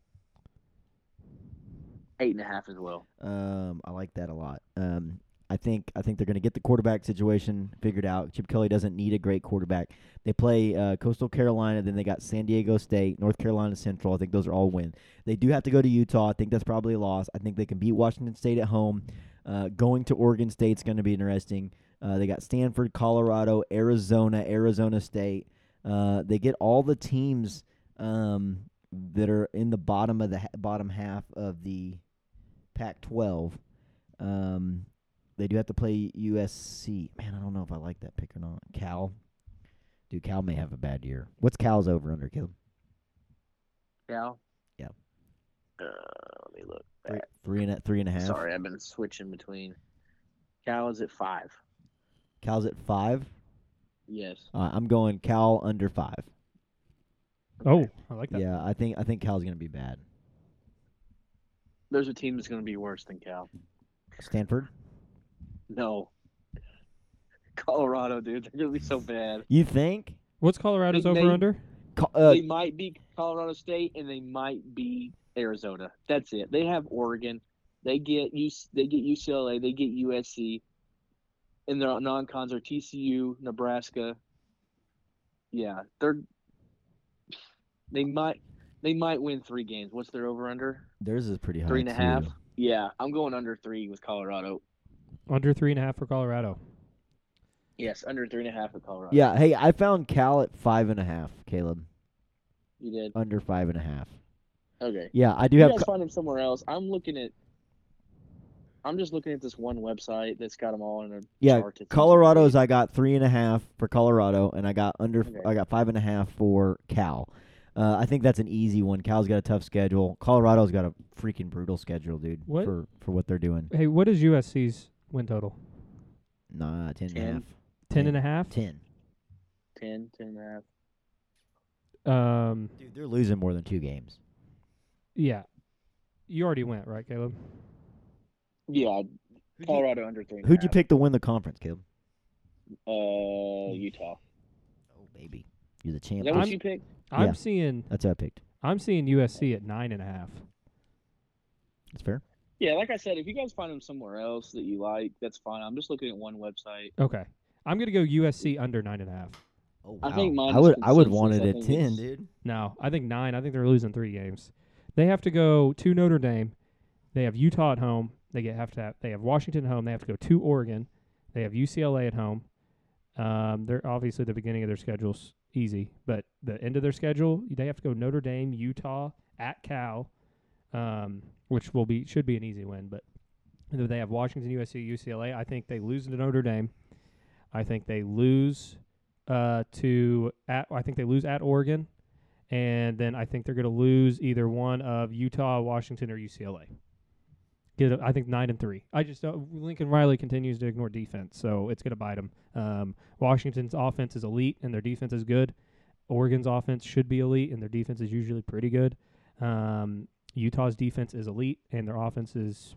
[SPEAKER 5] eight and a half as well.
[SPEAKER 3] Um, I like that a lot. Um, I think I think they're going to get the quarterback situation figured out. Chip Kelly doesn't need a great quarterback. They play uh, Coastal Carolina, then they got San Diego State, North Carolina Central. I think those are all win. They do have to go to Utah. I think that's probably a loss. I think they can beat Washington State at home. Uh, going to Oregon State's going to be interesting. Uh, they got Stanford, Colorado, Arizona, Arizona State. Uh, they get all the teams um, that are in the bottom of the ha- bottom half of the Pac-12. Um, they do have to play USC. Man, I don't know if I like that pick or not. Cal. Dude, Cal may have a bad year. What's Cal's over under, Caleb?
[SPEAKER 5] Cal?
[SPEAKER 3] Yeah.
[SPEAKER 5] Uh, let me look.
[SPEAKER 3] Three, three and a, three and a half.
[SPEAKER 5] Uh, Sorry, I've been switching between. Cal is at five.
[SPEAKER 3] Cal's at five.
[SPEAKER 5] Yes.
[SPEAKER 3] Uh, I'm going Cal under five.
[SPEAKER 6] Oh, I like that.
[SPEAKER 3] Yeah, I think I think Cal's gonna be bad.
[SPEAKER 5] There's a team that's going to be worse than Cal.
[SPEAKER 3] Stanford.
[SPEAKER 5] No. Colorado, dude. They're going to be so bad.
[SPEAKER 3] You think?
[SPEAKER 6] What's Colorado's
[SPEAKER 5] Big
[SPEAKER 6] over
[SPEAKER 5] name.
[SPEAKER 6] under?
[SPEAKER 3] Co- uh,
[SPEAKER 5] they might be Colorado State and they might be Arizona. That's it. They have Oregon. They get U- they get UCLA. They get USC. And their non-cons are TCU, Nebraska. Yeah, they're they might they might win three games. What's their over under?
[SPEAKER 3] theirs is pretty high.
[SPEAKER 5] Three and a half.
[SPEAKER 3] too.
[SPEAKER 5] Yeah, I'm going under three with Colorado.
[SPEAKER 6] Under three and a half for Colorado.
[SPEAKER 5] Yes, under three and a half with Colorado.
[SPEAKER 3] Yeah. Hey, I found Cal at five and a half. Caleb
[SPEAKER 5] you did.
[SPEAKER 3] under five and a half.
[SPEAKER 5] Okay.
[SPEAKER 3] Yeah, I do
[SPEAKER 5] you
[SPEAKER 3] have.
[SPEAKER 5] guys
[SPEAKER 3] Co-
[SPEAKER 5] find them somewhere else. I'm looking at. I'm just looking at this one website that's got them all in a
[SPEAKER 3] Yeah,
[SPEAKER 5] chart. that's-
[SPEAKER 3] Colorado's. I got three and a half for Colorado, and I got under.
[SPEAKER 5] Okay.
[SPEAKER 3] I got five and a half for Cal. Uh, I think that's an easy one. Cal's got a tough schedule. Colorado's got a freaking brutal schedule, dude.
[SPEAKER 6] What?
[SPEAKER 3] for for what they're doing?
[SPEAKER 6] Hey, what is USC's win total?
[SPEAKER 3] Nah, ten and a
[SPEAKER 5] Ten.
[SPEAKER 3] half.
[SPEAKER 6] Ten
[SPEAKER 3] Yeah.
[SPEAKER 6] and a half.
[SPEAKER 3] Ten.
[SPEAKER 5] 10, 10
[SPEAKER 7] uh,
[SPEAKER 5] and a half.
[SPEAKER 6] Um,
[SPEAKER 3] Dude, they're losing more than two games.
[SPEAKER 6] yeah. You already went right, Caleb.
[SPEAKER 5] Yeah, Colorado under three. and a
[SPEAKER 3] Who'd you
[SPEAKER 5] half.
[SPEAKER 3] pick to win the conference, Caleb?
[SPEAKER 5] Uh, Utah.
[SPEAKER 3] Oh, baby, you're the
[SPEAKER 5] Is
[SPEAKER 3] champ.
[SPEAKER 5] that what
[SPEAKER 6] I'm-
[SPEAKER 5] you picked?
[SPEAKER 3] Yeah.
[SPEAKER 6] I'm seeing
[SPEAKER 3] That's who I picked.
[SPEAKER 6] I'm seeing USC at nine and a half.
[SPEAKER 3] That's fair.
[SPEAKER 5] Yeah, like I said, if you guys find them somewhere else that you like, that's fine. I'm just looking at one website.
[SPEAKER 6] Okay, I'm gonna go USC under nine and a half.
[SPEAKER 3] Oh,
[SPEAKER 5] I think
[SPEAKER 3] wow.
[SPEAKER 5] mine
[SPEAKER 3] I
[SPEAKER 5] is
[SPEAKER 3] would. I would want it
[SPEAKER 5] consensus. I
[SPEAKER 3] at
[SPEAKER 5] think
[SPEAKER 3] ten,
[SPEAKER 5] it's-
[SPEAKER 3] dude.
[SPEAKER 6] No, I think nine. I think they're losing three games. They have to go to Notre Dame. They have Utah at home. They get have to have, they have Washington at home. They have to go to Oregon. They have UCLA at home. Um, they're obviously the beginning of their schedule's easy, but the end of their schedule, they have to go Notre Dame, Utah at Cal, um, which will be should be an easy win. But then they have Washington, USC, UCLA. I think they lose to Notre Dame. I think they lose uh, to at I think they lose at Oregon and then I think they're going to lose either one of Utah, Washington, or UCLA. Get a, I think nine and three. I just don't, Lincoln Riley continues to ignore defense, so it's going to bite them. Um, Washington's offense is elite and their defense is good. Oregon's offense should be elite and their defense is usually pretty good. Um, Utah's defense is elite and their offense is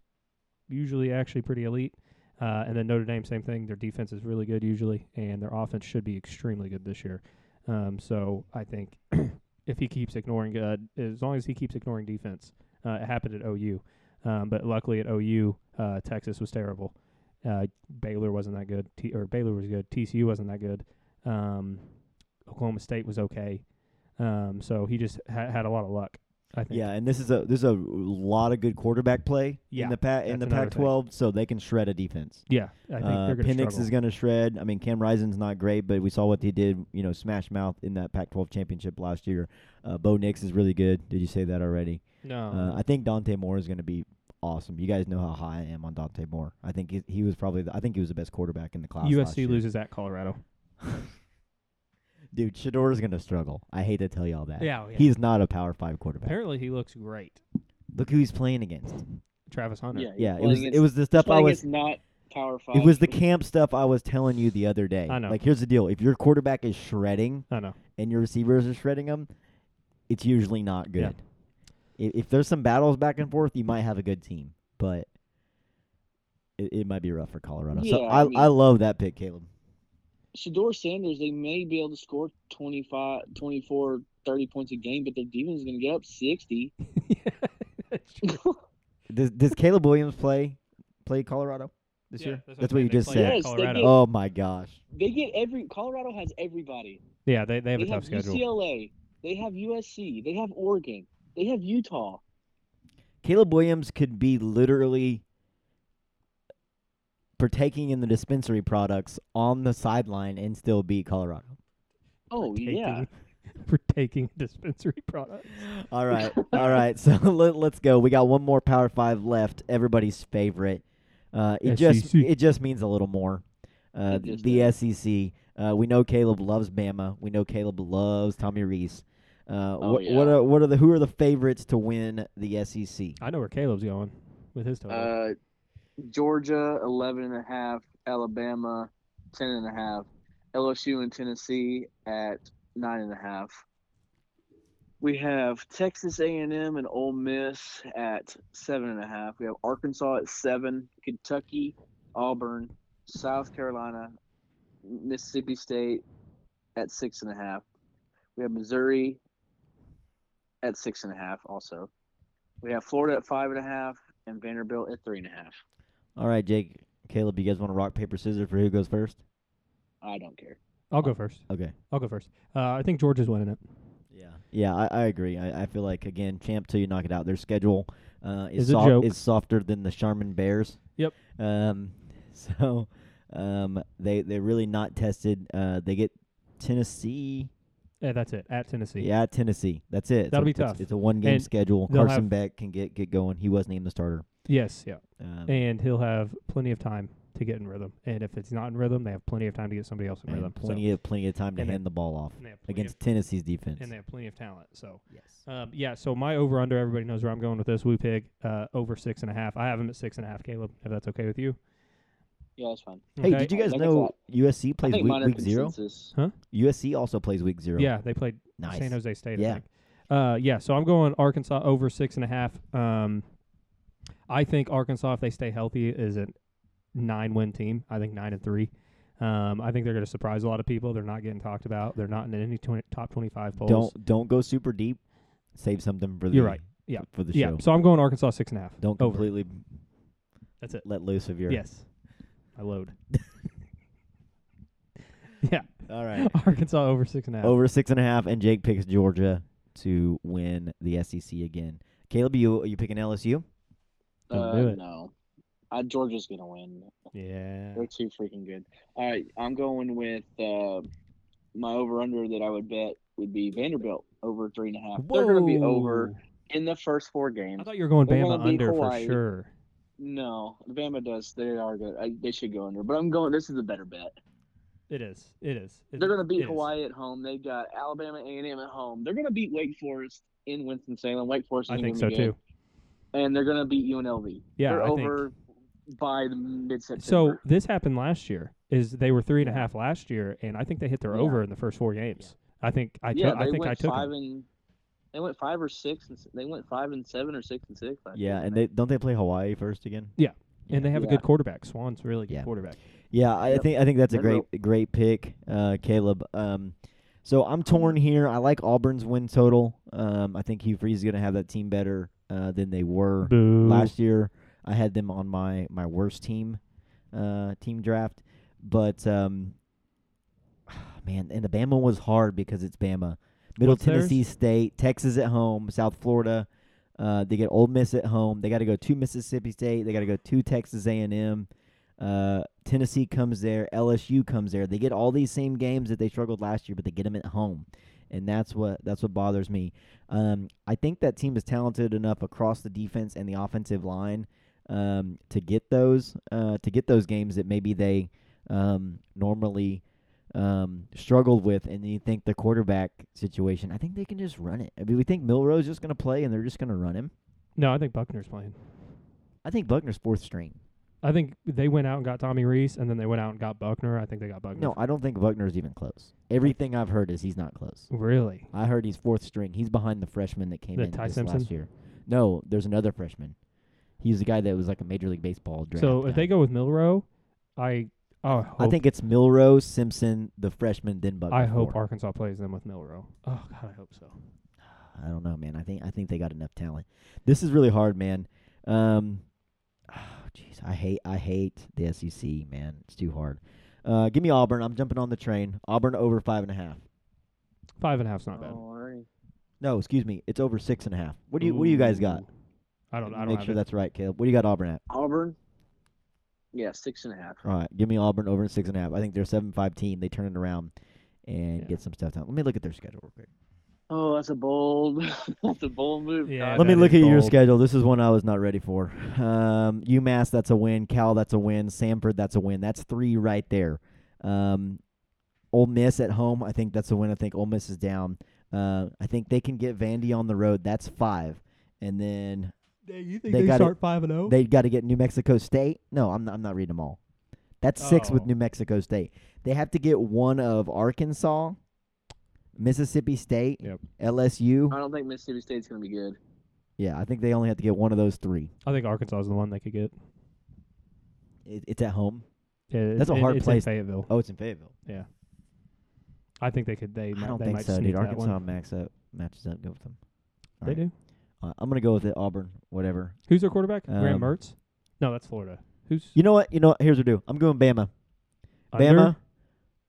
[SPEAKER 6] usually actually pretty elite. Uh, and then Notre Dame, same thing. Their defense is really good usually, and their offense should be extremely good this year. Um, so I think if he keeps ignoring uh, as long as he keeps ignoring defense. Uh, it happened at OU, um, but luckily at OU, uh, Texas was terrible. Uh, Baylor wasn't that good, T- or Baylor was good. TCU wasn't that good. Um, Oklahoma State was okay. Um, so he just ha- had a lot of luck. I think.
[SPEAKER 3] Yeah, and this is a this is a lot of good quarterback play
[SPEAKER 6] Yeah,
[SPEAKER 3] in the pa- in
[SPEAKER 6] that's
[SPEAKER 3] the
[SPEAKER 6] another thing.
[SPEAKER 3] Pac-12, so they can shred a defense.
[SPEAKER 6] Yeah, I think
[SPEAKER 3] uh,
[SPEAKER 6] they're going to
[SPEAKER 3] Penix
[SPEAKER 6] struggle.
[SPEAKER 3] is going to shred. I mean, Cam Rising's not great, but we saw what he did. You know, smash mouth in that Pac-12 championship last year. Uh, Bo Nix is really good. Did you say that already?
[SPEAKER 6] no,
[SPEAKER 3] Uh, I think Dante Moore is going to be awesome. You guys know how high I am on Dante Moore. I think he, he was probably the, I think he was the best quarterback in the class. last
[SPEAKER 6] USC
[SPEAKER 3] year.
[SPEAKER 6] loses at Colorado.
[SPEAKER 3] Dude, Shador's going to struggle. I hate to tell y'all that.
[SPEAKER 6] Yeah, oh, yeah.
[SPEAKER 3] He's not a power five quarterback.
[SPEAKER 6] apparently he looks great.
[SPEAKER 3] Look who he's playing against.
[SPEAKER 6] Travis Hunter.
[SPEAKER 5] Yeah,
[SPEAKER 3] Yeah, it
[SPEAKER 5] playing
[SPEAKER 3] was
[SPEAKER 5] against-
[SPEAKER 3] it was the stuff I
[SPEAKER 5] playing
[SPEAKER 3] was
[SPEAKER 5] against not Power Five.
[SPEAKER 3] It was the camp stuff I was telling you the other day.
[SPEAKER 6] I know.
[SPEAKER 3] Like, here's the deal: if your quarterback is shredding
[SPEAKER 6] I know.
[SPEAKER 3] and your receivers are shredding them, it's usually not
[SPEAKER 6] Yeah.
[SPEAKER 3] good. If, if there's some battles back and forth, you might have a good team, but it, it might be rough for Colorado. so
[SPEAKER 5] Yeah,
[SPEAKER 3] I,
[SPEAKER 5] I
[SPEAKER 3] I,
[SPEAKER 5] mean-
[SPEAKER 3] love that pick, Caleb.
[SPEAKER 5] Shador Sanders, they may be able to score 25, 24, 30 points a game, but their defense is going to get up 60.
[SPEAKER 3] Does, does Caleb Williams play play Colorado this
[SPEAKER 6] Yeah,
[SPEAKER 3] year?
[SPEAKER 6] that's what I'm
[SPEAKER 3] what you
[SPEAKER 6] saying. They
[SPEAKER 3] just
[SPEAKER 6] play
[SPEAKER 3] said.
[SPEAKER 6] at
[SPEAKER 5] Yes, they
[SPEAKER 6] Colorado.
[SPEAKER 5] did.
[SPEAKER 3] Oh my gosh!
[SPEAKER 5] They get every Colorado has everybody.
[SPEAKER 6] Yeah, they they have
[SPEAKER 5] they
[SPEAKER 6] a
[SPEAKER 5] have
[SPEAKER 6] tough schedule.
[SPEAKER 5] UCLA. They have USC. They have Oregon. They have Utah.
[SPEAKER 3] Caleb Williams could be literally partaking in the dispensary products on the sideline and still beat Colorado.
[SPEAKER 5] Oh yeah.
[SPEAKER 6] for taking dispensary product.
[SPEAKER 3] All right. All right. So let, let's go. We got one more Power 5 left. Everybody's favorite. Uh, it just
[SPEAKER 6] SEC.
[SPEAKER 3] it just means a little more. Uh,
[SPEAKER 5] It just
[SPEAKER 3] the SEC. Uh, we know Caleb loves Bama. We know Caleb loves Tommy Reese. Uh, what,
[SPEAKER 5] Oh,
[SPEAKER 3] what
[SPEAKER 5] yeah.
[SPEAKER 3] are what are the who are the favorites to win the E SEC?
[SPEAKER 6] I know where Caleb's going with his total.
[SPEAKER 5] Uh, Georgia, 11 and a half. Alabama, 10 and a half. LSU and Tennessee at nine and a half. We have Texas A&M and Ole Miss at seven and a half. We have Arkansas at seven. Kentucky, Auburn, South Carolina, Mississippi State at six and a half. We have Missouri at six and a half. Also, we have Florida at five and a half and Vanderbilt at three and a half.
[SPEAKER 3] All right, Jake, Caleb, you guys want to rock paper scissors for who goes first?
[SPEAKER 5] I don't care.
[SPEAKER 6] I'll go first.
[SPEAKER 3] Okay.
[SPEAKER 6] I'll go first. Uh, I think Georgia's winning it.
[SPEAKER 3] Yeah. Yeah, I, I agree. I, I feel like again, champ till you knock it out. Their schedule uh, is
[SPEAKER 6] Is a
[SPEAKER 3] soft-
[SPEAKER 6] joke.
[SPEAKER 3] is softer than the Charmin Bears.
[SPEAKER 6] Yep.
[SPEAKER 3] Um, so um, they they're really not tested. Uh, they get Tennessee.
[SPEAKER 6] Yeah, that's it. At Tennessee.
[SPEAKER 3] Yeah, Tennessee. That's it. It's
[SPEAKER 6] That'll
[SPEAKER 3] a-
[SPEAKER 6] be
[SPEAKER 3] it's-
[SPEAKER 6] tough.
[SPEAKER 3] It's, a one game
[SPEAKER 6] And
[SPEAKER 3] schedule.
[SPEAKER 6] they'll
[SPEAKER 3] Carson
[SPEAKER 6] have-
[SPEAKER 3] Beck can get get going. He was named the starter.
[SPEAKER 6] Yes. Yeah.
[SPEAKER 3] Um,
[SPEAKER 6] And he'll have plenty of time to get in rhythm. And if it's not in rhythm, they have plenty of time to get somebody else in
[SPEAKER 3] and
[SPEAKER 6] rhythm. So-
[SPEAKER 3] plenty of plenty of time to
[SPEAKER 6] and they-
[SPEAKER 3] hand the ball off
[SPEAKER 6] and they have plenty
[SPEAKER 3] against Tennesse's defense.
[SPEAKER 6] of, and they have plenty of talent. So
[SPEAKER 3] yes.
[SPEAKER 6] Um, yeah, so my over under, everybody knows where I'm going with this. We pig uh, over six and a half. I have him at six and a half, Caleb, if that's okay with you.
[SPEAKER 5] Yeah, that's fine.
[SPEAKER 3] Hey,
[SPEAKER 6] Okay?
[SPEAKER 3] did you
[SPEAKER 5] I
[SPEAKER 3] guys
[SPEAKER 5] think it's
[SPEAKER 3] know
[SPEAKER 5] all-
[SPEAKER 3] USC
[SPEAKER 5] I
[SPEAKER 3] plays
[SPEAKER 5] think
[SPEAKER 3] week,
[SPEAKER 5] mine are
[SPEAKER 3] week zero?
[SPEAKER 5] consensus.
[SPEAKER 3] USC also plays week zero.
[SPEAKER 6] Yeah, they played
[SPEAKER 3] nice.
[SPEAKER 6] San Jose State, I
[SPEAKER 3] Yeah.
[SPEAKER 6] think. Uh, yeah, so I'm going Arkansas over six and a half. Um, I think Arkansas, if they stay healthy, is a nine win team. I think nine and three. Um, I think they're going to surprise a lot of people. They're not getting talked about. They're not in any 20, top 25 polls.
[SPEAKER 3] Don't don't go super deep. Save something for the
[SPEAKER 6] You're right. Yeah.
[SPEAKER 3] for the
[SPEAKER 6] yeah,
[SPEAKER 3] show.
[SPEAKER 6] so I'm going Arkansas six and a half.
[SPEAKER 3] Don't
[SPEAKER 6] over.
[SPEAKER 3] completely
[SPEAKER 6] That's it.
[SPEAKER 3] let loose of your
[SPEAKER 6] Yes. I load. yeah.
[SPEAKER 3] All right.
[SPEAKER 6] Arkansas over six and a half.
[SPEAKER 3] Over six and a half, and Jake picks Georgia to win the SEC again. Caleb, you you picking LSU?
[SPEAKER 6] Don't
[SPEAKER 5] uh,
[SPEAKER 6] do it.
[SPEAKER 5] No, I, Georgia's gonna win.
[SPEAKER 6] Yeah.
[SPEAKER 5] They're too freaking good. All right, I'm going with uh, my over under that I would bet would be Vanderbilt over three and a half. They're gonna be over in the first four
[SPEAKER 6] I
[SPEAKER 5] games.
[SPEAKER 6] thought you were going
[SPEAKER 5] They're
[SPEAKER 6] Bama
[SPEAKER 5] gonna beat
[SPEAKER 6] under for
[SPEAKER 5] Hawaii.
[SPEAKER 6] sure.
[SPEAKER 5] No, Bama does. They are good. I, they should go under, but I'm going. This is a better bet.
[SPEAKER 6] It is. It is. It-
[SPEAKER 5] They're gonna
[SPEAKER 6] it
[SPEAKER 5] beat
[SPEAKER 6] is.
[SPEAKER 5] Hawaii at home. They've got Alabama A&M at home. They're gonna beat Wake Forest in Winston Salem. Wake Forest.
[SPEAKER 6] I
[SPEAKER 5] isn't
[SPEAKER 6] think so
[SPEAKER 5] gonna be good.
[SPEAKER 6] too.
[SPEAKER 5] And they're gonna beat UNLV.
[SPEAKER 6] Yeah.
[SPEAKER 5] They're
[SPEAKER 6] I think-
[SPEAKER 5] over by the mid
[SPEAKER 6] So
[SPEAKER 5] September.
[SPEAKER 6] this happened last year. Is they were three and a half last year, and I think they hit their
[SPEAKER 5] Yeah.
[SPEAKER 6] over in the first four games. I think I.
[SPEAKER 5] yeah,
[SPEAKER 6] took- I
[SPEAKER 5] they
[SPEAKER 6] think
[SPEAKER 5] went
[SPEAKER 6] I took. 'em.
[SPEAKER 5] five and they went five or six, and s- they went five and seven or six and six. I
[SPEAKER 3] Yeah,
[SPEAKER 5] think.
[SPEAKER 3] and they don't they play Hawaii first again?
[SPEAKER 6] and they have a
[SPEAKER 5] Yeah.
[SPEAKER 6] good quarterback. Swan's a really good
[SPEAKER 3] Yeah.
[SPEAKER 6] quarterback.
[SPEAKER 3] Yeah, I
[SPEAKER 5] Yep.
[SPEAKER 3] think I think that's a
[SPEAKER 5] They're
[SPEAKER 3] great great pick, uh, Caleb. Um, so I'm torn here. I like Auburn's win total. Um, I think Hugh Freeze is gonna have that team better uh, than they were.
[SPEAKER 6] Boo.
[SPEAKER 3] Last year, I had them on my my worst team, uh, team draft. But um, man, and the Bama was hard because it's Bama, Middle
[SPEAKER 6] What's theirs?
[SPEAKER 3] Tennessee State, Texas at home, South Florida. Uh, they get Ole Miss at home. They got to go to Mississippi State. They got to go to Texas A and M. Uh, Tennessee comes there. LSU comes there. They get all these same games that they struggled last year, but they get them at home, and that's what that's what bothers me. Um, I think that team is talented enough across the defense and the offensive line um, to get those uh, to get those games that maybe they um, normally um, struggled with. And you think the quarterback situation? I think they can just run it. I mean, we think Milrose just going to play, and they're just going to run him.
[SPEAKER 6] No, I think Buckner's playing.
[SPEAKER 3] I think Buckner's fourth string.
[SPEAKER 6] I think they went out and got Tommy Reese, and then they went out and got Buckner. I think they got Buckner.
[SPEAKER 3] No, I don't think Buckner's even close. Everything I've heard is he's not close.
[SPEAKER 6] really.
[SPEAKER 3] I heard he's fourth string. He's behind the freshman that came
[SPEAKER 6] The
[SPEAKER 3] in
[SPEAKER 6] Ty
[SPEAKER 3] this
[SPEAKER 6] Simpson?
[SPEAKER 3] last year. No, there's another freshman. He's the guy that was like a major league baseball draft.
[SPEAKER 6] So if
[SPEAKER 3] guy.
[SPEAKER 6] they go with Milrow, I I hope,
[SPEAKER 3] I think it's Milrose, Simpson, the freshman, then Buckner.
[SPEAKER 6] I hope
[SPEAKER 3] four.
[SPEAKER 6] Arkansas plays them with Milrow. Oh God, I hope so.
[SPEAKER 3] I don't know, man. I think I think they got enough talent. This is really hard, man. Um, oh, jeez, I hate I hate the SEC, man. It's too hard. Uh, give me Auburn. I'm jumping on the train. Auburn over five and a half.
[SPEAKER 6] Five and a half's not
[SPEAKER 5] Oh,
[SPEAKER 6] bad.
[SPEAKER 5] Alrighty.
[SPEAKER 3] No, excuse me. It's over six and a half. Oh. What do you What do you guys got?
[SPEAKER 6] Ooh. I don't. I don't
[SPEAKER 3] Make
[SPEAKER 6] have
[SPEAKER 3] sure
[SPEAKER 6] it.
[SPEAKER 3] that's right, Caleb. What do you got Auburn at?
[SPEAKER 5] Auburn. Yeah, six and a half.
[SPEAKER 3] All right, give me Auburn over six and a half. I think they're a seven five team. They turn it around and
[SPEAKER 6] Yeah.
[SPEAKER 3] get some stuff done. Let me look at their schedule real quick.
[SPEAKER 5] Oh, that's a bold. that's a bold move.
[SPEAKER 6] Yeah,
[SPEAKER 5] Todd.
[SPEAKER 3] Let me
[SPEAKER 6] that
[SPEAKER 3] look at
[SPEAKER 6] is
[SPEAKER 3] your
[SPEAKER 6] bold.
[SPEAKER 3] schedule. This is one I was not ready for. Um, UMass, that's a win. Cal, that's a win. Sanford, that's a win. That's three right there. Um, Ole Miss at home, I think that's a win. I think Ole Miss is down. Uh, I think they can get Vandy on the road. That's five, and then
[SPEAKER 6] you think
[SPEAKER 3] They
[SPEAKER 6] they,
[SPEAKER 3] gotta-
[SPEAKER 6] start five and oh? zero?
[SPEAKER 3] they got to get New Mexico State. No, I'm not, I'm not reading them all. That's six with
[SPEAKER 6] Oh.
[SPEAKER 3] New Mexico State. They have to get one of Arkansas, Mississippi State,
[SPEAKER 6] Yep.
[SPEAKER 3] LSU.
[SPEAKER 5] I don't think Mississippi State's going to be good.
[SPEAKER 3] Yeah, I think they only have to get one of those three.
[SPEAKER 6] I think Arkansas is the one they could get.
[SPEAKER 3] It, it's at home.
[SPEAKER 6] It-
[SPEAKER 3] That's a
[SPEAKER 6] it-
[SPEAKER 3] hard
[SPEAKER 6] it's
[SPEAKER 3] place.
[SPEAKER 6] In Fayetteville.
[SPEAKER 3] Oh, it's in Fayetteville.
[SPEAKER 6] I think they could. They
[SPEAKER 3] I
[SPEAKER 6] might,
[SPEAKER 3] don't
[SPEAKER 6] they
[SPEAKER 3] think
[SPEAKER 6] might
[SPEAKER 3] so,
[SPEAKER 6] sneak
[SPEAKER 3] dude.
[SPEAKER 6] that one.
[SPEAKER 3] Arkansas max up, matches up good with them.
[SPEAKER 6] They
[SPEAKER 3] Alright.
[SPEAKER 6] do.
[SPEAKER 3] Uh, I'm gonna go with it. Auburn, whatever.
[SPEAKER 6] Who's their quarterback?
[SPEAKER 3] Um,
[SPEAKER 6] Graham Mertz. No, that's Florida. Who's
[SPEAKER 3] You know what? You know what? Here's what I do. I'm going Bama.
[SPEAKER 6] under?
[SPEAKER 3] Bama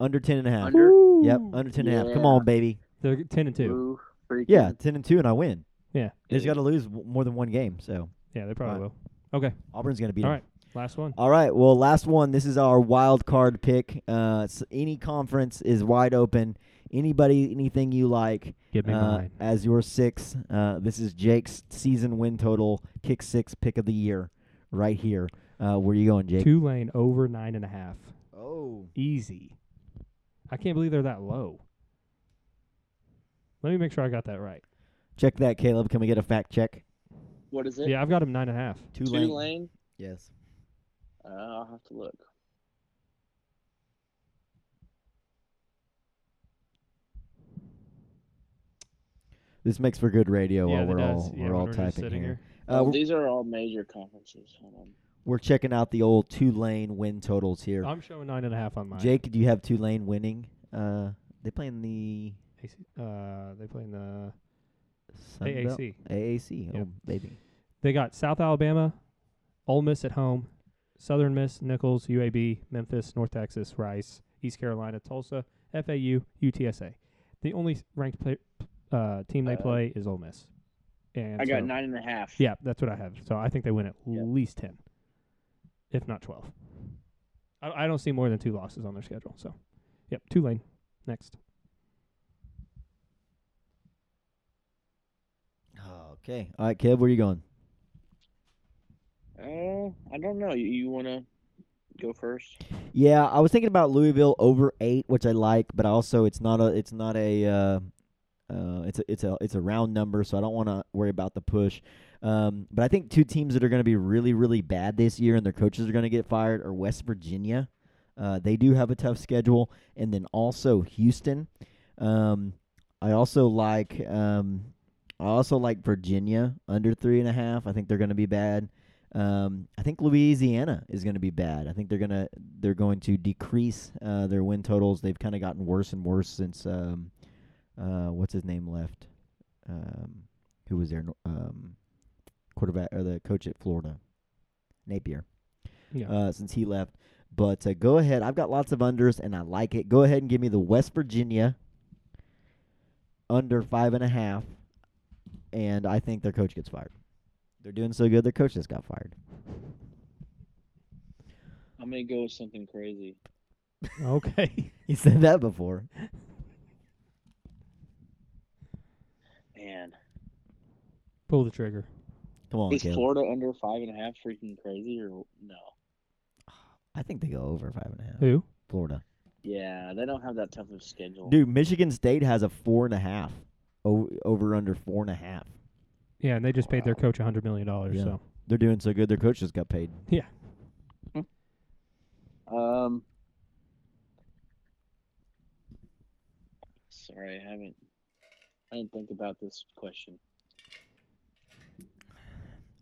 [SPEAKER 3] under ten and a half.
[SPEAKER 5] Under.
[SPEAKER 3] Yep, Uh,
[SPEAKER 6] Ooh.
[SPEAKER 3] under ten and a half. Come
[SPEAKER 5] Yeah.
[SPEAKER 3] on, baby.
[SPEAKER 6] They're ten and two.
[SPEAKER 5] Ooh, freaking-
[SPEAKER 3] Yeah, ten and two, and I win.
[SPEAKER 6] Yeah.
[SPEAKER 3] they just got to lose w- more than one game. So
[SPEAKER 6] Yeah, they probably
[SPEAKER 3] Right.
[SPEAKER 6] will. Okay,
[SPEAKER 3] Auburn's gonna beat
[SPEAKER 6] All
[SPEAKER 3] them.
[SPEAKER 6] right. last one.
[SPEAKER 3] All right. Well, last one. This is our wild card pick. Uh, s any conference is wide open. Anybody, anything you like
[SPEAKER 6] Give me
[SPEAKER 3] uh,
[SPEAKER 6] mine.
[SPEAKER 3] as your six. Uh, this is Jake's season win total kick six pick of the year, right here. Uh, where you going, Jake?
[SPEAKER 6] Tulane over nine and a half.
[SPEAKER 3] Oh,
[SPEAKER 6] Easy. I can't believe they're that low. Let me make sure I got that right.
[SPEAKER 3] check that, Caleb. Can we get a fact check?
[SPEAKER 5] What is it?
[SPEAKER 6] Yeah, I've got them nine and a half.
[SPEAKER 5] Tulane. Tulane?
[SPEAKER 3] Yes.
[SPEAKER 5] Uh, I'll have to look.
[SPEAKER 3] This makes for good radio
[SPEAKER 6] yeah,
[SPEAKER 3] while
[SPEAKER 6] that
[SPEAKER 3] we're
[SPEAKER 6] does.
[SPEAKER 3] all
[SPEAKER 6] yeah,
[SPEAKER 3] we're
[SPEAKER 6] when
[SPEAKER 3] all
[SPEAKER 6] we're just
[SPEAKER 3] typing
[SPEAKER 6] sitting
[SPEAKER 3] here.
[SPEAKER 6] here.
[SPEAKER 3] Uh,
[SPEAKER 5] oh,
[SPEAKER 3] we're,
[SPEAKER 5] these are all major conferences. Hold on.
[SPEAKER 3] we're checking out the old Tulane win totals here.
[SPEAKER 6] I'm showing nine and a half on mine.
[SPEAKER 3] Jake, do you have Tulane winning? Uh, they play in the
[SPEAKER 6] AC, uh, they play in the
[SPEAKER 3] Sun Belt?
[SPEAKER 6] AAC.
[SPEAKER 3] AAC.
[SPEAKER 6] Yep.
[SPEAKER 3] Oh, baby.
[SPEAKER 6] They got South Alabama, Ole Miss at home, Southern Miss, Nichols, UAB, Memphis, North Texas, Rice, East Carolina, Tulsa, FAU, UTSA. The only s- ranked play, uh, team they
[SPEAKER 5] Uh,
[SPEAKER 6] play is Ole Miss. And
[SPEAKER 5] I got
[SPEAKER 6] so-
[SPEAKER 5] nine and a half.
[SPEAKER 6] Yeah, that's what I have. So I think they win at
[SPEAKER 5] Yeah.
[SPEAKER 6] least ten, if not twelve. I, I don't see more than two losses on their schedule. So, yep, Tulane next.
[SPEAKER 3] Okay. All right, Kev, where you going?
[SPEAKER 5] Uh, I don't know. You, you want to go first?
[SPEAKER 3] Yeah, I was thinking about Louisville over eight, which I like, but also it's not a it's not a uh, uh, it's a it's a it's a round number, so I don't want to worry about the push. Um, but I think two teams that are going to be really really bad this year and their coaches are going to get fired are West Virginia. Uh, they do have a tough schedule, and then also Houston. Um, I also like um, I also like Virginia under three and a half. I think they're going to be bad. Um, I think Louisiana is going to be bad. I think they're gonna they're going to decrease uh, their win totals. They've kind of gotten worse and worse since um, uh, what's his name left, um, who was their um, quarterback or the coach at Florida, Napier.
[SPEAKER 6] Yeah.
[SPEAKER 3] Uh, since he left, but uh, go ahead. I've got lots of unders and I like it. Go ahead and give me the West Virginia under five and a half, and I think their coach gets fired. They're doing so good. Their coach just got fired.
[SPEAKER 5] I'm going to go with something crazy.
[SPEAKER 3] Uh,
[SPEAKER 6] okay.
[SPEAKER 3] He said that before.
[SPEAKER 5] Man.
[SPEAKER 6] Pull the trigger.
[SPEAKER 3] Come on,
[SPEAKER 5] Is
[SPEAKER 3] Caleb.
[SPEAKER 5] Florida under five and a half freaking crazy or no?
[SPEAKER 3] I think they go over five and a half.
[SPEAKER 6] Who?
[SPEAKER 3] Florida,
[SPEAKER 5] Yeah, they don't have that tough of a
[SPEAKER 6] Oh.
[SPEAKER 5] schedule.
[SPEAKER 3] dude. Michigan State has a four and a half over, over under four and a half.
[SPEAKER 6] Yeah, and they just paid their coach a hundred million dollars.
[SPEAKER 3] Yeah.
[SPEAKER 6] So
[SPEAKER 3] They're doing so good. Their coach just got paid.
[SPEAKER 5] Um, sorry, I haven't. I didn't think about this question.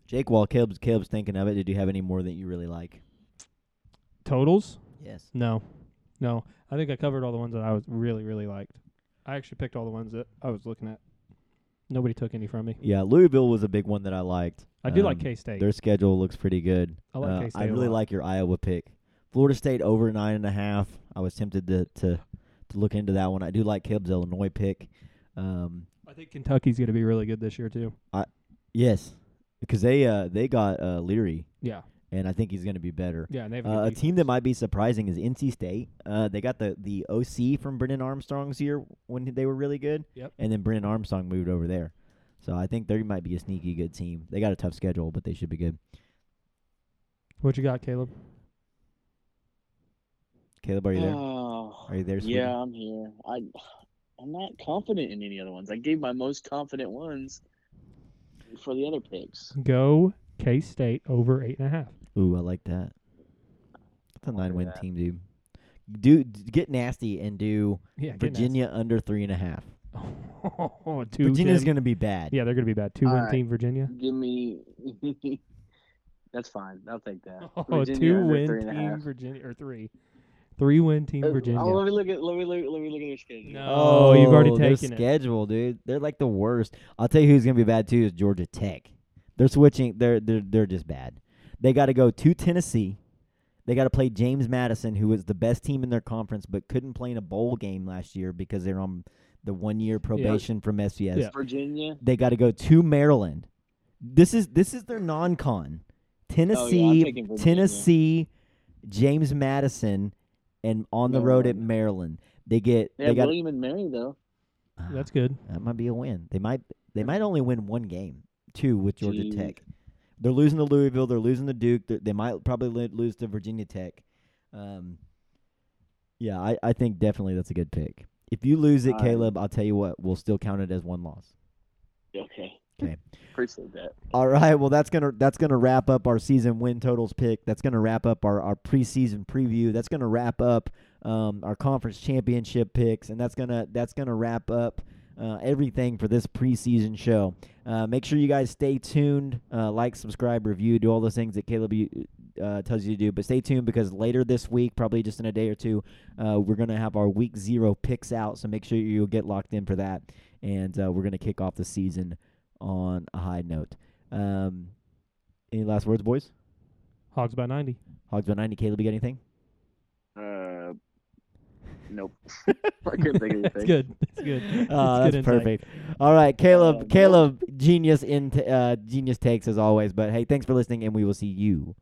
[SPEAKER 3] Jake, while Caleb's, Caleb's thinking of it, did you have any more that you really like?
[SPEAKER 6] totals.
[SPEAKER 3] Yes.
[SPEAKER 6] No, no. I think I covered all the ones that I was really, really liked. I actually picked all the ones that I was looking at. Nobody took any from me.
[SPEAKER 3] Yeah, Louisville was a big one that I liked.
[SPEAKER 6] I do like
[SPEAKER 3] Um,
[SPEAKER 6] K State.
[SPEAKER 3] Their schedule looks pretty good.
[SPEAKER 6] I like
[SPEAKER 3] Uh,
[SPEAKER 6] K-State
[SPEAKER 3] I
[SPEAKER 6] a
[SPEAKER 3] really
[SPEAKER 6] lot.
[SPEAKER 3] like your Iowa pick. Florida State over nine and a half. I was tempted to to, to look into that one. I do like Caleb's Illinois pick. Um,
[SPEAKER 6] I think Kentucky's going to be really good this year too.
[SPEAKER 3] Yes, because they uh they got uh Leary,
[SPEAKER 6] Yeah,
[SPEAKER 3] and I think he's going to be better.
[SPEAKER 6] yeah. And they have
[SPEAKER 3] Uh,
[SPEAKER 6] good
[SPEAKER 3] a team that might be surprising is NC State. Uh, they got the the OC from Brennan Armstrong's year when they were really good.
[SPEAKER 6] Yep.
[SPEAKER 3] And then Brennan Armstrong moved over there, so I think they might be a sneaky good team. They got a tough schedule, but they should be good.
[SPEAKER 6] What you got, Caleb?
[SPEAKER 3] Caleb, are you there?
[SPEAKER 5] Oh,
[SPEAKER 3] Are you there? Sweetie?
[SPEAKER 5] Yeah, I'm here. I I'm not confident in any other ones. I gave my most confident ones for the other picks.
[SPEAKER 6] Go K State over eight and a half.
[SPEAKER 3] Ooh, I like that. That's a
[SPEAKER 5] I'll do
[SPEAKER 3] nine-win
[SPEAKER 5] that.
[SPEAKER 3] team, dude. Do d- get nasty and do
[SPEAKER 6] Yeah, get
[SPEAKER 3] Virginia under three and a half.
[SPEAKER 6] Oh, two
[SPEAKER 3] Virginia's
[SPEAKER 6] win-
[SPEAKER 3] gonna be bad.
[SPEAKER 6] Yeah, they're gonna be bad. Two win
[SPEAKER 5] Alright.
[SPEAKER 6] team Virginia.
[SPEAKER 5] Give me. That's fine. I'll take that.
[SPEAKER 6] Oh,
[SPEAKER 5] Virginia
[SPEAKER 6] two
[SPEAKER 5] under
[SPEAKER 6] win
[SPEAKER 5] three and a
[SPEAKER 6] team
[SPEAKER 5] half.
[SPEAKER 6] Virginia or three, three win team
[SPEAKER 5] Uh,
[SPEAKER 6] Virginia.
[SPEAKER 5] Oh, let me look at let me look, let me look at their schedule.
[SPEAKER 6] No. Oh, you've already
[SPEAKER 3] their
[SPEAKER 6] taken it.
[SPEAKER 3] schedule, dude. They're like the worst. I'll tell you who's gonna be bad too is Georgia Tech. They're switching. They're they're they're just bad. They got to go to Tennessee. They got to play James Madison, who was the best team in their conference, but couldn't play in a bowl game last year because they're on the one year probation from FCS.
[SPEAKER 6] Yeah.
[SPEAKER 5] Virginia.
[SPEAKER 3] They got to go to Maryland. This is this is their non con. Tennessee,
[SPEAKER 5] Oh, taking Virginia.
[SPEAKER 3] Tennessee, James Madison, and on the road at Maryland.
[SPEAKER 5] Maryland.
[SPEAKER 3] They get
[SPEAKER 5] They
[SPEAKER 3] they
[SPEAKER 5] have
[SPEAKER 3] got
[SPEAKER 5] William and Mary though.
[SPEAKER 3] Ah,
[SPEAKER 6] That's good.
[SPEAKER 3] that might be a win. They might they might only win one game, two with Georgia
[SPEAKER 5] Jeez.
[SPEAKER 3] Tech. They're losing to Louisville. They're losing to Duke. They, they might probably lo- lose to Virginia Tech. Um, yeah, I, I think definitely that's a good pick. If you lose it,
[SPEAKER 5] All right.
[SPEAKER 3] Caleb, I'll tell you what, we'll still count it as one loss.
[SPEAKER 5] Okay.
[SPEAKER 3] Okay.
[SPEAKER 5] Appreciate that.
[SPEAKER 3] All right, well that's gonna that's gonna wrap up our season win totals pick. That's gonna wrap up our our preseason preview. That's gonna wrap up um, our conference championship picks, and that's gonna that's gonna wrap up uh, everything for this preseason show. Uh, make sure you guys stay tuned, uh, like, subscribe, review, do all those things that Caleb you- uh, tells you to do. But stay tuned because later this week, probably just in a day or two, uh, we're gonna have our week zero picks out. So make sure you get locked in for that, and uh, we're gonna kick off the season on a high note. Um, any last words, boys?
[SPEAKER 6] Hogs by ninety.
[SPEAKER 3] Hogs by ninety. Caleb, you got anything?
[SPEAKER 5] Uh, nope. I couldn't think of
[SPEAKER 6] That's
[SPEAKER 5] anything.
[SPEAKER 6] good. That's good.
[SPEAKER 3] Oh,
[SPEAKER 6] good
[SPEAKER 3] that's
[SPEAKER 6] insight.
[SPEAKER 3] perfect. All right, Caleb.
[SPEAKER 5] Uh,
[SPEAKER 3] Caleb, genius in t- uh, genius takes as always. But hey, thanks for listening, and we will see you